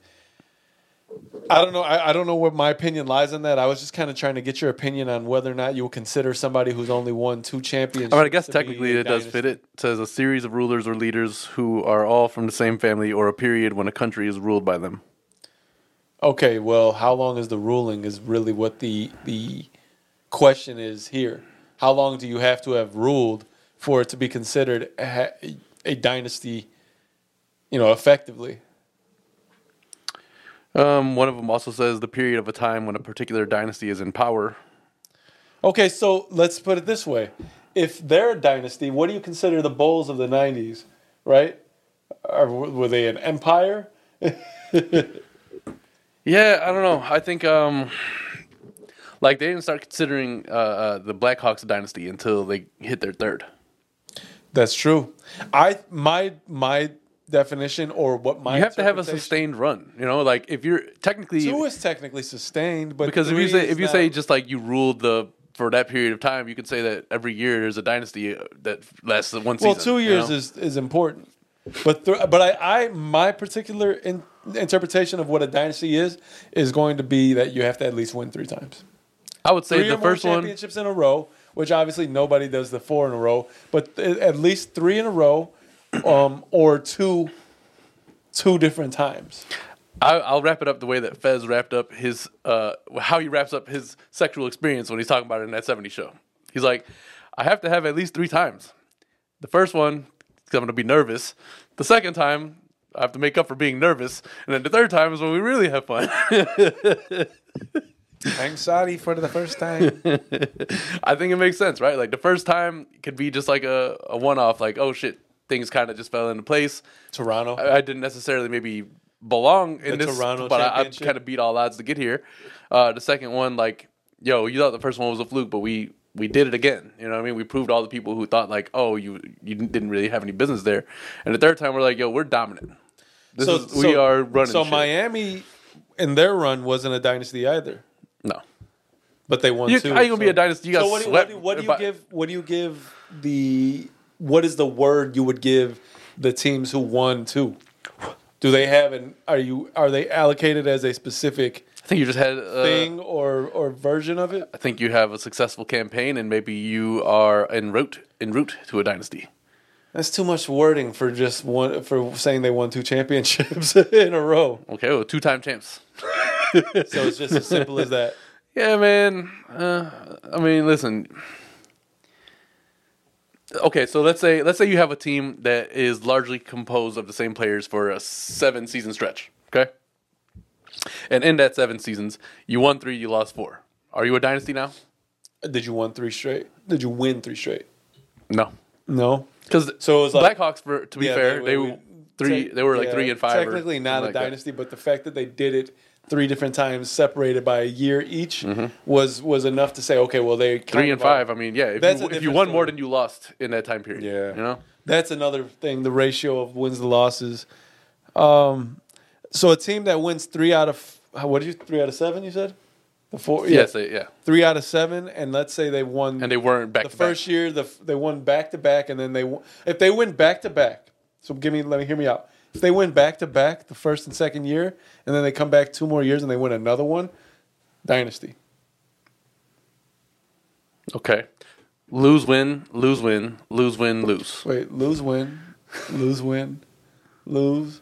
[SPEAKER 2] I don't know. I, I don't know where my opinion lies on that. I was just kind of trying to get your opinion on whether or not you will consider somebody who's only won two championships.
[SPEAKER 1] I mean, I guess
[SPEAKER 2] to be
[SPEAKER 1] technically
[SPEAKER 2] a
[SPEAKER 1] it does fit
[SPEAKER 2] dynasty.
[SPEAKER 1] it. It says a series of rulers or leaders who are all from the same family or a period when a country is ruled by them.
[SPEAKER 2] Okay, well, how long is the ruling is really what the the question is here. How long do you have to have ruled for it to be considered a, a dynasty? You know, effectively.
[SPEAKER 1] Um, one of them also says the period of a time when a particular dynasty is in power.
[SPEAKER 2] Okay, so let's put it this way: if they're a dynasty, what do you consider the Bulls of the '90s? Right? Are, were they an empire?
[SPEAKER 1] Yeah, I don't know. I think um, like they didn't start considering uh, uh, the Blackhawks dynasty until they hit their third.
[SPEAKER 2] That's true. I my my definition or what my
[SPEAKER 1] You have to have a
[SPEAKER 2] interpretation-
[SPEAKER 1] sustained run. You know, like if you're technically
[SPEAKER 2] Two is technically sustained, but
[SPEAKER 1] because if
[SPEAKER 2] three
[SPEAKER 1] you say
[SPEAKER 2] is
[SPEAKER 1] if you
[SPEAKER 2] not-
[SPEAKER 1] say just like you ruled the for that period of time, you could say that every year there's a dynasty uh, that lasts the one
[SPEAKER 2] well,
[SPEAKER 1] season.
[SPEAKER 2] two
[SPEAKER 1] you
[SPEAKER 2] years
[SPEAKER 1] know?
[SPEAKER 2] is is important. But th- but I, I my particular in, interpretation of what a dynasty is is going to be that you have to at least win three times.
[SPEAKER 1] I would say
[SPEAKER 2] three
[SPEAKER 1] the
[SPEAKER 2] or more
[SPEAKER 1] first one.
[SPEAKER 2] championships in a row, which obviously nobody does the four in a row, but th- at least three in a row, um, or two, two different times.
[SPEAKER 1] I, I'll wrap it up the way that Fez wrapped up his uh, how he wraps up his sexual experience when he's talking about it in that '70s show. He's like, I have to have at least three times. The first one, 'cause I'm going to be nervous. The second time, I have to make up for being nervous, and then the third time is when we really have fun. [laughs]
[SPEAKER 2] I'm sorry for the first time.
[SPEAKER 1] I think it makes sense, right? Like the first time could be just like a, a one off, like, oh shit, things kind of just fell into place.
[SPEAKER 2] [laughs] Toronto.
[SPEAKER 1] I, I didn't necessarily maybe belong in
[SPEAKER 2] The
[SPEAKER 1] this,
[SPEAKER 2] Toronto
[SPEAKER 1] but I, I
[SPEAKER 2] championship.
[SPEAKER 1] kind of beat all odds to get here. Uh, the second one, like, yo, you thought the first one was a fluke, but we we did it again. You know what I mean? We proved all the people who thought like, oh, you you didn't really have any business there. And the third time, we're like, yo, we're dominant. This is, we are running.
[SPEAKER 2] So
[SPEAKER 1] shit.
[SPEAKER 2] Miami, in their run, wasn't a dynasty either,
[SPEAKER 1] no.
[SPEAKER 2] but they won
[SPEAKER 1] You-
[SPEAKER 2] two.
[SPEAKER 1] how you gonna be
[SPEAKER 2] so-
[SPEAKER 1] a dynasty? You got
[SPEAKER 2] so what do, what
[SPEAKER 1] swept
[SPEAKER 2] do, what do you
[SPEAKER 1] by-
[SPEAKER 2] give? What do you give the? What is the word you would give the teams who won two? Do they have an? Are you? Are they allocated as a specific?
[SPEAKER 1] I think you just had uh,
[SPEAKER 2] thing or or version of it.
[SPEAKER 1] I think you have a successful campaign, and maybe you are en route en route to a dynasty.
[SPEAKER 2] That's too much wording for just one for saying they won two championships [laughs] in a row.
[SPEAKER 1] Okay, well, two time champs.
[SPEAKER 2] So it's just as simple as that.
[SPEAKER 1] Yeah, man. Uh, I mean, listen. Okay, so let's say let's say you have a team that is largely composed of the same players for a seven season stretch. Okay, and in that seven seasons, you won three, you lost four. Are you a dynasty now?
[SPEAKER 2] Did you won three straight? Did you win three straight?
[SPEAKER 1] No,
[SPEAKER 2] No.
[SPEAKER 1] because
[SPEAKER 2] So it was like-
[SPEAKER 1] Blackhawks. For to be
[SPEAKER 2] Yeah,
[SPEAKER 1] fair, they,
[SPEAKER 2] we-
[SPEAKER 1] three
[SPEAKER 2] tec-
[SPEAKER 1] they were like
[SPEAKER 2] yeah,
[SPEAKER 1] three and five. or
[SPEAKER 2] Technically not a
[SPEAKER 1] something like that.
[SPEAKER 2] dynasty, but the fact that they did it three different times, separated by a year each, was was enough to say, okay, well they
[SPEAKER 1] Mm-hmm. three and five. I mean, yeah, if
[SPEAKER 2] That's
[SPEAKER 1] you,
[SPEAKER 2] a
[SPEAKER 1] if you
[SPEAKER 2] different
[SPEAKER 1] won more
[SPEAKER 2] story.
[SPEAKER 1] than you lost in that time period,
[SPEAKER 2] Yeah.
[SPEAKER 1] you know,
[SPEAKER 2] That's another thing, the ratio of wins to losses. Um, so a team that wins three out of how- what did you three out of seven? You said the four.
[SPEAKER 1] yes, they, yeah,
[SPEAKER 2] three out of seven, and let's say they won
[SPEAKER 1] and they weren't back
[SPEAKER 2] the
[SPEAKER 1] to back.
[SPEAKER 2] first year. The they won back to back, and then they won- if they win back to back. So give me let me hear me out. If they win back to back the first and second year, and then they come back two more years and they win another one, dynasty.
[SPEAKER 1] Okay, lose, win, lose, win, lose, win, lose.
[SPEAKER 2] Wait, lose, win, lose, win, lose,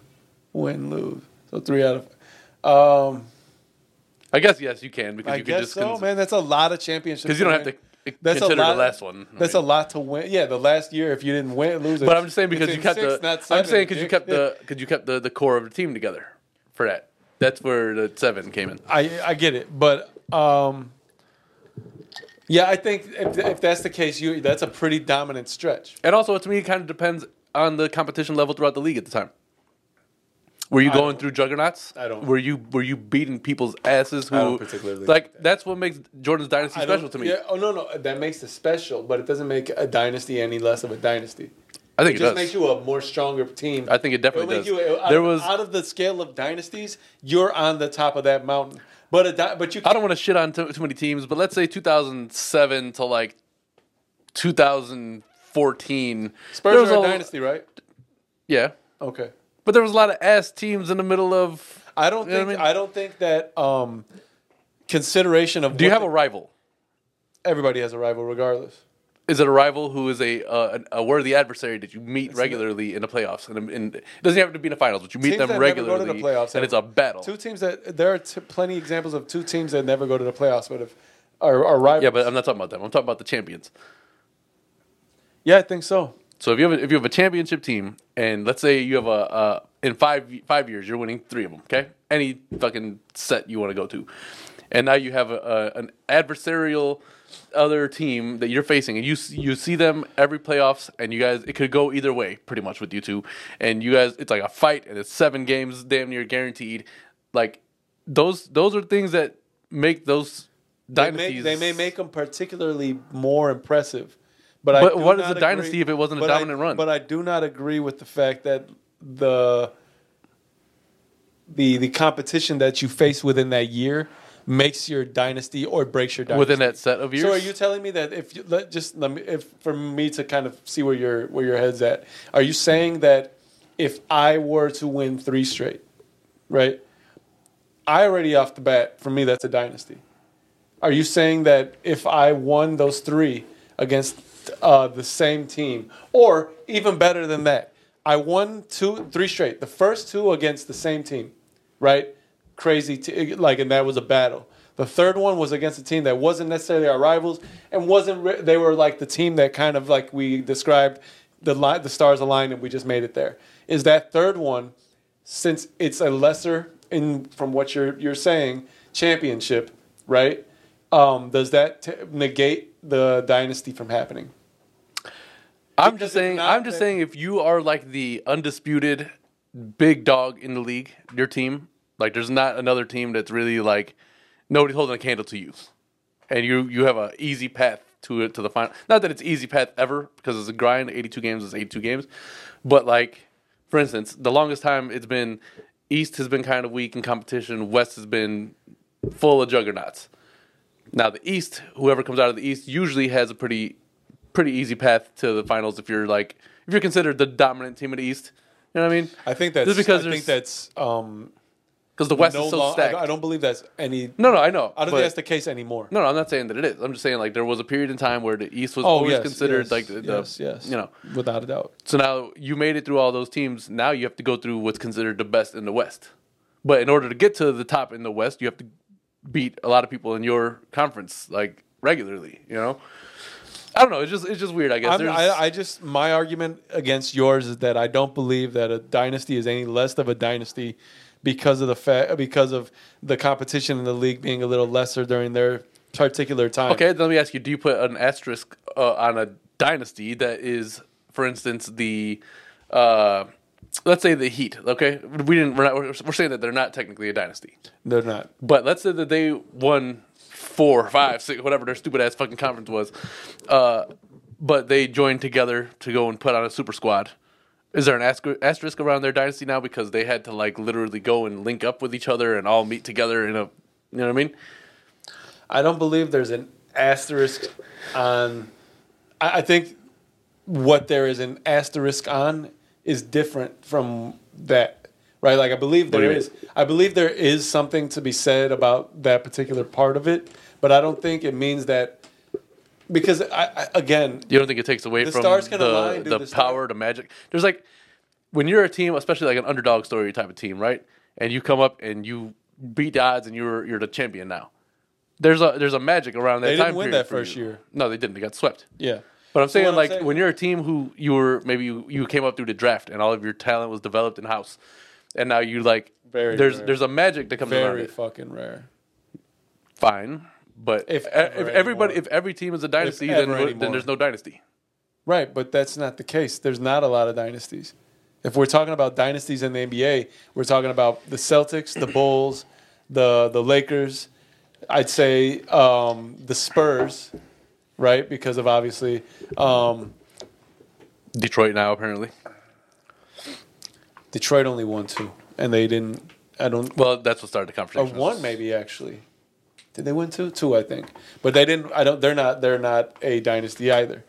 [SPEAKER 2] win, lose. So three out of. Um,
[SPEAKER 1] I guess yes, you can because
[SPEAKER 2] I
[SPEAKER 1] you can
[SPEAKER 2] guess
[SPEAKER 1] just
[SPEAKER 2] so,
[SPEAKER 1] cons-
[SPEAKER 2] man. That's a lot of championships.
[SPEAKER 1] because you don't have to
[SPEAKER 2] win.
[SPEAKER 1] c-
[SPEAKER 2] That's a
[SPEAKER 1] consider
[SPEAKER 2] lot
[SPEAKER 1] the last one. I
[SPEAKER 2] That's
[SPEAKER 1] mean.
[SPEAKER 2] a lot to win. Yeah, the last year if you didn't win, lose.
[SPEAKER 1] But I'm just saying
[SPEAKER 2] It's
[SPEAKER 1] because you
[SPEAKER 2] in
[SPEAKER 1] kept
[SPEAKER 2] six,
[SPEAKER 1] the.
[SPEAKER 2] not
[SPEAKER 1] I'm
[SPEAKER 2] seven,
[SPEAKER 1] saying because you
[SPEAKER 2] dick.
[SPEAKER 1] kept the because you kept the, the core of the team together for that. That's where the seven came in.
[SPEAKER 2] I I get it, but um, yeah, I think if, if that's the case, you that's a pretty dominant stretch.
[SPEAKER 1] And also, to me, it kind of depends on the competition level throughout the league at the time. Were you going through juggernauts?
[SPEAKER 2] I don't-
[SPEAKER 1] Were you were you beating people's asses? Who
[SPEAKER 2] I don't particularly
[SPEAKER 1] like
[SPEAKER 2] like that.
[SPEAKER 1] that's what makes Jordan's dynasty
[SPEAKER 2] I
[SPEAKER 1] special
[SPEAKER 2] don't-
[SPEAKER 1] to me.
[SPEAKER 2] Yeah, oh no, no, that makes it special, but it doesn't make a dynasty any less of a dynasty.
[SPEAKER 1] I think
[SPEAKER 2] It
[SPEAKER 1] it, does.
[SPEAKER 2] just makes you a more stronger team.
[SPEAKER 1] I think it
[SPEAKER 2] It'll
[SPEAKER 1] definitely
[SPEAKER 2] make
[SPEAKER 1] does.
[SPEAKER 2] you out,
[SPEAKER 1] there
[SPEAKER 2] of-
[SPEAKER 1] was
[SPEAKER 2] out of the scale of dynasties, you're on the top of that mountain. But a di- but you
[SPEAKER 1] I don't want to shit on too, too many teams, but let's say 2007 to like 2014.
[SPEAKER 2] Spurs
[SPEAKER 1] there was
[SPEAKER 2] are a
[SPEAKER 1] lo-
[SPEAKER 2] dynasty, right?
[SPEAKER 1] Yeah,
[SPEAKER 2] Okay.
[SPEAKER 1] but there was a lot of ass teams in the middle of.
[SPEAKER 2] I don't
[SPEAKER 1] You know
[SPEAKER 2] think
[SPEAKER 1] what I
[SPEAKER 2] I,
[SPEAKER 1] mean?
[SPEAKER 2] don't think that um, consideration of
[SPEAKER 1] Do you
[SPEAKER 2] what
[SPEAKER 1] have
[SPEAKER 2] the-
[SPEAKER 1] a rival?
[SPEAKER 2] everybody has a rival regardless.
[SPEAKER 1] Is it a rival who is a uh, an- a worthy adversary that you meet regularly in the playoffs? And, and it doesn't have to be in the finals, but you meet
[SPEAKER 2] Teams
[SPEAKER 1] them
[SPEAKER 2] that never go
[SPEAKER 1] regularly,
[SPEAKER 2] to the playoffs
[SPEAKER 1] and
[SPEAKER 2] have-
[SPEAKER 1] it's a battle.
[SPEAKER 2] Two teams that there are t- plenty examples of two teams that never go to the playoffs, but if are, are rivals.
[SPEAKER 1] Yeah, but I'm not talking about them. I'm talking about the champions.
[SPEAKER 2] yeah, I think so.
[SPEAKER 1] So if you have a, if you have a championship team, and let's say you have a uh, in five five years you're winning three of them, okay? Any fucking set you want to go to, and now you have a, a, an adversarial other team that you're facing, and you s- you see them every playoffs, and you guys it could go either way pretty much with you two, and you guys it's like a fight, and it's seven games damn near guaranteed. Like those those are things that make those
[SPEAKER 2] They may,
[SPEAKER 1] dynasties.
[SPEAKER 2] they may make them particularly more impressive, but I
[SPEAKER 1] But
[SPEAKER 2] do
[SPEAKER 1] what is
[SPEAKER 2] not
[SPEAKER 1] a dynasty
[SPEAKER 2] agree-
[SPEAKER 1] if it wasn't a
[SPEAKER 2] but I-
[SPEAKER 1] dominant run?
[SPEAKER 2] But I do not agree with the fact that the the the competition that you face within that year makes your dynasty or breaks your dynasty
[SPEAKER 1] within that set of years.
[SPEAKER 2] So are you telling me that if you let just let me if for me to kind of see where your where your head's at, are you saying that if I were to win three straight, right? I already off the bat for me that's a dynasty. Are you saying that if I won those three against uh, the same team, or even better than that, I won two, three straight. The first two against the same team, right? Crazy, t- like, and that was a battle. The third one was against a team that wasn't necessarily our rivals and wasn't. Re- they were like the team that kind of like we described the li- the stars aligned and we just made it there. Is that third one, since it's a lesser in from what you're you're saying championship, right? Um, does that t- negate the dynasty from happening?
[SPEAKER 1] I'm
[SPEAKER 2] Because
[SPEAKER 1] just
[SPEAKER 2] if
[SPEAKER 1] saying.
[SPEAKER 2] not,
[SPEAKER 1] I'm just
[SPEAKER 2] then-
[SPEAKER 1] saying. If you are like the undisputed big dog in the league, your team, like there's not another team that's really like nobody's holding a candle to you, and you you have a easy path to it to the final. Not that it's easy path ever because it's a grind. 82 games is 82 games, but like for instance, the longest time it's been East has been kind of weak in competition. West has been full of juggernauts. Now the East, whoever comes out of the East usually has a pretty pretty easy path to the finals if you're like if you're considered the dominant team of the East. You know what I mean?
[SPEAKER 2] I think that's.
[SPEAKER 1] Just because
[SPEAKER 2] I think
[SPEAKER 1] there's
[SPEAKER 2] that's um,
[SPEAKER 1] Because the West
[SPEAKER 2] no
[SPEAKER 1] is so
[SPEAKER 2] lo- I-
[SPEAKER 1] stacked.
[SPEAKER 2] I, don't believe that's any.
[SPEAKER 1] no, no, I know.
[SPEAKER 2] I don't
[SPEAKER 1] but-
[SPEAKER 2] think that's the case anymore.
[SPEAKER 1] no, no, I'm not saying that it is. I'm just saying like there was a period in time where the East was
[SPEAKER 2] Oh,
[SPEAKER 1] always
[SPEAKER 2] yes,
[SPEAKER 1] considered
[SPEAKER 2] yes,
[SPEAKER 1] like the, the
[SPEAKER 2] yes, yes.
[SPEAKER 1] you know.
[SPEAKER 2] without a doubt.
[SPEAKER 1] So now you made it through all those teams. Now you have to go through what's considered the best in the West. But in order to get to the top in the West, you have to beat a lot of people in your conference like regularly. You know. I don't know. It's just it's just weird. I guess.
[SPEAKER 2] I'm,
[SPEAKER 1] There's-
[SPEAKER 2] I, I just my argument against yours is that I don't believe that a dynasty is any less of a dynasty because of the fact because of the competition in the league being a little lesser during their particular time.
[SPEAKER 1] Okay, then let me ask you: Do you put an asterisk uh, on a dynasty that is, for instance, the, uh, let's say the Heat? Okay, we didn't. We're, not, we're we're saying that they're not technically a dynasty,
[SPEAKER 2] they're not.
[SPEAKER 1] but let's say that they won four, five, six, whatever their stupid ass fucking conference was, uh, but they joined together to go and put on a super squad. Is there an aster- asterisk around their dynasty now because they had to like literally go and link up with each other and all meet together in a, you know what I mean?
[SPEAKER 2] I don't believe there's an asterisk on. I, I think what there is an asterisk on is different from that, right? Like I believe
[SPEAKER 1] do
[SPEAKER 2] there
[SPEAKER 1] you
[SPEAKER 2] is. I believe there is something to be said about that particular part of it, but I don't think it means that because I, I again,
[SPEAKER 1] You don't think it takes away
[SPEAKER 2] The
[SPEAKER 1] from
[SPEAKER 2] stars
[SPEAKER 1] the,
[SPEAKER 2] can align, dude,
[SPEAKER 1] the,
[SPEAKER 2] the star-
[SPEAKER 1] power, the magic? There's like when you're a team, especially like an underdog story type of team, right? And you come up and you beat the odds, and you're you're the champion now. There's a there's a magic around that
[SPEAKER 2] They didn't
[SPEAKER 1] time
[SPEAKER 2] win
[SPEAKER 1] period
[SPEAKER 2] that
[SPEAKER 1] for
[SPEAKER 2] first
[SPEAKER 1] you.
[SPEAKER 2] year.
[SPEAKER 1] No, they didn't. They got swept.
[SPEAKER 2] yeah.
[SPEAKER 1] But I'm
[SPEAKER 2] So
[SPEAKER 1] saying
[SPEAKER 2] what I'm
[SPEAKER 1] like
[SPEAKER 2] saying-
[SPEAKER 1] when you're a team who you were maybe you, you came up through the draft and all of your talent was developed in house, and now you like
[SPEAKER 2] Very
[SPEAKER 1] there's
[SPEAKER 2] rare.
[SPEAKER 1] there's a magic that comes around
[SPEAKER 2] Very
[SPEAKER 1] it.
[SPEAKER 2] fucking rare.
[SPEAKER 1] Fine, but e,
[SPEAKER 2] If
[SPEAKER 1] if,
[SPEAKER 2] ever
[SPEAKER 1] if everybody
[SPEAKER 2] anymore.
[SPEAKER 1] if every team is a dynasty, then,
[SPEAKER 2] ever
[SPEAKER 1] what-
[SPEAKER 2] anymore.
[SPEAKER 1] then there's no dynasty.
[SPEAKER 2] Right, but that's not the case. There's not a lot of dynasties. If we're talking about dynasties in the NBA, we're talking about the Celtics, the Bulls, the the Lakers. I'd say um, the Spurs, right? Because of obviously, um,
[SPEAKER 1] Detroit now apparently.
[SPEAKER 2] Detroit only won two, and they didn't. I don't.
[SPEAKER 1] Well, that's what started the
[SPEAKER 2] Or
[SPEAKER 1] conversation.
[SPEAKER 2] one maybe actually. Did they win two? Two, I think. But they didn't. I don't. They're not. They're not a dynasty either.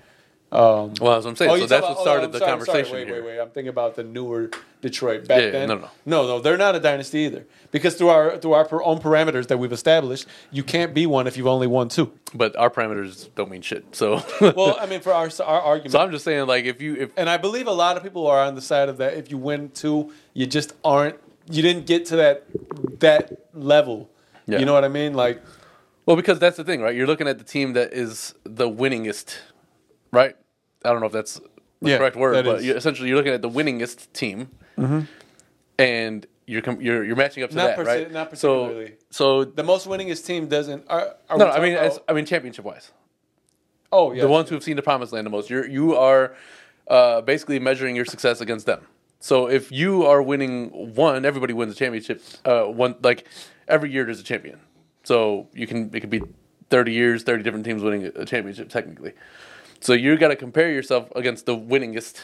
[SPEAKER 1] Well, that's what I'm saying.
[SPEAKER 2] you
[SPEAKER 1] so that's
[SPEAKER 2] talking
[SPEAKER 1] what
[SPEAKER 2] about- oh,
[SPEAKER 1] started
[SPEAKER 2] I'm
[SPEAKER 1] the
[SPEAKER 2] sorry, I'm sorry.
[SPEAKER 1] conversation
[SPEAKER 2] Wait,
[SPEAKER 1] here.
[SPEAKER 2] wait, wait. I'm thinking about the newer Detroit back
[SPEAKER 1] Yeah,
[SPEAKER 2] then.
[SPEAKER 1] no, no.
[SPEAKER 2] no, no. They're not a dynasty either because through our through our per- own parameters that we've established, you can't be one if you've only won two.
[SPEAKER 1] But our parameters don't mean shit. So, [laughs]
[SPEAKER 2] Well, I mean, for our our argument,
[SPEAKER 1] so I'm just saying, like, if you if
[SPEAKER 2] and I believe a lot of people are on the side of that. If you win two, you just aren't. You didn't get to that that level.
[SPEAKER 1] Yeah.
[SPEAKER 2] You know what I mean? Like
[SPEAKER 1] well, because that's the thing, right? You're looking at the team that is the winningest, right? I don't know if that's the
[SPEAKER 2] Yeah,
[SPEAKER 1] correct word,
[SPEAKER 2] that
[SPEAKER 1] but
[SPEAKER 2] is. Mm-hmm.
[SPEAKER 1] you're, essentially you're looking at the winningest team, and you're com- you're you're matching up to
[SPEAKER 2] Not
[SPEAKER 1] that,
[SPEAKER 2] partic-
[SPEAKER 1] right?
[SPEAKER 2] not particularly.
[SPEAKER 1] So, so
[SPEAKER 2] the most winningest team doesn't. Are, are
[SPEAKER 1] no,
[SPEAKER 2] we
[SPEAKER 1] I mean,
[SPEAKER 2] talking about-
[SPEAKER 1] it's- I mean, championship wise.
[SPEAKER 2] oh yeah,
[SPEAKER 1] the ones who have seen the promised land the most. You're, you are uh, basically measuring your success against them. So if you are winning one, everybody wins a championship. Uh, one like every year there's a champion. So you can it could be thirty years, thirty different teams winning a championship technically. So you got to compare yourself against the winningest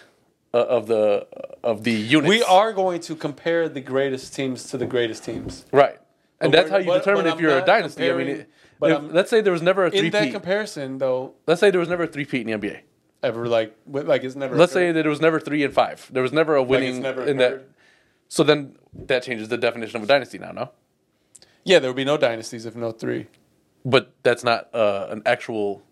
[SPEAKER 1] uh, of the of the units.
[SPEAKER 2] We are going to compare the greatest teams to the greatest teams.
[SPEAKER 1] right, and
[SPEAKER 2] But
[SPEAKER 1] that's
[SPEAKER 2] we're-
[SPEAKER 1] how you
[SPEAKER 2] but-
[SPEAKER 1] determine
[SPEAKER 2] but
[SPEAKER 1] if
[SPEAKER 2] I'm
[SPEAKER 1] you're a
[SPEAKER 2] not
[SPEAKER 1] dynasty. I mean,
[SPEAKER 2] comparing-
[SPEAKER 1] it-
[SPEAKER 2] but
[SPEAKER 1] if-
[SPEAKER 2] I'm-
[SPEAKER 1] let's say there was never a
[SPEAKER 2] In
[SPEAKER 1] three
[SPEAKER 2] that
[SPEAKER 1] peat.
[SPEAKER 2] comparison, though,
[SPEAKER 1] let's say there was never a three peat in the NBA.
[SPEAKER 2] ever like with- like it's never.
[SPEAKER 1] Let's say
[SPEAKER 2] occurred.
[SPEAKER 1] that it was never three and five. There was never a winning
[SPEAKER 2] never
[SPEAKER 1] in that.
[SPEAKER 2] occurred.
[SPEAKER 1] So then that changes the definition of a dynasty now, no?
[SPEAKER 2] yeah, there would be no dynasties if no three.
[SPEAKER 1] But that's not uh, an actual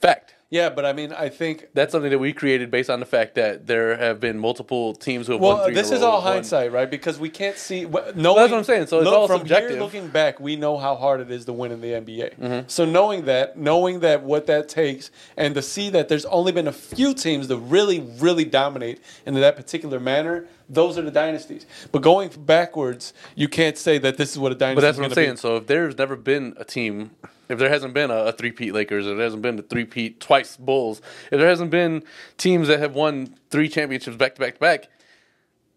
[SPEAKER 1] fact.
[SPEAKER 2] Yeah, but I mean, I think
[SPEAKER 1] That's something that we created based on the fact that there have been multiple teams who have won
[SPEAKER 2] Well,
[SPEAKER 1] three. in a
[SPEAKER 2] this is
[SPEAKER 1] row,
[SPEAKER 2] all
[SPEAKER 1] won-
[SPEAKER 2] hindsight, right? Because we can't see. No,
[SPEAKER 1] that's what I'm saying. So it's all
[SPEAKER 2] from
[SPEAKER 1] subjective. Mm-hmm.
[SPEAKER 2] Here looking back, we know how hard it is to win in the NBA. So knowing that, knowing that what that takes, and to see that there's only been a few teams that really, really dominate in that particular manner, those are the dynasties. But going backwards, you can't say that this is what a dynasty.
[SPEAKER 1] But that's what I'm
[SPEAKER 2] is
[SPEAKER 1] saying.
[SPEAKER 2] gonna
[SPEAKER 1] So if there's never been a team, if there hasn't been a, a three-peat Lakers, if there hasn't been a three-peat twice Bulls, if there hasn't been teams that have won three championships back to back to back,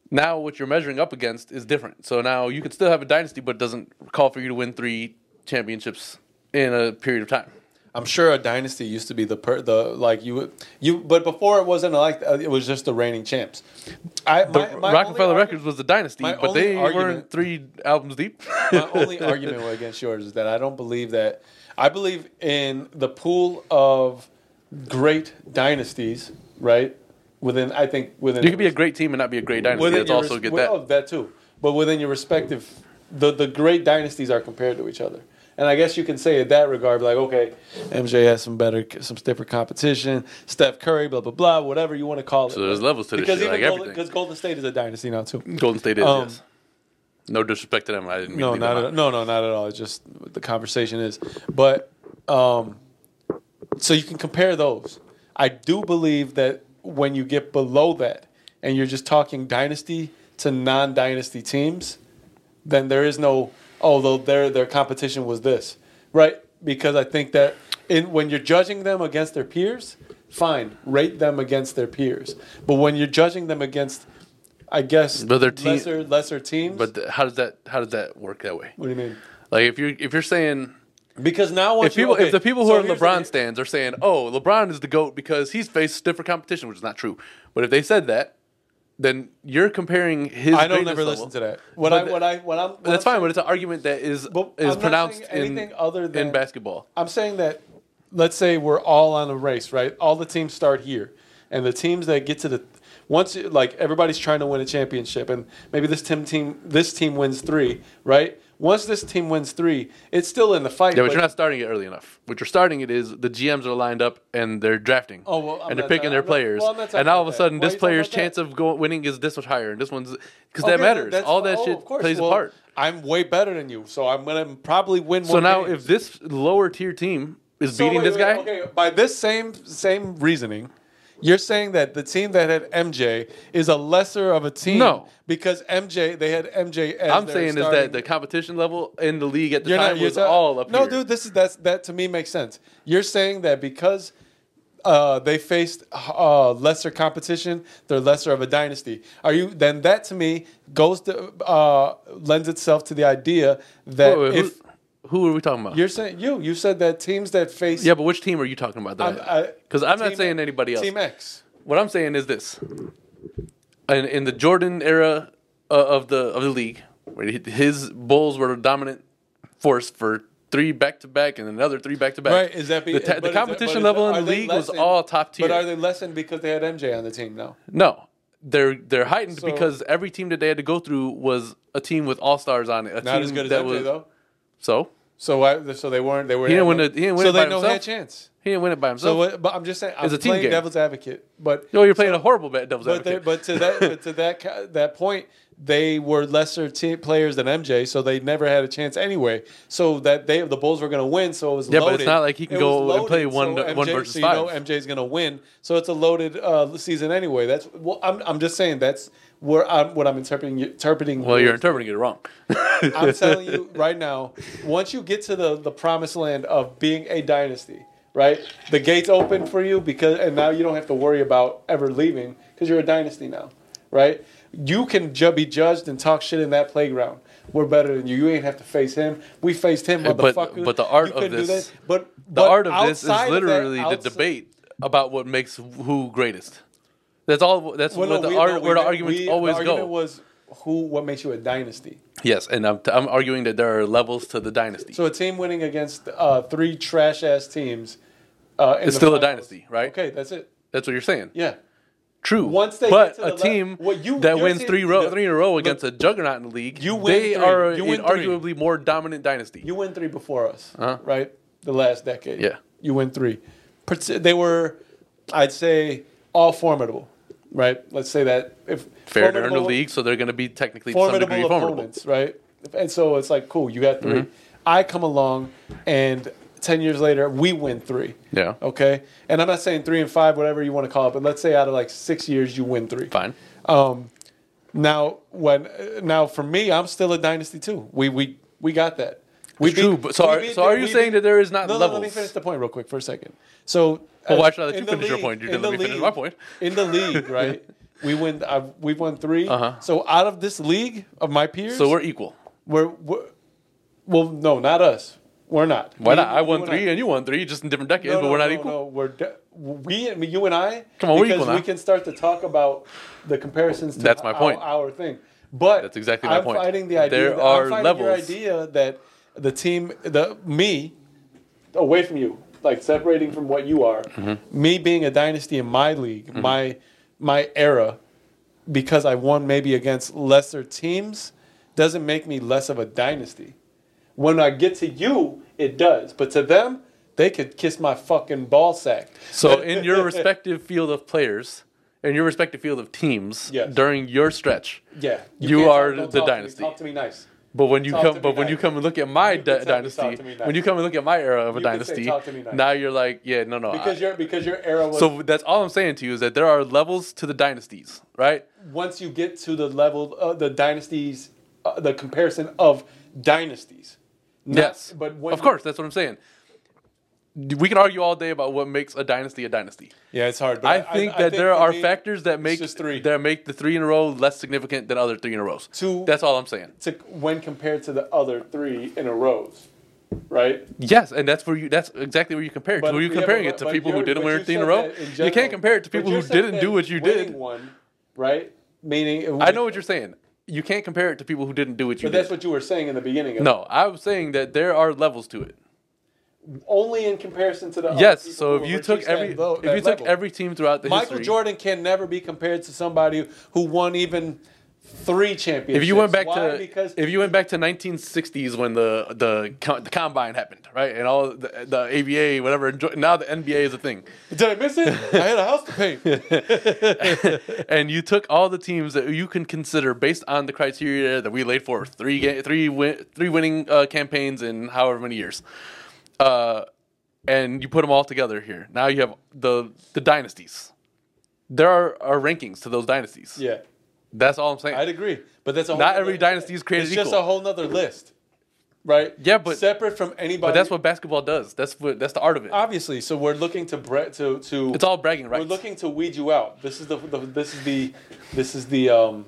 [SPEAKER 1] now what you're measuring up against is different. So now you could still have a dynasty, but it doesn't call for you to win three championships in a period of time.
[SPEAKER 2] be. I'm sure a dynasty used to be the per, the like you you, but before it wasn't like uh, it was just the reigning champs. I my, my
[SPEAKER 1] Rockefeller
[SPEAKER 2] only argu-
[SPEAKER 1] Records was the dynasty,
[SPEAKER 2] my
[SPEAKER 1] but
[SPEAKER 2] only
[SPEAKER 1] they weren't
[SPEAKER 2] argument-
[SPEAKER 1] three albums deep. [laughs]
[SPEAKER 2] my only argument against yours is that I don't believe that. I believe in the pool of great dynasties, right? Within, I think within
[SPEAKER 1] you could be a great team and not be a great dynasty.
[SPEAKER 2] within
[SPEAKER 1] Let's
[SPEAKER 2] your
[SPEAKER 1] also
[SPEAKER 2] res-
[SPEAKER 1] get
[SPEAKER 2] well,
[SPEAKER 1] that.
[SPEAKER 2] oh, that too. But within your respective, the the great dynasties are compared to each other, and I guess you can say in that regard, like okay, MJ has some better, some stiffer competition. Steph Curry, blah blah blah, whatever you want to call it.
[SPEAKER 1] So there's levels to this
[SPEAKER 2] because
[SPEAKER 1] shit,
[SPEAKER 2] even
[SPEAKER 1] like
[SPEAKER 2] Golden,
[SPEAKER 1] everything.
[SPEAKER 2] because Golden State is a dynasty now too.
[SPEAKER 1] Golden State is
[SPEAKER 2] Um,
[SPEAKER 1] yes. No disrespect to them. I didn't mean to
[SPEAKER 2] No,
[SPEAKER 1] leave them
[SPEAKER 2] not
[SPEAKER 1] out.
[SPEAKER 2] at, no, no, not at all. It's just what the conversation is. But um, so you can compare those. I do believe that when you get below that and you're just talking dynasty to non-dynasty teams, then there is no oh though their their competition was this right because I think that in when you're judging them against their peers, fine, rate them against their peers. But when you're judging them against, I guess
[SPEAKER 1] But their team-
[SPEAKER 2] lesser lesser teams.
[SPEAKER 1] But th- how does that how does that work that way?
[SPEAKER 2] what do you mean?
[SPEAKER 1] Like if you if you're saying
[SPEAKER 2] Because now, once
[SPEAKER 1] if people
[SPEAKER 2] you, okay,
[SPEAKER 1] if the people who
[SPEAKER 2] so
[SPEAKER 1] are in
[SPEAKER 2] here's
[SPEAKER 1] LeBron
[SPEAKER 2] the-
[SPEAKER 1] stands are saying, "Oh, LeBron is the goat because he's faced stiffer competition," which is not true. But if they said that, then you're comparing his.
[SPEAKER 2] I don't
[SPEAKER 1] greatness
[SPEAKER 2] never
[SPEAKER 1] level-
[SPEAKER 2] listen to that. What
[SPEAKER 1] But
[SPEAKER 2] I, what I, what I'm, what
[SPEAKER 1] That's
[SPEAKER 2] I'm
[SPEAKER 1] fine, but it's an argument that is
[SPEAKER 2] But I'm
[SPEAKER 1] is
[SPEAKER 2] not
[SPEAKER 1] pronounced
[SPEAKER 2] saying
[SPEAKER 1] in
[SPEAKER 2] anything other
[SPEAKER 1] in
[SPEAKER 2] than-
[SPEAKER 1] basketball.
[SPEAKER 2] I'm saying that let's say we're all on a race, right? All the teams start here, and the teams that get to the once you- like everybody's trying to win a championship, and maybe this team team this team wins three, right? Once this team wins three, it's still in the fight.
[SPEAKER 1] Yeah, but
[SPEAKER 2] but-
[SPEAKER 1] you're not starting it early enough. What you're starting it is the GMs are lined up and they're drafting.
[SPEAKER 2] Oh, well, I'm
[SPEAKER 1] and they're
[SPEAKER 2] not
[SPEAKER 1] picking
[SPEAKER 2] ta-
[SPEAKER 1] their
[SPEAKER 2] I'm not- well,
[SPEAKER 1] players.
[SPEAKER 2] I'm not talking
[SPEAKER 1] and all of a
[SPEAKER 2] about
[SPEAKER 1] sudden,
[SPEAKER 2] that. Why
[SPEAKER 1] this
[SPEAKER 2] are you talking
[SPEAKER 1] player's
[SPEAKER 2] about that?
[SPEAKER 1] chance of go- winning is this much higher, and this one's because
[SPEAKER 2] Okay,
[SPEAKER 1] that matters.
[SPEAKER 2] that's
[SPEAKER 1] All
[SPEAKER 2] fi-
[SPEAKER 1] that
[SPEAKER 2] oh,
[SPEAKER 1] shit
[SPEAKER 2] of course.
[SPEAKER 1] plays
[SPEAKER 2] Well,
[SPEAKER 1] a part.
[SPEAKER 2] I'm way better than you, so I'm gonna probably win.
[SPEAKER 1] So now, if this lower tier team is
[SPEAKER 2] So
[SPEAKER 1] beating
[SPEAKER 2] wait,
[SPEAKER 1] this
[SPEAKER 2] wait,
[SPEAKER 1] guy,
[SPEAKER 2] okay, by this same same reasoning, you're saying that the team that had MJ is a lesser of a team.
[SPEAKER 1] No.
[SPEAKER 2] because MJ they had MJ. As
[SPEAKER 1] I'm
[SPEAKER 2] their
[SPEAKER 1] saying is
[SPEAKER 2] starting-
[SPEAKER 1] that the competition level in the league at the
[SPEAKER 2] you're
[SPEAKER 1] time
[SPEAKER 2] not you're
[SPEAKER 1] was
[SPEAKER 2] ta-
[SPEAKER 1] all up
[SPEAKER 2] No,
[SPEAKER 1] here.
[SPEAKER 2] dude, this is that's that to me makes sense. You're saying that because. Uh, they faced uh, lesser competition. They're lesser of a dynasty. Are you then? That to me goes to uh, lends itself to the idea that
[SPEAKER 1] Wait, wait,
[SPEAKER 2] if
[SPEAKER 1] who, who are we talking about?
[SPEAKER 2] you're saying you you said that teams that face
[SPEAKER 1] Yeah, but which team are you talking about?
[SPEAKER 2] I'm- I-
[SPEAKER 1] Because I'm, not
[SPEAKER 2] Team-
[SPEAKER 1] saying anybody else.
[SPEAKER 2] Team X.
[SPEAKER 1] what I'm saying is this: in, in the Jordan era uh, of the of the league, where he- his Bulls were a dominant force for three back to back and another three back to back.
[SPEAKER 2] Right? Is that be,
[SPEAKER 1] the, ta-
[SPEAKER 2] but
[SPEAKER 1] the
[SPEAKER 2] is that- but
[SPEAKER 1] competition
[SPEAKER 2] is
[SPEAKER 1] level
[SPEAKER 2] that-
[SPEAKER 1] in
[SPEAKER 2] are
[SPEAKER 1] the
[SPEAKER 2] they
[SPEAKER 1] league was
[SPEAKER 2] lessened-
[SPEAKER 1] all top tier?
[SPEAKER 2] But are they lessened because they had MJ on the team now?
[SPEAKER 1] No, they're they're heightened
[SPEAKER 2] So-
[SPEAKER 1] because every team that they had to go through was a team with all stars on it. A
[SPEAKER 2] Not
[SPEAKER 1] team
[SPEAKER 2] as good as
[SPEAKER 1] that
[SPEAKER 2] MJ
[SPEAKER 1] was,
[SPEAKER 2] though.
[SPEAKER 1] So
[SPEAKER 2] So why? So they weren't. They were. He
[SPEAKER 1] didn't win the- he didn't win
[SPEAKER 2] so
[SPEAKER 1] it
[SPEAKER 2] they
[SPEAKER 1] by
[SPEAKER 2] know
[SPEAKER 1] himself.
[SPEAKER 2] had a chance.
[SPEAKER 1] he didn't win it by
[SPEAKER 2] So,
[SPEAKER 1] himself.
[SPEAKER 2] what, but I'm just saying. I'm
[SPEAKER 1] a team
[SPEAKER 2] playing
[SPEAKER 1] game.
[SPEAKER 2] devil's advocate, but
[SPEAKER 1] no, you're playing a horrible bet, devil's
[SPEAKER 2] but they,
[SPEAKER 1] advocate. [laughs]
[SPEAKER 2] but to that but to that ca- that point, they were lesser team players than MJ, so they never had a chance anyway. So that they the Bulls were going to win, so it was
[SPEAKER 1] Yeah, but it's
[SPEAKER 2] loaded.
[SPEAKER 1] not like he can
[SPEAKER 2] It
[SPEAKER 1] go
[SPEAKER 2] was
[SPEAKER 1] and play one-
[SPEAKER 2] so
[SPEAKER 1] one
[SPEAKER 2] MJ
[SPEAKER 1] versus
[SPEAKER 2] so you know
[SPEAKER 1] five.
[SPEAKER 2] MJ's going to win, so it's a loaded uh, season anyway. That's well, I'm I'm just saying that's where I'm what I'm interpreting interpreting.
[SPEAKER 1] well, you're
[SPEAKER 2] yours.
[SPEAKER 1] interpreting it wrong. [laughs]
[SPEAKER 2] I'm telling you right now, once you get to the, the promised land of being a dynasty, right? The gates open for you because and now you don't have to worry about ever leaving because you're a dynasty now, right? You can ju- be judged and talk shit in that playground. We're better than you. You ain't have to face him. We faced him,
[SPEAKER 1] but-
[SPEAKER 2] motherfucker.
[SPEAKER 1] but the art
[SPEAKER 2] You
[SPEAKER 1] of
[SPEAKER 2] couldn't do
[SPEAKER 1] this-
[SPEAKER 2] that. but
[SPEAKER 1] the
[SPEAKER 2] but
[SPEAKER 1] art of this is
[SPEAKER 2] outside that-
[SPEAKER 1] literally the
[SPEAKER 2] outs-
[SPEAKER 1] debate about what makes who greatest. That's all. That's
[SPEAKER 2] Well,
[SPEAKER 1] what the,
[SPEAKER 2] no, we-
[SPEAKER 1] ar-
[SPEAKER 2] no, we
[SPEAKER 1] where the
[SPEAKER 2] met-
[SPEAKER 1] arguments
[SPEAKER 2] we-
[SPEAKER 1] always
[SPEAKER 2] the
[SPEAKER 1] go.
[SPEAKER 2] argument was who? What makes you a dynasty?
[SPEAKER 1] yes, and I'm, t- I'm arguing that there are levels to the dynasty.
[SPEAKER 2] So a team winning against uh, three trash ass teams. Uh, in
[SPEAKER 1] it's
[SPEAKER 2] the
[SPEAKER 1] still a
[SPEAKER 2] finals.
[SPEAKER 1] dynasty, right?
[SPEAKER 2] Okay, that's it.
[SPEAKER 1] That's what you're saying.
[SPEAKER 2] Yeah.
[SPEAKER 1] True.
[SPEAKER 2] Once they
[SPEAKER 1] but
[SPEAKER 2] get to
[SPEAKER 1] a
[SPEAKER 2] the le-
[SPEAKER 1] team
[SPEAKER 2] Well, you-
[SPEAKER 1] that
[SPEAKER 2] your
[SPEAKER 1] wins
[SPEAKER 2] team-
[SPEAKER 1] three row,
[SPEAKER 2] no,
[SPEAKER 1] three in a row
[SPEAKER 2] look,
[SPEAKER 1] against a juggernaut in the league,
[SPEAKER 2] you win
[SPEAKER 1] they
[SPEAKER 2] three.
[SPEAKER 1] are
[SPEAKER 2] You
[SPEAKER 1] an
[SPEAKER 2] win three.
[SPEAKER 1] arguably more dominant dynasty.
[SPEAKER 2] You win three before us,
[SPEAKER 1] Uh-huh.
[SPEAKER 2] right? The last decade.
[SPEAKER 1] Yeah.
[SPEAKER 2] You win three. Parti- They were, I'd say, all formidable, right? Let's say that if
[SPEAKER 1] Fair to earn the
[SPEAKER 2] formidable-
[SPEAKER 1] league, so they're going to be technically to some
[SPEAKER 2] formidable
[SPEAKER 1] degree formidable. Mm-hmm.
[SPEAKER 2] opponents, right? And so it's like, cool, you got 3 I come along, and ten years later, we win three.
[SPEAKER 1] Yeah.
[SPEAKER 2] Okay. And I'm not saying three and five, whatever you want to call it, but let's say out of like six years, you win three.
[SPEAKER 1] Fine.
[SPEAKER 2] Um, now when uh, now for me, I'm still a dynasty too. We we we got that. We
[SPEAKER 1] It's true, but so are- so are you
[SPEAKER 2] we
[SPEAKER 1] saying that there is not
[SPEAKER 2] no, No, let me
[SPEAKER 1] levels?
[SPEAKER 2] finish the point real quick for a second. So
[SPEAKER 1] Well,
[SPEAKER 2] uh,
[SPEAKER 1] why should I let
[SPEAKER 2] in
[SPEAKER 1] you
[SPEAKER 2] the
[SPEAKER 1] finish your
[SPEAKER 2] league-
[SPEAKER 1] point? You
[SPEAKER 2] in
[SPEAKER 1] didn't
[SPEAKER 2] the
[SPEAKER 1] let me finish
[SPEAKER 2] league-
[SPEAKER 1] my point.
[SPEAKER 2] In
[SPEAKER 1] [laughs]
[SPEAKER 2] the league, right? we win. I've, we've won 3
[SPEAKER 1] Uh-huh.
[SPEAKER 2] So out of this league of my peers,
[SPEAKER 1] So we're equal.
[SPEAKER 2] we're, we're- well, no, not us. We're not.
[SPEAKER 1] Why
[SPEAKER 2] We-
[SPEAKER 1] not? I
[SPEAKER 2] you
[SPEAKER 1] won
[SPEAKER 2] and
[SPEAKER 1] three and you won three, just in different decades,
[SPEAKER 2] no,
[SPEAKER 1] but
[SPEAKER 2] no,
[SPEAKER 1] we're not
[SPEAKER 2] no,
[SPEAKER 1] equal.
[SPEAKER 2] No, we're de- we, I mean, you and I.
[SPEAKER 1] Come on, we're
[SPEAKER 2] because
[SPEAKER 1] equal now.
[SPEAKER 2] We can start to talk about the comparisons. to
[SPEAKER 1] That's my
[SPEAKER 2] our-
[SPEAKER 1] point.
[SPEAKER 2] Our, thing, but
[SPEAKER 1] That's exactly my
[SPEAKER 2] I'm
[SPEAKER 1] point.
[SPEAKER 2] Fighting the idea.
[SPEAKER 1] There
[SPEAKER 2] that,
[SPEAKER 1] are
[SPEAKER 2] I'm fighting Your
[SPEAKER 1] levels.
[SPEAKER 2] idea that the team, the me, away from you, like separating from what you are,
[SPEAKER 1] Mm-hmm.
[SPEAKER 2] me being a dynasty in my league, my my era, because I won maybe against lesser teams, doesn't make me less of a dynasty. When I get to you, it does. But to them, they could kiss my fucking ball sack.
[SPEAKER 1] So in your respective [laughs] field of players, in your respective field of teams,
[SPEAKER 2] Yes.
[SPEAKER 1] during your stretch,
[SPEAKER 2] yeah,
[SPEAKER 1] You
[SPEAKER 2] can't
[SPEAKER 1] are
[SPEAKER 2] don't
[SPEAKER 1] the
[SPEAKER 2] talk to me.
[SPEAKER 1] dynasty. Uh,
[SPEAKER 2] talk to me nice.
[SPEAKER 1] But when you
[SPEAKER 2] Talk to
[SPEAKER 1] come,
[SPEAKER 2] me
[SPEAKER 1] but when
[SPEAKER 2] nice.
[SPEAKER 1] you come and look at my
[SPEAKER 2] You can
[SPEAKER 1] dy-
[SPEAKER 2] tell me, talk
[SPEAKER 1] dynasty,
[SPEAKER 2] to me nice.
[SPEAKER 1] when you come and look at my era of a
[SPEAKER 2] You can say,
[SPEAKER 1] dynasty,
[SPEAKER 2] "Talk to me nice."
[SPEAKER 1] now you're like, yeah, no, no.
[SPEAKER 2] Because
[SPEAKER 1] I-
[SPEAKER 2] your because your era was
[SPEAKER 1] so that's all I'm saying to you is that there are levels to the dynasties, right?
[SPEAKER 2] once you get to the level of the dynasties, uh, the comparison of dynasties. Not-
[SPEAKER 1] yes,
[SPEAKER 2] but when
[SPEAKER 1] of course, that's what I'm saying. We can argue all day about what makes a dynasty a dynasty.
[SPEAKER 2] yeah, it's hard. But
[SPEAKER 1] I think that there
[SPEAKER 2] for
[SPEAKER 1] are
[SPEAKER 2] me,
[SPEAKER 1] factors that make
[SPEAKER 2] just three.
[SPEAKER 1] that make the three in a row less significant than other three in a rows.
[SPEAKER 2] Two-
[SPEAKER 1] That's all I'm saying.
[SPEAKER 2] to, when compared to the other three in a row, right?
[SPEAKER 1] Yes, and that's where you. That's exactly where you compare it. to.
[SPEAKER 2] But
[SPEAKER 1] Who are you
[SPEAKER 2] yeah, but-
[SPEAKER 1] comparing
[SPEAKER 2] but-
[SPEAKER 1] it to?
[SPEAKER 2] but
[SPEAKER 1] People who
[SPEAKER 2] you're-
[SPEAKER 1] didn't
[SPEAKER 2] but
[SPEAKER 1] win
[SPEAKER 2] you
[SPEAKER 1] three in a
[SPEAKER 2] said
[SPEAKER 1] row.
[SPEAKER 2] that in
[SPEAKER 1] you
[SPEAKER 2] general.
[SPEAKER 1] can't compare it to
[SPEAKER 2] But
[SPEAKER 1] people
[SPEAKER 2] you're
[SPEAKER 1] who
[SPEAKER 2] saying
[SPEAKER 1] didn't
[SPEAKER 2] that
[SPEAKER 1] do what you
[SPEAKER 2] winning
[SPEAKER 1] did.
[SPEAKER 2] One, right? Meaning,
[SPEAKER 1] I know what you're saying. You can't compare it to people who didn't do what you
[SPEAKER 2] But that's
[SPEAKER 1] did.
[SPEAKER 2] what you were saying in the beginning. Of
[SPEAKER 1] No, I was saying that there are levels to it.
[SPEAKER 2] only in comparison to the other
[SPEAKER 1] Yes.
[SPEAKER 2] people
[SPEAKER 1] So
[SPEAKER 2] who
[SPEAKER 1] if you
[SPEAKER 2] were
[SPEAKER 1] took
[SPEAKER 2] reached that
[SPEAKER 1] every
[SPEAKER 2] low-
[SPEAKER 1] if
[SPEAKER 2] that
[SPEAKER 1] you took
[SPEAKER 2] level.
[SPEAKER 1] every team throughout the
[SPEAKER 2] Michael
[SPEAKER 1] history,
[SPEAKER 2] Jordan can never be compared to somebody who won even three championships.
[SPEAKER 1] if you went back
[SPEAKER 2] Why?
[SPEAKER 1] to
[SPEAKER 2] because
[SPEAKER 1] if you went back to 1960s when the the co- the combine happened, right, and all the, the ABA whatever, enjoy- now the NBA is a
[SPEAKER 2] [laughs]
[SPEAKER 1] thing.
[SPEAKER 2] did I miss it? I had a house to paint.
[SPEAKER 1] [laughs] and you took all the teams that you can consider based on the criteria that we laid forth three ga- three win- three winning uh, campaigns in however many years, uh, and you put them all together here. Now you have the the dynasties. There are, are rankings to those dynasties.
[SPEAKER 2] Yeah,
[SPEAKER 1] That's all I'm saying.
[SPEAKER 2] I'd agree. But that's a whole
[SPEAKER 1] Not
[SPEAKER 2] nother-
[SPEAKER 1] every dynasty is created
[SPEAKER 2] It's just
[SPEAKER 1] equal.
[SPEAKER 2] a whole nother list, right?
[SPEAKER 1] Yeah, but-
[SPEAKER 2] separate from anybody.
[SPEAKER 1] but that's what basketball does. That's what that's the art of it.
[SPEAKER 2] obviously. So we're looking to bre- to to.
[SPEAKER 1] It's all bragging
[SPEAKER 2] We're
[SPEAKER 1] rights.
[SPEAKER 2] looking to weed you out. This is the, the this is the this is the um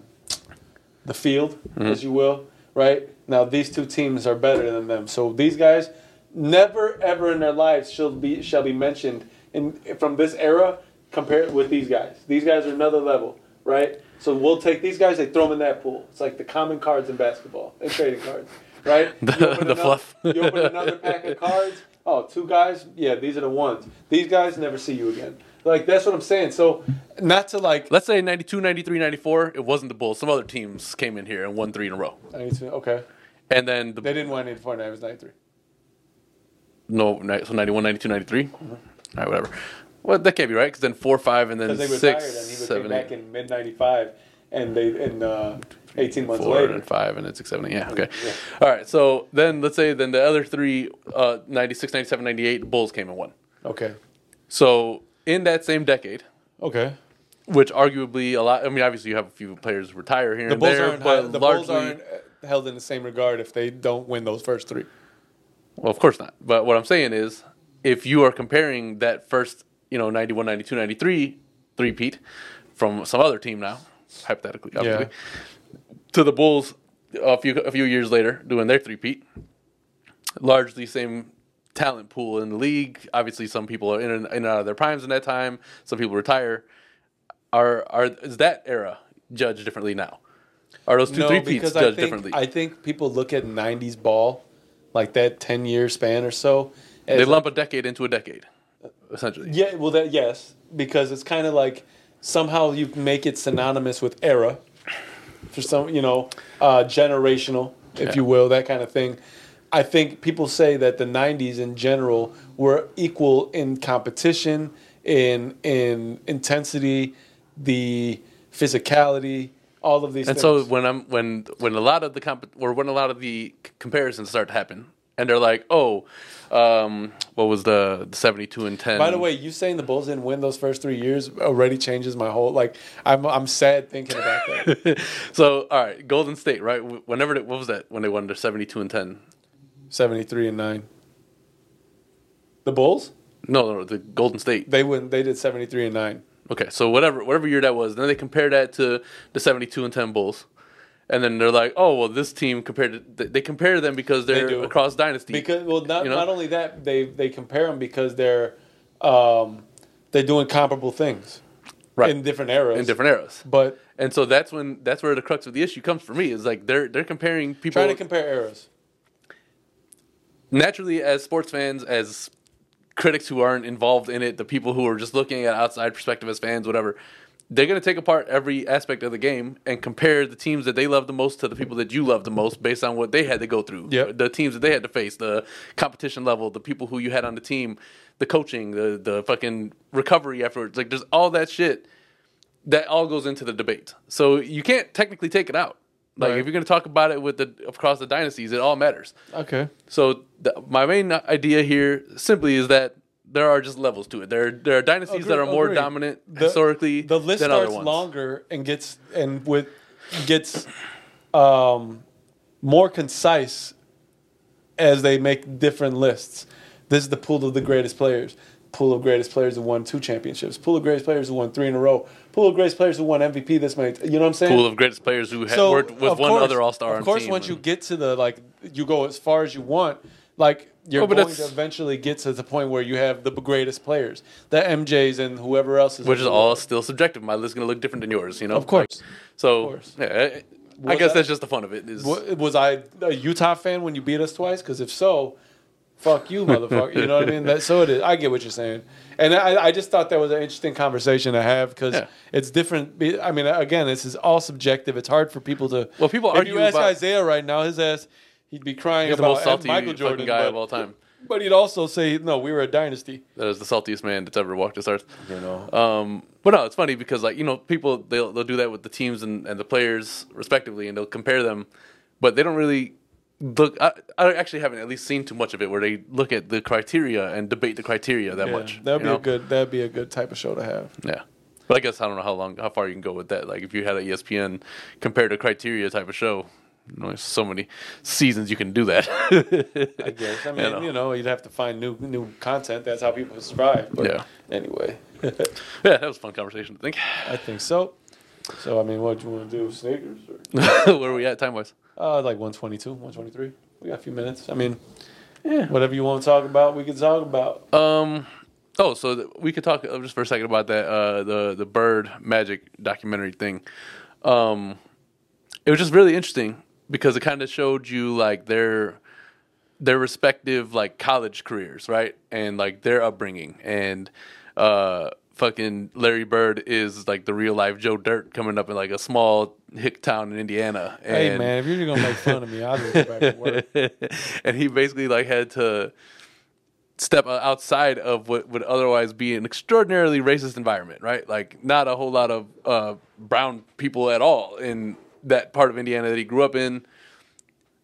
[SPEAKER 2] the field,
[SPEAKER 1] Mm-hmm.
[SPEAKER 2] as you will. Right now, these two teams are better than them. So these guys never ever in their lives shall be shall be mentioned in from this era compared with these guys. These guys are another level, right? So we'll take these guys. They throw them in that pool. It's like the common cards in basketball and trading cards, right?
[SPEAKER 1] [laughs]
[SPEAKER 2] You
[SPEAKER 1] The-
[SPEAKER 2] open
[SPEAKER 1] the
[SPEAKER 2] another-
[SPEAKER 1] fluff.
[SPEAKER 2] You open another pack of cards. Oh, two guys. Yeah, these are the ones. These guys never see you again. Like that's what I'm saying. So not to like.
[SPEAKER 1] Let's say 92, 93, 94, it wasn't the Bulls. Some other teams came in here and won three in a row.
[SPEAKER 2] I need to- okay.
[SPEAKER 1] And then the
[SPEAKER 2] They didn't win 84, 9, it was 93.
[SPEAKER 1] No, ni- so 91, 92, 93? All right, whatever. Well, that can't be right because then 4, 5, and then
[SPEAKER 2] Because they
[SPEAKER 1] 6,
[SPEAKER 2] retired and he was came
[SPEAKER 1] 7,
[SPEAKER 2] back
[SPEAKER 1] 8,
[SPEAKER 2] in mid 95 and they in uh, 18 months
[SPEAKER 1] 4, and
[SPEAKER 2] later.
[SPEAKER 1] then 5, and then 6, 7, 8. Yeah, okay.
[SPEAKER 2] Yeah.
[SPEAKER 1] All right, so then let's say then the other three, uh, 96, 97, 98, the Bulls came and won.
[SPEAKER 2] Okay.
[SPEAKER 1] So in that same decade,
[SPEAKER 2] Okay.
[SPEAKER 1] which arguably a lot, I mean, obviously you have a few players retire here
[SPEAKER 2] The
[SPEAKER 1] and
[SPEAKER 2] Bulls
[SPEAKER 1] there,
[SPEAKER 2] aren't
[SPEAKER 1] but
[SPEAKER 2] hi- the
[SPEAKER 1] largely,
[SPEAKER 2] Bulls aren't uh, held in the same regard if they don't win those first three.
[SPEAKER 1] well, of course not. But what I'm saying is if you are comparing that first, you know, 91, 92, 93 three-peat from some other team now, hypothetically, obviously. to the Bulls a few a few years later doing their three-peat. Largely same talent pool in the league. Obviously, some people are in and, in and out of their primes in that time. Some people retire. are are is that era judged differently now? Are those two
[SPEAKER 2] no,
[SPEAKER 1] three peats
[SPEAKER 2] because I
[SPEAKER 1] judged
[SPEAKER 2] think,
[SPEAKER 1] differently?
[SPEAKER 2] I think people look at '90s ball, like that 10 year span or so. as
[SPEAKER 1] they lump a decade into a decade, essentially.
[SPEAKER 2] Yeah, well, that yes, because it's kind of like somehow you make it synonymous with era, for some you know, uh, generational, if
[SPEAKER 1] Yeah.
[SPEAKER 2] you will, that kind of thing. I think people say that the '90s in general were equal in competition, in in intensity, the physicality, all of these.
[SPEAKER 1] And
[SPEAKER 2] things.
[SPEAKER 1] so when I'm when when a lot of the comp- or when a lot of the c- comparisons start to happen, and they're like, oh, um, what was the, the seventy two and ten?
[SPEAKER 2] By the way, you saying the Bulls didn't win those first three years already changes my whole like. I'm I'm sad thinking about that.
[SPEAKER 1] so all right, Golden State, right? Wh- Whenever they, what was that when they won their seventy two and ten?
[SPEAKER 2] Seventy three and nine. The Bulls.
[SPEAKER 1] No, no, the Golden State.
[SPEAKER 2] They wouldn't. They did seventy three and nine.
[SPEAKER 1] Okay, so whatever whatever year that was, then they compare that to the seventy two and ten Bulls, and then they're like, oh well, this team compared to, they- they compare them because they're
[SPEAKER 2] do.
[SPEAKER 1] across dynasty.
[SPEAKER 2] Because well, not
[SPEAKER 1] You know?
[SPEAKER 2] not only that they they compare them because they're um, they're doing comparable things
[SPEAKER 1] Right.
[SPEAKER 2] in different eras.
[SPEAKER 1] in different eras.
[SPEAKER 2] But
[SPEAKER 1] And so that's when that's where the crux of the issue comes for me is like they're they're comparing people
[SPEAKER 2] trying to compare eras.
[SPEAKER 1] naturally as sports fans as critics who aren't involved in it the people who are just looking at outside perspective as fans whatever they're going to take apart every aspect of the game and compare the teams that they love the most to the people that you love the most based on what they had to go through
[SPEAKER 2] Yep.
[SPEAKER 1] the teams that they had to face the competition level the people who you had on the team the coaching the the fucking recovery efforts like there's all that shit that all goes into the debate so you can't technically take it out like
[SPEAKER 2] Right.
[SPEAKER 1] if you're going to talk about it with the across the dynasties it all matters
[SPEAKER 2] Okay.
[SPEAKER 1] so th- my main idea here simply is that there are just levels to it. There there are dynasties that are more
[SPEAKER 2] Agreed.
[SPEAKER 1] dominant
[SPEAKER 2] The-
[SPEAKER 1] historically
[SPEAKER 2] The list
[SPEAKER 1] than
[SPEAKER 2] starts
[SPEAKER 1] other ones.
[SPEAKER 2] longer and gets and with gets um, more concise as they make different lists. This is the pool of the greatest players. Pool of greatest players who won two championships. Pool of greatest players who won three in a row. Pool of greatest players who won MVP this many. You know what I'm saying?
[SPEAKER 1] Pool of greatest players who had worked with
[SPEAKER 2] of
[SPEAKER 1] one
[SPEAKER 2] course-
[SPEAKER 1] other All Star.
[SPEAKER 2] Of course,
[SPEAKER 1] team
[SPEAKER 2] once you
[SPEAKER 1] and-
[SPEAKER 2] get to the like, you go as far as you want. Like you're
[SPEAKER 1] Oh, but
[SPEAKER 2] going to
[SPEAKER 1] that's-
[SPEAKER 2] eventually get to the point where you have the greatest players, the MJs and whoever else is.
[SPEAKER 1] which is all still subjective. My list is going to look different than yours, you know.
[SPEAKER 2] Of course.
[SPEAKER 1] so
[SPEAKER 2] course.
[SPEAKER 1] yeah, I, I guess
[SPEAKER 2] Was that-
[SPEAKER 1] that's just the fun of it. Is
[SPEAKER 2] Wa- Was I a Utah fan when you beat us twice? Because if so, fuck you, motherfucker. You know what I mean? That, so it is. I get what you're saying, and I, I just thought that was an interesting conversation to have because
[SPEAKER 1] Yeah.
[SPEAKER 2] it's different. be- I mean, again, this is all subjective. It's hard for people to.
[SPEAKER 1] Well, people
[SPEAKER 2] If you
[SPEAKER 1] argue
[SPEAKER 2] ask
[SPEAKER 1] about-
[SPEAKER 2] Isaiah right now, his ass, he'd be crying
[SPEAKER 1] he's the
[SPEAKER 2] about
[SPEAKER 1] most salty
[SPEAKER 2] Michael
[SPEAKER 1] fucking
[SPEAKER 2] Jordan
[SPEAKER 1] guy
[SPEAKER 2] but,
[SPEAKER 1] of all time.
[SPEAKER 2] But he'd also say, "No, we were a dynasty."
[SPEAKER 1] That is the saltiest man that's ever walked this earth.
[SPEAKER 2] You know.
[SPEAKER 1] Um, but no, it's funny because like you know people they'll they'll do that with the teams and, and the players respectively, and they'll compare them, but they don't really look. I, I actually haven't at least seen too much of it where they look at the criteria and debate the criteria that
[SPEAKER 2] Yeah,
[SPEAKER 1] much.
[SPEAKER 2] that'd be
[SPEAKER 1] you know?
[SPEAKER 2] a good. That'd be a good type of show to have.
[SPEAKER 1] Yeah. But I guess I don't know how long, how far you can go with that. Like if you had an E ESPN compared to criteria type of show, you know, there's so many seasons you can do that.
[SPEAKER 2] [laughs]
[SPEAKER 1] [laughs]
[SPEAKER 2] I guess. I mean,
[SPEAKER 1] know.
[SPEAKER 2] you know, you'd have to find new new content. That's how people survive. But
[SPEAKER 1] Yeah.
[SPEAKER 2] Anyway.
[SPEAKER 1] yeah, that was a fun conversation. I think. [laughs]
[SPEAKER 2] I think so. So I mean, what do you want to do, sneakers? Or?
[SPEAKER 1] Where are we at time wise?
[SPEAKER 2] Uh, like one twenty two, one twenty three. We got a few minutes. I mean,
[SPEAKER 1] Yeah.
[SPEAKER 2] whatever you want to talk about, we can talk about.
[SPEAKER 1] Um. Oh, so th- we could talk uh, just for a second about that uh, the the bird magic documentary thing. Um, it was just really interesting because it kind of showed you like their their respective like college careers, right, and like their upbringing and uh, fucking Larry Bird is like the real life Joe Dirt coming up in like a small hick town in Indiana. And
[SPEAKER 2] hey man, if you're gonna make fun of me, I'll just go back to work.
[SPEAKER 1] [laughs] and he basically like had to step o- outside of what would otherwise be an extraordinarily racist environment, right? Like not a whole lot of uh, brown people at all in that part of Indiana that he grew up in.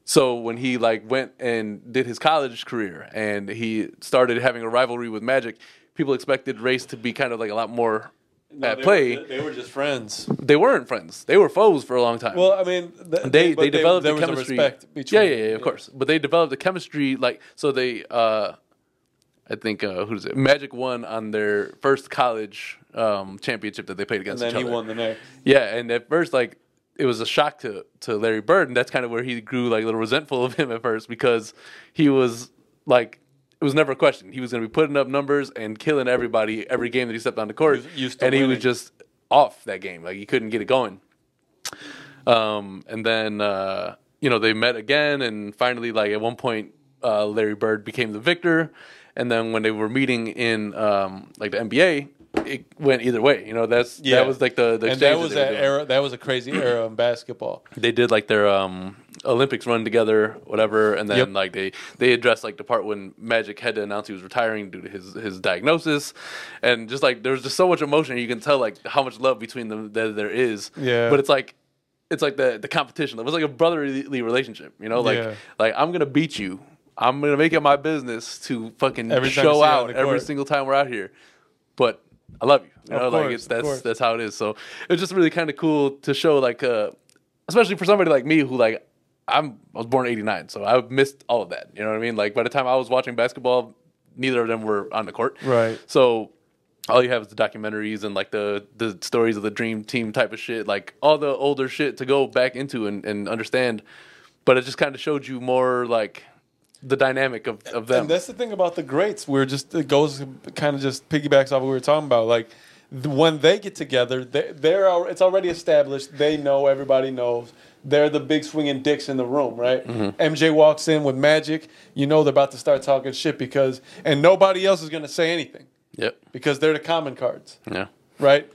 [SPEAKER 1] So when he like went and did his college career and he started having a rivalry with Magic, people expected race to be kind of like a lot more at play.
[SPEAKER 2] they were just friends.
[SPEAKER 1] they weren't friends. They were foes for a long time
[SPEAKER 2] Well, I mean, th-
[SPEAKER 1] they
[SPEAKER 2] but
[SPEAKER 1] they developed
[SPEAKER 2] there
[SPEAKER 1] the
[SPEAKER 2] was a
[SPEAKER 1] chemistry.
[SPEAKER 2] respect between.
[SPEAKER 1] yeah, yeah, yeah, of course. But they developed the chemistry like so they uh I think uh who's it? Magic won on their first college um championship that they played
[SPEAKER 2] And
[SPEAKER 1] against
[SPEAKER 2] then
[SPEAKER 1] each
[SPEAKER 2] he
[SPEAKER 1] other.
[SPEAKER 2] won the next.
[SPEAKER 1] Yeah, and at first, like it was a shock to to Larry Bird, and that's kind of where he grew like a little resentful of him at first because he was like it was never a question. He was going to be putting up numbers and killing everybody every game that he stepped on the court,
[SPEAKER 2] He was used to
[SPEAKER 1] and he
[SPEAKER 2] winning.
[SPEAKER 1] was just off that game. Like he couldn't get it going. Um, and then uh, you know they met again, and finally, like at one point, uh, Larry Bird became the victor. And then when they were meeting in um, like the NBA, it went either way. You know, that's
[SPEAKER 2] Yeah.
[SPEAKER 1] that was like the, the
[SPEAKER 2] and that
[SPEAKER 1] exchange
[SPEAKER 2] was
[SPEAKER 1] they were
[SPEAKER 2] that
[SPEAKER 1] doing.
[SPEAKER 2] era. That was a crazy era in basketball.
[SPEAKER 1] They did like their um, Olympics run together, whatever, and then
[SPEAKER 2] Yep.
[SPEAKER 1] like they they addressed like the part when Magic had to announce he was retiring due to his his diagnosis, and just like there's just so much emotion. You can tell like how much love between them that there is.
[SPEAKER 2] Yeah.
[SPEAKER 1] but it's like. It's like the the competition. It was like a brotherly relationship, you know. Like,
[SPEAKER 2] Yeah.
[SPEAKER 1] like I'm gonna beat you. I'm gonna make it my business to fucking
[SPEAKER 2] Every time you
[SPEAKER 1] show
[SPEAKER 2] see it on
[SPEAKER 1] out
[SPEAKER 2] the
[SPEAKER 1] every
[SPEAKER 2] court.
[SPEAKER 1] single time we're out here. But I love you. You
[SPEAKER 2] Of
[SPEAKER 1] know, like
[SPEAKER 2] course,
[SPEAKER 1] it's
[SPEAKER 2] of
[SPEAKER 1] that's
[SPEAKER 2] course.
[SPEAKER 1] that's how it is. So it's just really kind of cool to show like uh especially for somebody like me who like I'm I was born in 89, so I missed all of that. You know what I mean? Like by the time I was watching basketball, neither of them were on the court.
[SPEAKER 2] Right.
[SPEAKER 1] So all you have is the documentaries and like the the stories of the dream team type of shit, like all the older shit to go back into and, and understand. But it just kind of showed you more like the dynamic of, of them.
[SPEAKER 2] And that's the thing about the greats. We're just it goes kind of just piggybacks off what we were talking about. Like th- when they get together, they, they're al- it's already established. They know everybody knows. They're the big swinging dicks in the room, right?
[SPEAKER 1] Mm-hmm.
[SPEAKER 2] MJ walks in with Magic. You know they're about to start talking shit because and nobody else is going to say anything
[SPEAKER 1] yep.
[SPEAKER 2] because they're the common cards,
[SPEAKER 1] Yeah.
[SPEAKER 2] right?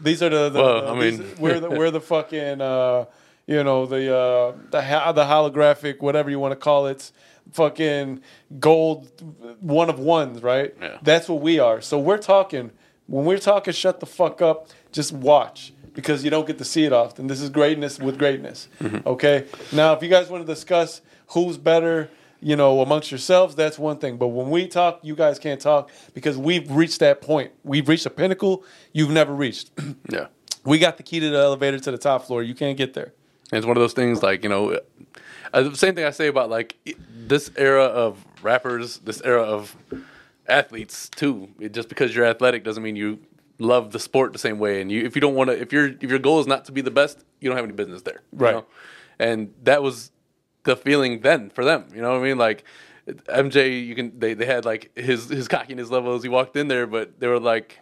[SPEAKER 2] These are the, the,
[SPEAKER 1] Well,
[SPEAKER 2] the-
[SPEAKER 1] I
[SPEAKER 2] these-
[SPEAKER 1] mean-
[SPEAKER 2] we're the we're the fucking uh, you know the uh, the ho- the holographic whatever you want to call it, fucking gold one of ones, right?
[SPEAKER 1] Yeah.
[SPEAKER 2] That's what we are. So we're talking when we're talking, shut the fuck up, just watch because you don't get to see it often. This is greatness with greatness. Okay. Now, if you guys want to discuss who's better. You know, amongst yourselves, that's one thing. But when we talk, you guys can't talk because we've reached that point. We've reached a pinnacle you've never reached.
[SPEAKER 1] Yeah.
[SPEAKER 2] We got the key to the elevator to the top floor. You can't get there.
[SPEAKER 1] And it's one of those things like you know, uh, the same thing I say about like i- this era of rappers, this era of athletes too. It, just because you're athletic doesn't mean you love the sport the same way. And you, if you don't want to, if your if your goal is not to be the best, you don't have any business there. you
[SPEAKER 2] Right.
[SPEAKER 1] know? And that was the feeling then for them. You know what I mean? Like MJ, you can they they had like his his cockiness level as he walked in there, but they were like.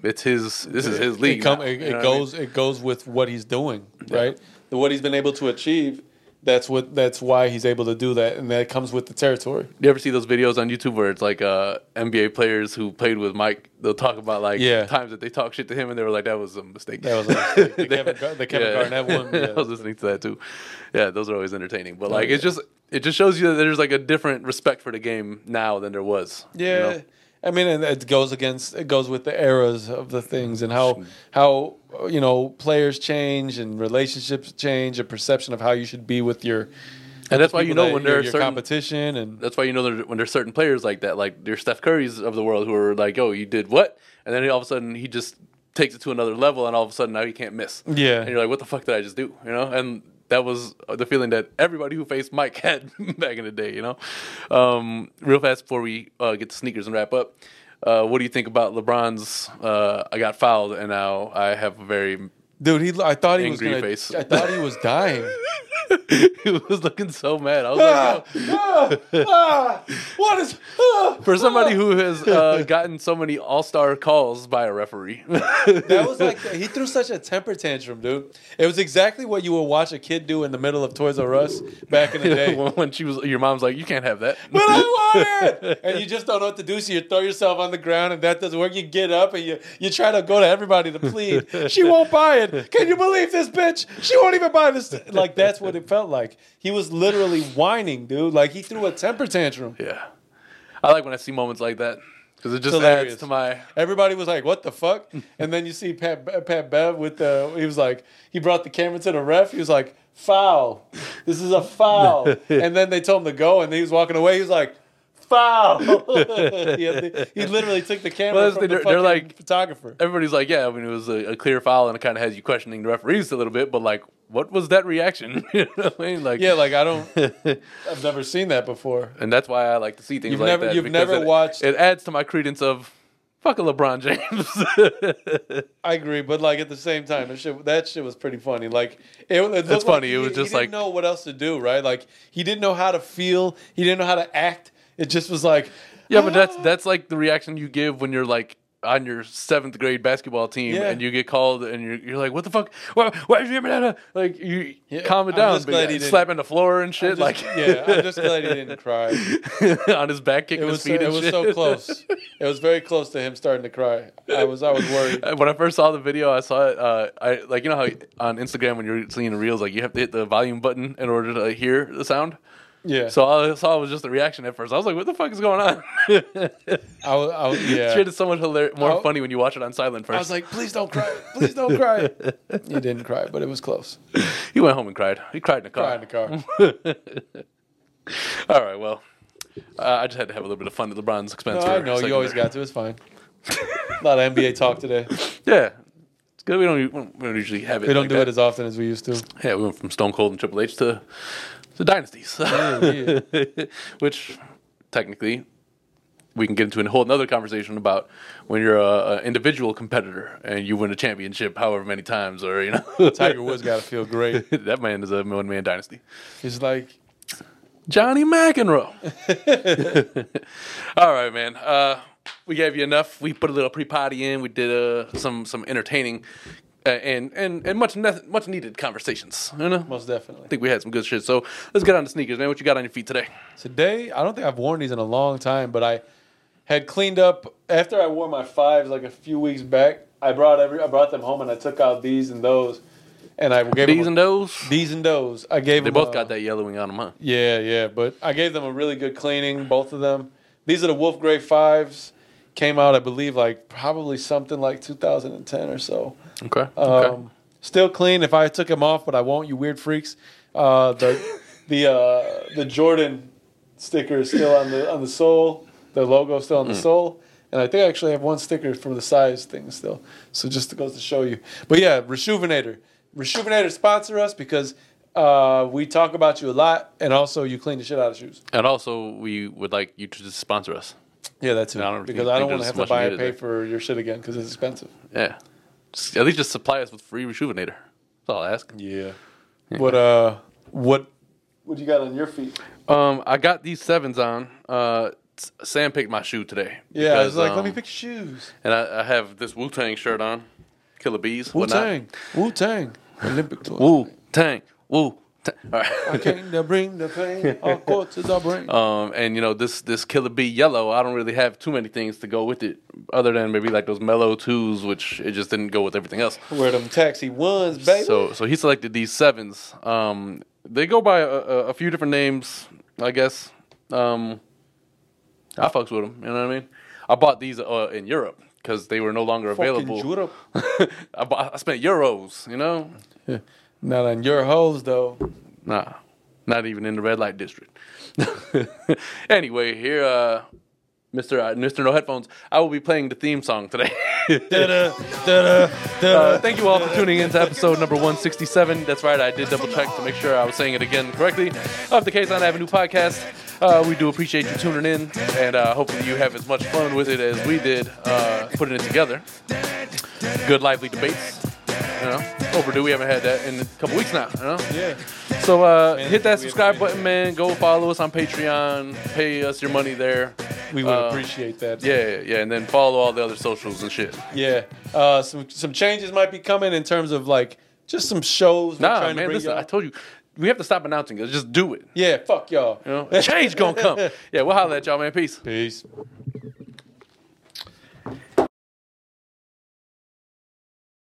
[SPEAKER 1] It's his. This is his league.
[SPEAKER 2] It, come,
[SPEAKER 1] now,
[SPEAKER 2] it,
[SPEAKER 1] you
[SPEAKER 2] it
[SPEAKER 1] know what I mean?
[SPEAKER 2] goes. It goes with what he's doing, right? The- What he's been able to achieve. That's what. That's why he's able to do that, and that comes with the territory.
[SPEAKER 1] You ever see those videos on YouTube where it's like uh, NBA players who played with Mike? They'll talk about like
[SPEAKER 2] Yeah.
[SPEAKER 1] times that they talk shit to him, and they were like, "That was a mistake."
[SPEAKER 2] That was a
[SPEAKER 1] [laughs]
[SPEAKER 2] mistake. The Kevin Gar- the Kevin Garnett one, yeah. Oh,
[SPEAKER 1] I was listening to that too. Yeah, those are always entertaining. But like, it's just it just shows you that there's like a different respect for the game now than there was. you
[SPEAKER 2] Yeah,
[SPEAKER 1] know?
[SPEAKER 2] I mean, and it goes against it goes with the eras of the things and how how uh, you know players change and relationships change and perception of how you should be with your.
[SPEAKER 1] and that's why you
[SPEAKER 2] people
[SPEAKER 1] know
[SPEAKER 2] that-
[SPEAKER 1] when
[SPEAKER 2] your-
[SPEAKER 1] there are
[SPEAKER 2] your
[SPEAKER 1] certain
[SPEAKER 2] competition and
[SPEAKER 1] that's why you know there, when there's certain players like that, like there's Steph Curry's of the world who are like, "Oh, you did what?" And then all of a sudden he just takes it to another level, and all of a sudden now he can't miss.
[SPEAKER 2] Yeah.
[SPEAKER 1] and you're like, "What the fuck did I just do?" You know, and that was the feeling that everybody who faced Mike [laughs] had back in the day. You know, um, real fast before we uh, get to sneakers and wrap up, uh, what do you think about LeBron's? Uh, I got fouled, and now I have a very [laughs]
[SPEAKER 2] dude, he. I thought he
[SPEAKER 1] Angry
[SPEAKER 2] was gonna.
[SPEAKER 1] face.
[SPEAKER 2] I thought he was
[SPEAKER 1] [laughs]
[SPEAKER 2] dying.
[SPEAKER 1] he was looking so mad. I was
[SPEAKER 2] [laughs]
[SPEAKER 1] like, "Yo,
[SPEAKER 2] what is ah,
[SPEAKER 1] For somebody who has
[SPEAKER 2] [laughs]
[SPEAKER 1] uh, gotten so many all star calls by a referee,
[SPEAKER 2] that was like he threw such a temper tantrum, dude. It was exactly what you would watch a kid do in the middle of Toys R Us back in the
[SPEAKER 1] [laughs]
[SPEAKER 2] day.
[SPEAKER 1] when, when she was, your mom's like, you can't have that.
[SPEAKER 2] but I want it, and you just don't know what to do, so you throw yourself on the ground, and that doesn't work. You get up and you you try to go to everybody to plead. She won't buy it. Can you believe this bitch? She won't even buy this. Like that's what it felt like. He was literally whining, dude. Like he threw a temper tantrum.
[SPEAKER 1] yeah, I like when I see moments like that because it just
[SPEAKER 2] Hilarious.
[SPEAKER 1] adds to my.
[SPEAKER 2] Everybody was like, "What the fuck?" And then you see Pat Pat Bev with the. He was like, he brought the camera to the ref. He was like, "Foul! This is a foul!"
[SPEAKER 1] [laughs]
[SPEAKER 2] and then they told him to go, and he was walking away. He was like, "Foul!" [laughs] he, had- he literally took the camera
[SPEAKER 1] Well, that's
[SPEAKER 2] from
[SPEAKER 1] the-
[SPEAKER 2] the,
[SPEAKER 1] they're- they're
[SPEAKER 2] fucking
[SPEAKER 1] like-
[SPEAKER 2] photographer.
[SPEAKER 1] Everybody's like, yeah, I mean, it was a, a clear foul and it kind of has you questioning the referees a little bit, but like, what was that reaction? [laughs] you know what I mean? Like,
[SPEAKER 2] Yeah, like I don't. I've never seen that before.
[SPEAKER 1] [laughs] and that's why I like to see things
[SPEAKER 2] You've
[SPEAKER 1] like
[SPEAKER 2] never-
[SPEAKER 1] that.
[SPEAKER 2] you've
[SPEAKER 1] because
[SPEAKER 2] never
[SPEAKER 1] it,
[SPEAKER 2] watched-
[SPEAKER 1] It adds to my credence of fuck a LeBron James. [laughs]
[SPEAKER 2] [laughs] I agree, but like at the same time, that shit, that shit was pretty funny. Like it, it looked
[SPEAKER 1] It's funny,
[SPEAKER 2] like
[SPEAKER 1] it was
[SPEAKER 2] he,
[SPEAKER 1] just
[SPEAKER 2] he
[SPEAKER 1] like-
[SPEAKER 2] didn't know what else to do, right? Like he didn't know how to feel, he didn't know how to act. It just was like Oh.
[SPEAKER 1] Yeah, but that's that's like the reaction you give when you're like on your seventh grade basketball team
[SPEAKER 2] Yeah.
[SPEAKER 1] and you get called and you're, you're like, what the fuck? Why, why is your banana? Like, you
[SPEAKER 2] Yeah,
[SPEAKER 1] calm it
[SPEAKER 2] I'm
[SPEAKER 1] down.
[SPEAKER 2] just
[SPEAKER 1] but
[SPEAKER 2] glad
[SPEAKER 1] yeah,
[SPEAKER 2] he didn't-
[SPEAKER 1] slapping the floor and shit,
[SPEAKER 2] Just-
[SPEAKER 1] like
[SPEAKER 2] yeah, I'm [laughs] just glad he didn't cry.
[SPEAKER 1] [laughs] on his back
[SPEAKER 2] It
[SPEAKER 1] kicking
[SPEAKER 2] was uh,
[SPEAKER 1] his feet.
[SPEAKER 2] it
[SPEAKER 1] and
[SPEAKER 2] was
[SPEAKER 1] shit.
[SPEAKER 2] so close. It was very close to him starting to cry. I was I was worried.
[SPEAKER 1] [laughs] When I first saw the video, I saw it. Uh, I like you know how on Instagram when you're seeing the reels, like you have to hit the volume button in order to like, hear the sound.
[SPEAKER 2] [laughs] Yeah.
[SPEAKER 1] So all I saw was just the reaction at first. I was like, "What the fuck is going on?" [laughs]
[SPEAKER 2] I was, I was yeah.
[SPEAKER 1] Shit is so much hilar- more
[SPEAKER 2] Oh.
[SPEAKER 1] funny when you watch it on silent first.
[SPEAKER 2] I was like, please don't cry. Please don't [laughs] cry. he didn't cry, but it was close.
[SPEAKER 1] he went home and cried. He cried in the car.
[SPEAKER 2] Cry in the car.
[SPEAKER 1] All right, well, uh, I just had to have a little bit of fun at LeBron's expense.
[SPEAKER 2] No,
[SPEAKER 1] for
[SPEAKER 2] I
[SPEAKER 1] a
[SPEAKER 2] know.
[SPEAKER 1] second
[SPEAKER 2] You always
[SPEAKER 1] there.
[SPEAKER 2] got to. It's fine. A lot of NBA talk today.
[SPEAKER 1] Yeah, it's good. We don't, u- we don't usually have it.
[SPEAKER 2] We don't
[SPEAKER 1] like
[SPEAKER 2] do
[SPEAKER 1] that.
[SPEAKER 2] it as often as we used to.
[SPEAKER 1] Yeah, we went from Stone Cold and Triple H to to dynasties,
[SPEAKER 2] yeah.
[SPEAKER 1] [laughs] which technically we can get into a whole another conversation about when you're a, a individual competitor and you win a championship however many times, or you know, [laughs]
[SPEAKER 2] Tiger Woods got to feel great.
[SPEAKER 1] that man is a one man dynasty.
[SPEAKER 2] He's like,
[SPEAKER 1] Johnny McEnroe. [laughs] All right, man. Uh, we gave you enough. We put a little pre-potty in. We did uh, some some entertaining uh, and and and much ne- much needed conversations. You know,
[SPEAKER 2] most
[SPEAKER 1] I
[SPEAKER 2] definitely.
[SPEAKER 1] think we had some good shit. So let's get on to sneakers, man. What you got on your feet today?
[SPEAKER 2] Today, I don't think I've worn these in a long time, but I had cleaned up after I wore my fives like a few weeks back. I brought every I brought them home and I took out these and those, and I gave
[SPEAKER 1] These
[SPEAKER 2] them
[SPEAKER 1] and those.
[SPEAKER 2] these and those. I gave
[SPEAKER 1] They
[SPEAKER 2] them
[SPEAKER 1] both
[SPEAKER 2] a-
[SPEAKER 1] got that yellowing on them, huh?
[SPEAKER 2] Yeah, yeah, but I gave them a really good cleaning, both of them. These are the Wolf Gray Fives. Came out, I believe, like probably something like 2010 or so.
[SPEAKER 1] Okay.
[SPEAKER 2] Um,
[SPEAKER 1] okay.
[SPEAKER 2] Still clean. If I took them off, but I won't. You weird freaks. Uh, the the uh, the Jordan sticker is still on the on the sole. The logo is still on the sole. And I think I actually have one sticker from the size thing still. So just goes to show you. But yeah, Rejuvenator. Rejuvenator sponsor us because uh, we talk about you a lot, and also you clean the shit out of shoes.
[SPEAKER 1] And also, we would like you to just sponsor us.
[SPEAKER 2] Yeah, that's it.
[SPEAKER 1] I don't
[SPEAKER 2] because
[SPEAKER 1] think
[SPEAKER 2] I don't
[SPEAKER 1] there's
[SPEAKER 2] want to have to
[SPEAKER 1] much
[SPEAKER 2] buy
[SPEAKER 1] needed
[SPEAKER 2] and pay
[SPEAKER 1] there.
[SPEAKER 2] for your shit again because it's expensive.
[SPEAKER 1] Yeah. Just, at least just supply us with free rejuvenator. That's all I ask.
[SPEAKER 2] Yeah. What uh what what you got on your feet?
[SPEAKER 1] Um, I got these sevens on. Uh, S- Sam picked my shoe today.
[SPEAKER 2] Yeah, I was
[SPEAKER 1] because,
[SPEAKER 2] like, let
[SPEAKER 1] um,
[SPEAKER 2] me pick your shoes.
[SPEAKER 1] And I, I have this Wu Tang shirt on, Killer Bees,
[SPEAKER 2] Wu Tang. Wu Tang. Olympic tour.
[SPEAKER 1] Wu Tang, Wu Tang. All right.
[SPEAKER 2] Came to bring the pain. Our courts is our
[SPEAKER 1] [laughs]
[SPEAKER 2] brain.
[SPEAKER 1] Um, and you know this this Killer Bee yellow. I don't really have too many things to go with it, other than maybe like those mellow twos, which it just didn't go with everything else.
[SPEAKER 2] Where them taxi ones, baby.
[SPEAKER 1] So so he selected these sevens. Um, they go by a, a, a few different names, I guess. Um,
[SPEAKER 2] Ah.
[SPEAKER 1] I fucks with them. You know what I mean? I bought these uh, in Europe because they were no longer
[SPEAKER 2] Fucking
[SPEAKER 1] available.
[SPEAKER 2] Europe.
[SPEAKER 1] [laughs] I, bought, I spent euros. You know,
[SPEAKER 2] Not on your hoes though.
[SPEAKER 1] nah, not even in the red light district. [laughs] anyway, here, uh, Mister uh, Mister No Headphones, I will be playing the theme song today. [laughs]
[SPEAKER 2] Da-da, da-da, da-da.
[SPEAKER 1] Uh, thank you all for tuning in to episode number 167. That's right, I did double check to make sure I was saying it again correctly of the Kazon Avenue podcast. Uh, we do appreciate you tuning in, and uh, hopefully you have as much fun with it as we did uh, putting it together. Good lively debates. You know, overdue. We haven't had that in a couple weeks now. You know.
[SPEAKER 2] Yeah.
[SPEAKER 1] So uh,
[SPEAKER 2] Man,
[SPEAKER 1] hit that
[SPEAKER 2] we
[SPEAKER 1] subscribe
[SPEAKER 2] appreciate
[SPEAKER 1] button, man. Go follow us on Patreon. Pay us your money there.
[SPEAKER 2] We would
[SPEAKER 1] Uh,
[SPEAKER 2] appreciate that.
[SPEAKER 1] Yeah, yeah, and then follow all the other socials and shit.
[SPEAKER 2] Yeah. Uh, some some changes might be coming in terms of like just some shows. we're
[SPEAKER 1] Nah,
[SPEAKER 2] trying to
[SPEAKER 1] man,
[SPEAKER 2] bring
[SPEAKER 1] listen,
[SPEAKER 2] y'all.
[SPEAKER 1] I told you, we have to stop announcing it. Just do it.
[SPEAKER 2] yeah, fuck y'all. [laughs]
[SPEAKER 1] You know, change gonna come. Yeah, we'll holler at y'all, man. Peace.
[SPEAKER 2] Peace.